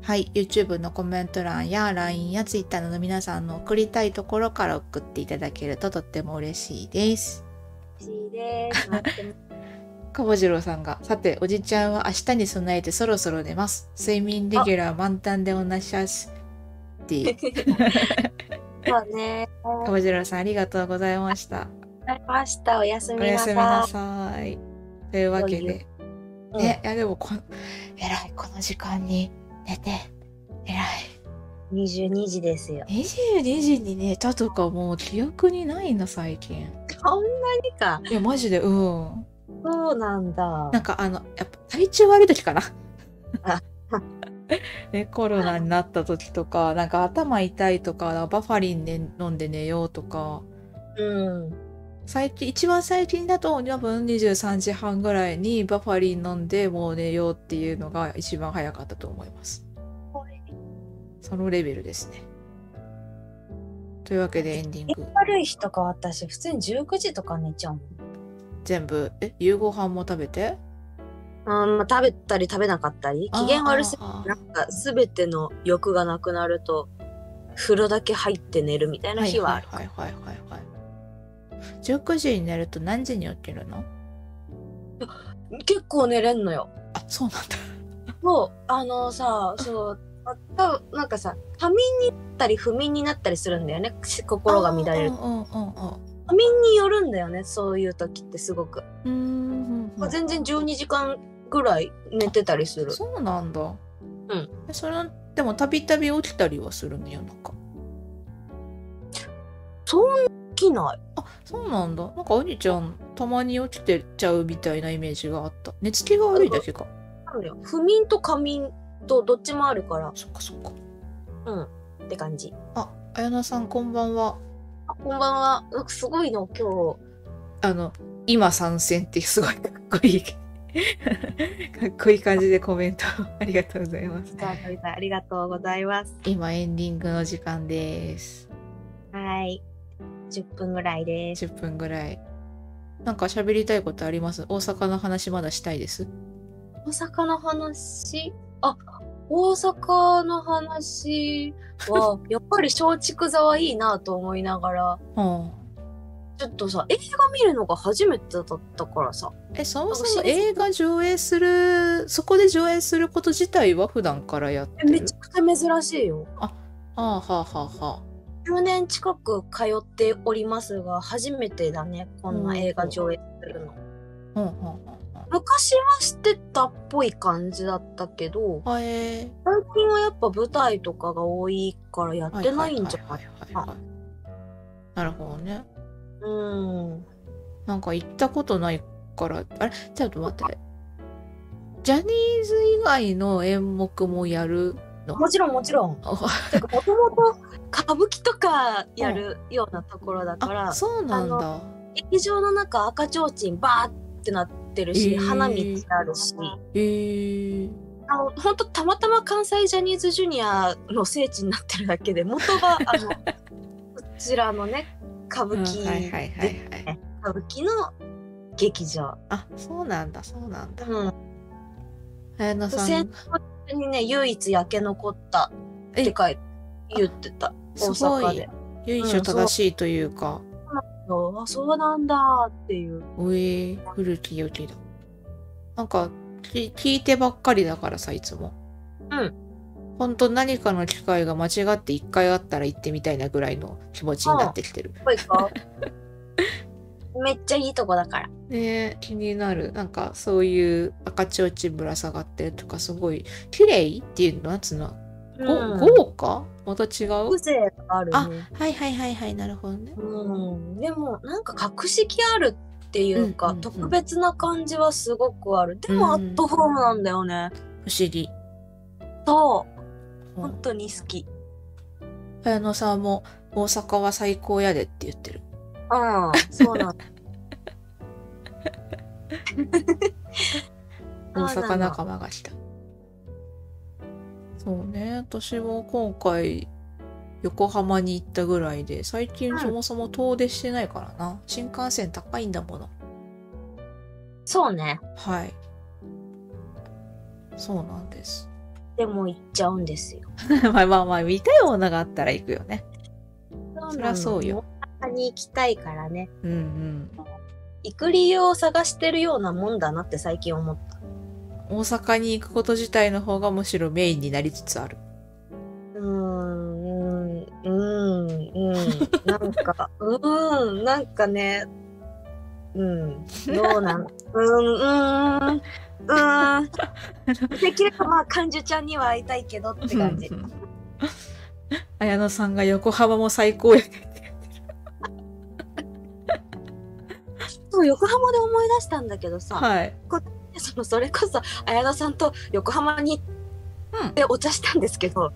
[SPEAKER 2] はい YouTube のコメント欄や LINE や Twitter の皆さんの送りたいところから送っていただけるととっても嬉しいです
[SPEAKER 1] 嬉しいです待ってます
[SPEAKER 2] かぼじろうさんがさておじちゃんは明日に備えてそろそろ寝ます睡眠レギュラー満タンでおなしゃしっていう
[SPEAKER 1] そうね
[SPEAKER 2] かぼじろうさんありがとうございました
[SPEAKER 1] 明日おやすみ
[SPEAKER 2] お
[SPEAKER 1] な
[SPEAKER 2] や
[SPEAKER 1] さ
[SPEAKER 2] す
[SPEAKER 1] い
[SPEAKER 2] みなさいというわけ
[SPEAKER 1] そうい
[SPEAKER 2] で
[SPEAKER 1] う
[SPEAKER 2] ね、いやでもこん偉いこの時間に寝て偉
[SPEAKER 1] うん、22時ですよ
[SPEAKER 2] い22時に寝たとかもう記憶にないな最 近
[SPEAKER 1] こんなにか
[SPEAKER 2] いやマジでうん
[SPEAKER 1] そうなんだ
[SPEAKER 2] なんかあのやっぱ体調悪い時かな
[SPEAKER 1] あ
[SPEAKER 2] ね、コロナになった時とかなんか頭痛いとかバファリン、ね、飲んで寝ようとか
[SPEAKER 1] うん
[SPEAKER 2] 最近一番最近だと多分23時半ぐらいにバファリン飲んでもう寝ようっていうのが一番早かったと思います
[SPEAKER 1] これ
[SPEAKER 2] そのレベルですねというわけでエンディング
[SPEAKER 1] 悪い日とか私普通に19時とか寝ちゃうもん
[SPEAKER 2] 全部え夕ご飯も食べて
[SPEAKER 1] うん、まあ、食べたり食べなかったり機嫌悪すぎ
[SPEAKER 2] あー
[SPEAKER 1] なんか全ての欲がなくなると風呂だけ入って寝るみたいな日はある、
[SPEAKER 2] はいはいはいはいはい19時に寝ると何時に起きるの
[SPEAKER 1] 結構寝れんのよ
[SPEAKER 2] あそうなんだ
[SPEAKER 1] もうあのさそうあ多分なんかさ多眠になったり不眠になったりするんだよねし心が乱れる
[SPEAKER 2] うんうんうん
[SPEAKER 1] 多眠によるんだよねそういう時ってすごく、
[SPEAKER 2] うんうんうんうん
[SPEAKER 1] 全然12時間ぐらい寝てたりする
[SPEAKER 2] そうなんだうんそれでもたびたび起きたりはするのよなんか
[SPEAKER 1] そんな起きない
[SPEAKER 2] あそうなんだなんかお兄ちゃんたまに起きてっちゃうみたいなイメージがあった寝つきが悪いだけか
[SPEAKER 1] なんだよ不眠と過眠とどっちもあるから
[SPEAKER 2] そっかそっか
[SPEAKER 1] うんって感じ
[SPEAKER 2] あ綾菜さんこんばんは
[SPEAKER 1] あこんばんはなんかすごいの今日
[SPEAKER 2] あの「今参戦」ってすごいかっこいい かっこいい感じでコメントありがとうございます
[SPEAKER 1] じゃあ、鳥さんありがとうございます。
[SPEAKER 2] 今エンディングの時間です
[SPEAKER 1] はい。10分ぐらいです。
[SPEAKER 2] 10分ぐらいなんか喋りたいことあります大阪の話まだしたいです
[SPEAKER 1] 大阪の話あ、大阪の話 は、やっぱり松竹座はいいなと思いながら、
[SPEAKER 2] うん
[SPEAKER 1] ちょっとさ、映画見るのが初めてだったからさ、
[SPEAKER 2] えそもそも映画上映するそこで上映すること自体は普段からやって
[SPEAKER 1] え
[SPEAKER 2] る
[SPEAKER 1] めちゃくちゃ珍しいよ。
[SPEAKER 2] はあはあはあは
[SPEAKER 1] 10年近く通っておりますが、初めてだね、こんな映画上映するの。
[SPEAKER 2] あ。うんうん
[SPEAKER 1] 昔は知ってたっぽい感じだったけど、
[SPEAKER 2] うん。へえ。
[SPEAKER 1] 最近はやっぱ舞台とかが多いからやってないんじゃ
[SPEAKER 2] は
[SPEAKER 1] ないい
[SPEAKER 2] はいはいはいはい。なるほどね。
[SPEAKER 1] うん。
[SPEAKER 2] なんか行ったことないから、あれちょっと待って。ジャニーズ以外の演目もやるの
[SPEAKER 1] もちろんもち ろん。てかもともと歌舞伎とかやるようなところだから、
[SPEAKER 2] あ、そうなんだ。
[SPEAKER 1] 劇場の中赤ちょうちんバーってなってるし、
[SPEAKER 2] えー
[SPEAKER 1] 花道あるし
[SPEAKER 2] えー、
[SPEAKER 1] あのほんとたまたま関西ジャニーズジュニアの聖地になってるだけで元 があのこちらのね歌
[SPEAKER 2] う
[SPEAKER 1] 舞
[SPEAKER 2] ん
[SPEAKER 1] 伎、
[SPEAKER 2] はいはいはいはい。
[SPEAKER 1] 歌舞伎の劇場。
[SPEAKER 2] あ、そうなんだ、そうなんだ。
[SPEAKER 1] うん、
[SPEAKER 2] 綾乃さ
[SPEAKER 1] 戦
[SPEAKER 2] ん、
[SPEAKER 1] 争にね唯一焼け残ったって書いて言ってた大
[SPEAKER 2] すご
[SPEAKER 1] 阪
[SPEAKER 2] い
[SPEAKER 1] で。
[SPEAKER 2] 由緒正しいというか、
[SPEAKER 1] あそうなんだっていう。
[SPEAKER 2] おえー、古き良きだ。なんか、き聞いてばっかりだからさ、いつも。
[SPEAKER 1] うん。
[SPEAKER 2] ほんと何かの機会が間違って一回あったら行ってみたいなぐらいの気持ちになってきてる。
[SPEAKER 1] こいか めっちゃいいとこだから。
[SPEAKER 2] ねえ気になる。なんか、そういう赤ちょうちんぶら下がってるとか、すごい、綺麗っていうのなんつうの、
[SPEAKER 1] うん
[SPEAKER 2] ご豪華また違う
[SPEAKER 1] 風情があるね。
[SPEAKER 2] はいはいはいはい、なるほどね。
[SPEAKER 1] うん、でもなんか格式あるっていうか、
[SPEAKER 2] うんうんうん
[SPEAKER 1] 特別な感じはすごくあるでもア
[SPEAKER 2] うん
[SPEAKER 1] ットホームなんだよね、
[SPEAKER 2] 不思議。
[SPEAKER 1] そう本当に好き
[SPEAKER 2] 綾野さんも、大阪は最高やでって言ってる。
[SPEAKER 1] うんそうなん だ
[SPEAKER 2] 大
[SPEAKER 1] そう
[SPEAKER 2] 阪
[SPEAKER 1] なの
[SPEAKER 2] 仲間がした。そうね、私も今回、横浜に行ったぐらいで、最
[SPEAKER 1] う
[SPEAKER 2] 近
[SPEAKER 1] ん
[SPEAKER 2] そもそも遠出してないからな。新幹線高いんだもの。
[SPEAKER 1] そうね
[SPEAKER 2] はい。そうなんです。
[SPEAKER 1] でも行っちゃうんですよ
[SPEAKER 2] まあまあまあ、見たいものがあったら行くよね。そりゃそうよ
[SPEAKER 1] 大阪に行きたいからね
[SPEAKER 2] うんうん。
[SPEAKER 1] 行く理由を探してるようなもんだなって最近思った
[SPEAKER 2] 大阪に行くこと自体の方がむしろメインになりつつある。
[SPEAKER 1] うーんうーんうーんなん かうーんなんかねうんどうなんうーんうーんうーんできればまあ感じちゃんには会いたいけどって感じ
[SPEAKER 2] うんうん。 綾野さんが横浜も最高やね。
[SPEAKER 1] そう横浜で思い出したんだけどさ、
[SPEAKER 2] はい。
[SPEAKER 1] そのそれこそ綾野さんと横浜に
[SPEAKER 2] う
[SPEAKER 1] 行
[SPEAKER 2] ん
[SPEAKER 1] ってお茶したんですけど、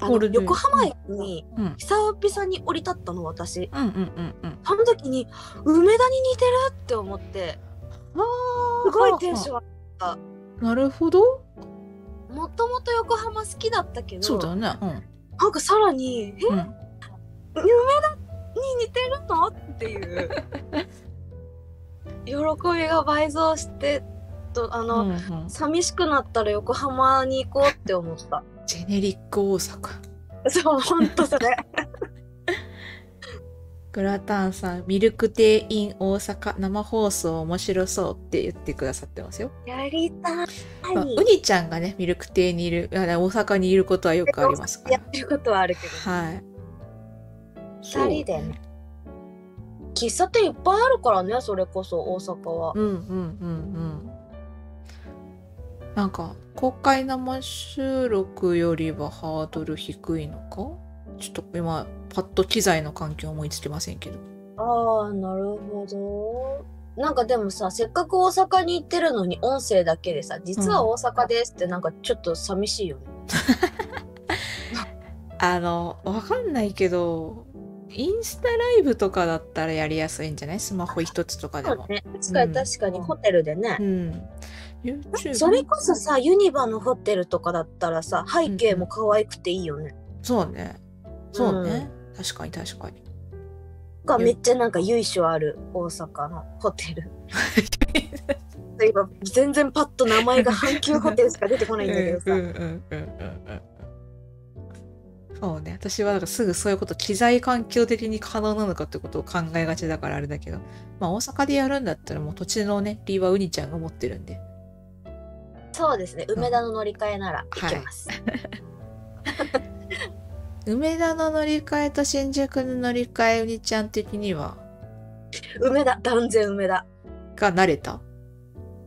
[SPEAKER 1] あの
[SPEAKER 2] ゴールデン
[SPEAKER 1] 横浜駅に
[SPEAKER 2] うん。
[SPEAKER 1] 久々に降り立ったの私
[SPEAKER 2] うんうんうんうん。
[SPEAKER 1] その時に梅田に似てるって思ってすごいテンション上がっ
[SPEAKER 2] なるほど。
[SPEAKER 1] たもともと横浜好きだったけ
[SPEAKER 2] そう
[SPEAKER 1] ど
[SPEAKER 2] だね。
[SPEAKER 1] なんかさらに「え
[SPEAKER 2] うん。うん。
[SPEAKER 1] 梅田に似てるの?」っていう喜 びが倍増してとあの、
[SPEAKER 2] うんうん
[SPEAKER 1] 寂しくなったら横浜に行こうって思った。
[SPEAKER 2] ジェネリック大阪。
[SPEAKER 1] そう、ほんとそれ。
[SPEAKER 2] グラタンさん、ミルクテイン大阪生放送面白そうって言ってくださってますよ。
[SPEAKER 1] やりたい。
[SPEAKER 2] まあウニちゃんがね、ミルクテイにいる、あ大阪にいることはよくありますか
[SPEAKER 1] や
[SPEAKER 2] ら。
[SPEAKER 1] ってることはあるけど、
[SPEAKER 2] はい。
[SPEAKER 1] 二人でね。喫茶店いっぱいあるからね、それこそ大阪は。
[SPEAKER 2] うんうんうんうん。なんか公開生収録よりはハードル低いのかちょっと今パッと機材の環境思いつきませんけど。
[SPEAKER 1] ああ、なるほど。なんかでもさ、せっかく大阪に行ってるのに音声だけでさ、実は大阪ですってなんかちょっと寂しいよね。
[SPEAKER 2] あの、わかんないけど、インスタライブとかだったらやりやすいんじゃないスマホ一つとかで
[SPEAKER 1] そう
[SPEAKER 2] も。
[SPEAKER 1] ね。確かに
[SPEAKER 2] うん
[SPEAKER 1] 確かにホテルでね
[SPEAKER 2] う。ん。YouTube?
[SPEAKER 1] それこそさ、ユニバのホテルとかだったらさ、背景も可愛くていいよね。
[SPEAKER 2] そうね。そうね。確かに確かに。
[SPEAKER 1] がめっちゃなんか由緒ある大阪のホテル。今全然パッと名前が阪急ホテルしか出てこ
[SPEAKER 2] う
[SPEAKER 1] なんいん
[SPEAKER 2] う
[SPEAKER 1] だ
[SPEAKER 2] ん
[SPEAKER 1] けど
[SPEAKER 2] うん
[SPEAKER 1] さ。
[SPEAKER 2] うんうんうんそうね私はなんかすぐそういうこと機材環境的に可能なのかってことを考えがちだからあれだけどまあ大阪でやるんだったらもう土地のねリーはウニちゃんが持ってるんで
[SPEAKER 1] そうですね、梅田の乗り換えなら行けます。
[SPEAKER 2] 梅田の乗り換えと新宿の乗り換えウニちゃん的には
[SPEAKER 1] 梅田、断然梅田。
[SPEAKER 2] が慣れた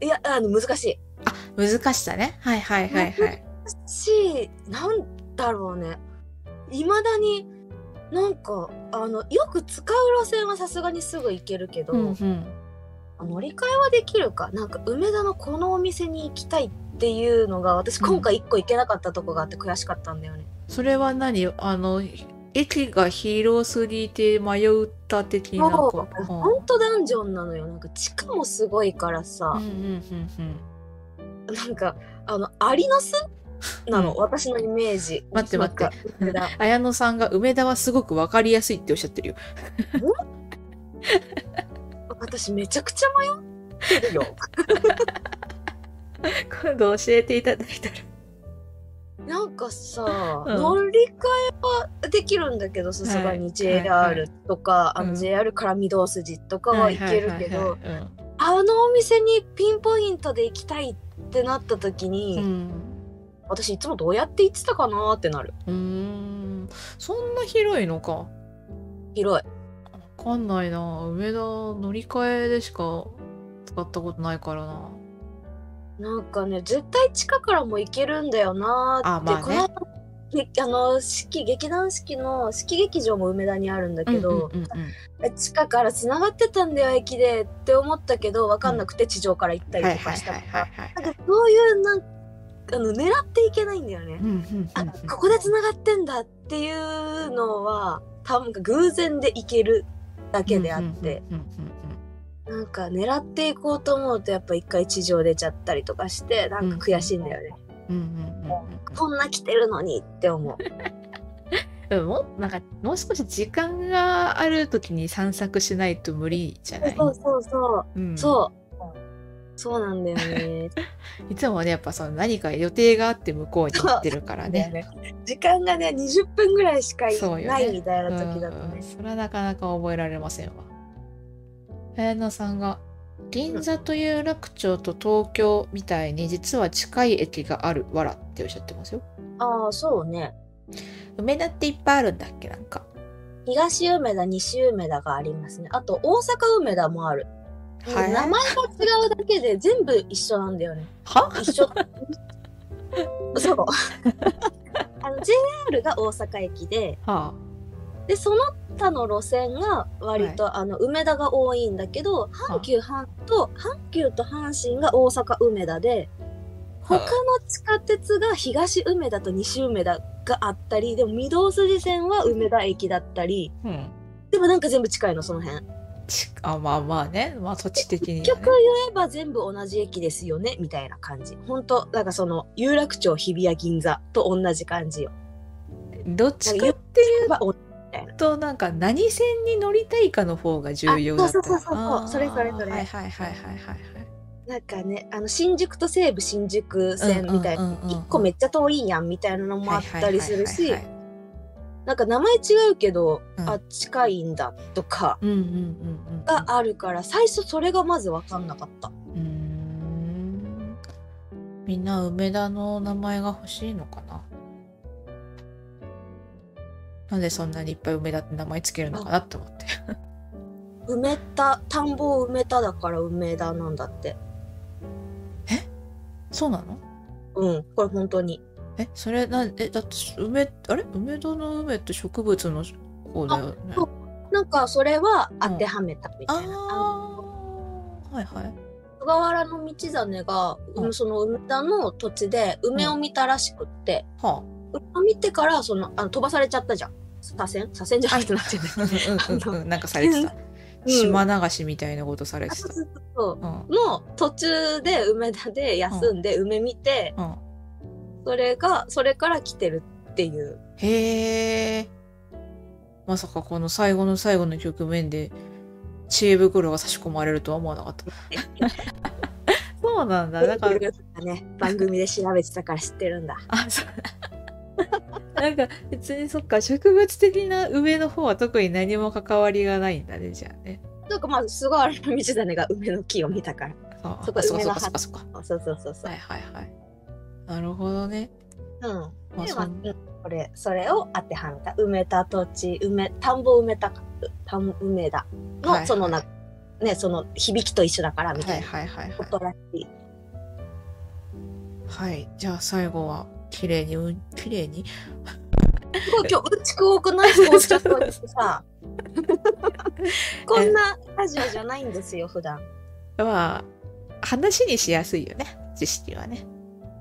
[SPEAKER 1] いや、あの、難しい。
[SPEAKER 2] あ難しさねはいはいはいはい
[SPEAKER 1] 難しい、なんだろうね。いまだになんか、あの、よく使う路線はさすがにすぐ行けるけど、
[SPEAKER 2] うんうん
[SPEAKER 1] 乗り換えはできるか。なんか梅田のこのお店に行きたいっっていうのが私
[SPEAKER 2] うん
[SPEAKER 1] 今回一個行けなかったとこがあって悔しかったんだよね。
[SPEAKER 2] それは何あの、駅が広すぎて迷った的
[SPEAKER 1] も
[SPEAKER 2] な
[SPEAKER 1] う
[SPEAKER 2] こ
[SPEAKER 1] ほんとダンジョンなのよなんか地下もすごいから
[SPEAKER 2] うん
[SPEAKER 1] さ
[SPEAKER 2] う、んうんうん。
[SPEAKER 1] なんかあのアリの巣なの、
[SPEAKER 2] うん
[SPEAKER 1] 私のイメージ。
[SPEAKER 2] 待って待って
[SPEAKER 1] なんか。
[SPEAKER 2] 綾乃さんが梅田はすごくわかりやすいっておっしゃってるよ。
[SPEAKER 1] 私めちゃくちゃ迷ってるよ。
[SPEAKER 2] 今度教えていただいたら。
[SPEAKER 1] なんかさ、
[SPEAKER 2] うん
[SPEAKER 1] 乗り換えはできるんだけどさすがに JR とか、
[SPEAKER 2] はいはい
[SPEAKER 1] あ
[SPEAKER 2] うん
[SPEAKER 1] の JR から御堂筋とかは行けるけ
[SPEAKER 2] はいはい
[SPEAKER 1] ど
[SPEAKER 2] はいはい
[SPEAKER 1] あのお店にピンポイントで行きたいってなった時に、
[SPEAKER 2] うん。
[SPEAKER 1] 私いつもどうやって行ってたかなってなる
[SPEAKER 2] うん。うーんそんな広いのか。
[SPEAKER 1] 広い
[SPEAKER 2] わかんないな。梅田乗り換えでしか使ったことないからな。
[SPEAKER 1] なんかね絶対地下からも行けるんだよなーって
[SPEAKER 2] あまあね
[SPEAKER 1] この間げあの式劇団式の式劇場も梅田にあるんだけど、
[SPEAKER 2] うんうんうんうん
[SPEAKER 1] 地下からつながってたんだよ駅でって思ったけど分かんなくて地上から行ったり
[SPEAKER 2] は
[SPEAKER 1] と
[SPEAKER 2] いは
[SPEAKER 1] か
[SPEAKER 2] い
[SPEAKER 1] した
[SPEAKER 2] は
[SPEAKER 1] か
[SPEAKER 2] い
[SPEAKER 1] ら
[SPEAKER 2] はいはい。
[SPEAKER 1] なんかそういうなんあの狙っていけないんだよね
[SPEAKER 2] うん。うんうんうん
[SPEAKER 1] あここでつながってんだっていうのは多分偶然でいけるだけであって、
[SPEAKER 2] うんうんうんうん
[SPEAKER 1] なんか狙っていこうと思うとやっぱ一回地上出ちゃったりとかしてなんか悔しいんだよね。
[SPEAKER 2] うんうんうん
[SPEAKER 1] こんな来てるのにって思う。
[SPEAKER 2] うんうん。もなんかもう少し時間がある時に散策しないと無理じゃない。
[SPEAKER 1] そうそうそう、
[SPEAKER 2] うん
[SPEAKER 1] そうそうなんだよ ね。
[SPEAKER 2] いつもねやっぱその何か予定があって向こうに行ってるからね。
[SPEAKER 1] 時間がね20分ぐらいしか
[SPEAKER 2] そうよね
[SPEAKER 1] ないみたいな時だと
[SPEAKER 2] う
[SPEAKER 1] ね
[SPEAKER 2] ん。それはなかなか覚えられませんわ。綾菜さんが銀座という楽町と東京みたいに実は近い駅があるわらっておっしゃってますよ。
[SPEAKER 1] ああそうね。
[SPEAKER 2] 梅田っていっぱいあるんだっけなんか。
[SPEAKER 1] 東梅田西梅田がありますねあと大阪梅田もある、
[SPEAKER 2] はい
[SPEAKER 1] 名前が違うだけで全部一緒なんだよね
[SPEAKER 2] は
[SPEAKER 1] 一 緒そうあの JR が大阪駅で
[SPEAKER 2] は
[SPEAKER 1] でその他の路線が割と、あの梅田が多いんだけど
[SPEAKER 2] あ
[SPEAKER 1] 阪急阪と阪急と阪神が大阪梅田で他の地下鉄が東梅田と西梅田があったりでも御堂筋線は梅田駅だったり、
[SPEAKER 2] あ。うん。
[SPEAKER 1] でもなんか全部近いのその辺
[SPEAKER 2] ちあまあまあね。まあ土地的に、ね。
[SPEAKER 1] 結局言えば全部同じ駅ですよねみたいな感じほんとなんかその有楽町日比谷銀座と同じ感じよ
[SPEAKER 2] どっちかっていう
[SPEAKER 1] はお
[SPEAKER 2] となんか何線に乗りたいかの方が重要だった
[SPEAKER 1] あそうそうそうそう
[SPEAKER 2] あー
[SPEAKER 1] それそれそれ
[SPEAKER 2] はいはいはいはいはいはい。
[SPEAKER 1] なんかねあの新宿と西武新宿線みたいな、
[SPEAKER 2] な
[SPEAKER 1] 一1個めっちゃ遠いやんみたいなのもあったりするし
[SPEAKER 2] はいはいはいはいはい
[SPEAKER 1] なんか名前違うけど、
[SPEAKER 2] うん
[SPEAKER 1] あ近いんだとか
[SPEAKER 2] うんうんうんうん。
[SPEAKER 1] があるから最初それがまず分かんなかった
[SPEAKER 2] うーんみんな梅田の名前が欲しいのかななんでそんなにいっぱい梅田って名前つけるのかなって思って。
[SPEAKER 1] 埋めた田んぼを埋めただから梅田なんだって
[SPEAKER 2] そうなの
[SPEAKER 1] うんこれ本当に
[SPEAKER 2] え、それなん、え、だって梅、あれ梅田の梅って植物の方だよね。
[SPEAKER 1] そうなんかそれは当てはめたみ
[SPEAKER 2] あ
[SPEAKER 1] たいな、あの
[SPEAKER 2] あ、はいはい。
[SPEAKER 1] 菅原道真が、うん
[SPEAKER 2] うん
[SPEAKER 1] その梅田の土地で梅を見たらしくって、
[SPEAKER 2] は
[SPEAKER 1] 梅を見てからそのあの飛ばされちゃったじゃん左遷左遷じゃなくてなってね、
[SPEAKER 2] あ、うんうんうん、なんかされてた。
[SPEAKER 1] うん
[SPEAKER 2] 島流しみたいなことされ
[SPEAKER 1] あ
[SPEAKER 2] てた
[SPEAKER 1] そう。そうそう
[SPEAKER 2] うん
[SPEAKER 1] の途中で梅田で休んで梅見て、
[SPEAKER 2] うん
[SPEAKER 1] それがそれから来てるっていう
[SPEAKER 2] へえ。まさかこの最後の最後の局面で知恵袋が差し込まれるとは思わなかった。 そうなんだ。だから、
[SPEAKER 1] ね 番組で調べてたから知ってるんだ
[SPEAKER 2] あ、そう。 なんか別にそっか植物的な梅の方は特に何も関わりがないんだねじゃあね。
[SPEAKER 1] なんかまあ菅原道真が梅の木を見たから
[SPEAKER 2] あ
[SPEAKER 1] そっか
[SPEAKER 2] そう
[SPEAKER 1] 梅
[SPEAKER 2] かそ
[SPEAKER 1] の
[SPEAKER 2] うかそうかそうか。
[SPEAKER 1] あそうそうそうそう、
[SPEAKER 2] はいはいはい。なるほどね。
[SPEAKER 1] うん
[SPEAKER 2] まあ
[SPEAKER 1] で
[SPEAKER 2] そ
[SPEAKER 1] まあ
[SPEAKER 2] ん
[SPEAKER 1] これそれを当てはめた埋めた土地埋め田んぼ埋めたか田ん埋めだの、
[SPEAKER 2] はいはい
[SPEAKER 1] そのなねその響きと一緒だからみ
[SPEAKER 2] は
[SPEAKER 1] た
[SPEAKER 2] い
[SPEAKER 1] いな
[SPEAKER 2] はいはいはい
[SPEAKER 1] こ。とらしい、
[SPEAKER 2] はい。じゃあ最後は綺麗にうん綺麗に
[SPEAKER 1] すごい今日うんちく多くない紅茶と さこんなラジオじゃないんですよ普段
[SPEAKER 2] まあ話にしやすいよね知識はね。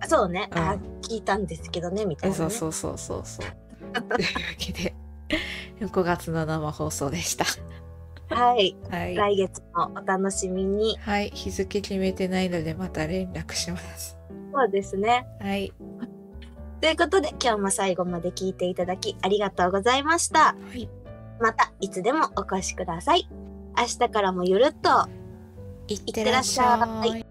[SPEAKER 1] あそうね、
[SPEAKER 2] うん
[SPEAKER 1] あ聞いたんですけどねみたいな、ね、
[SPEAKER 2] そうそうそうそうそう。というわけで、5月の生放送でした。
[SPEAKER 1] はい、
[SPEAKER 2] はい。
[SPEAKER 1] 来月もお楽しみに
[SPEAKER 2] はい、日付決めてないので、また連絡します。
[SPEAKER 1] そうですね
[SPEAKER 2] はい。
[SPEAKER 1] ということで今日も最後まで聞いていただきありがとうございました
[SPEAKER 2] はい。
[SPEAKER 1] またいつでもお越しください明日からもゆるっと
[SPEAKER 2] いって
[SPEAKER 1] らっしゃい
[SPEAKER 2] ってらっしゃい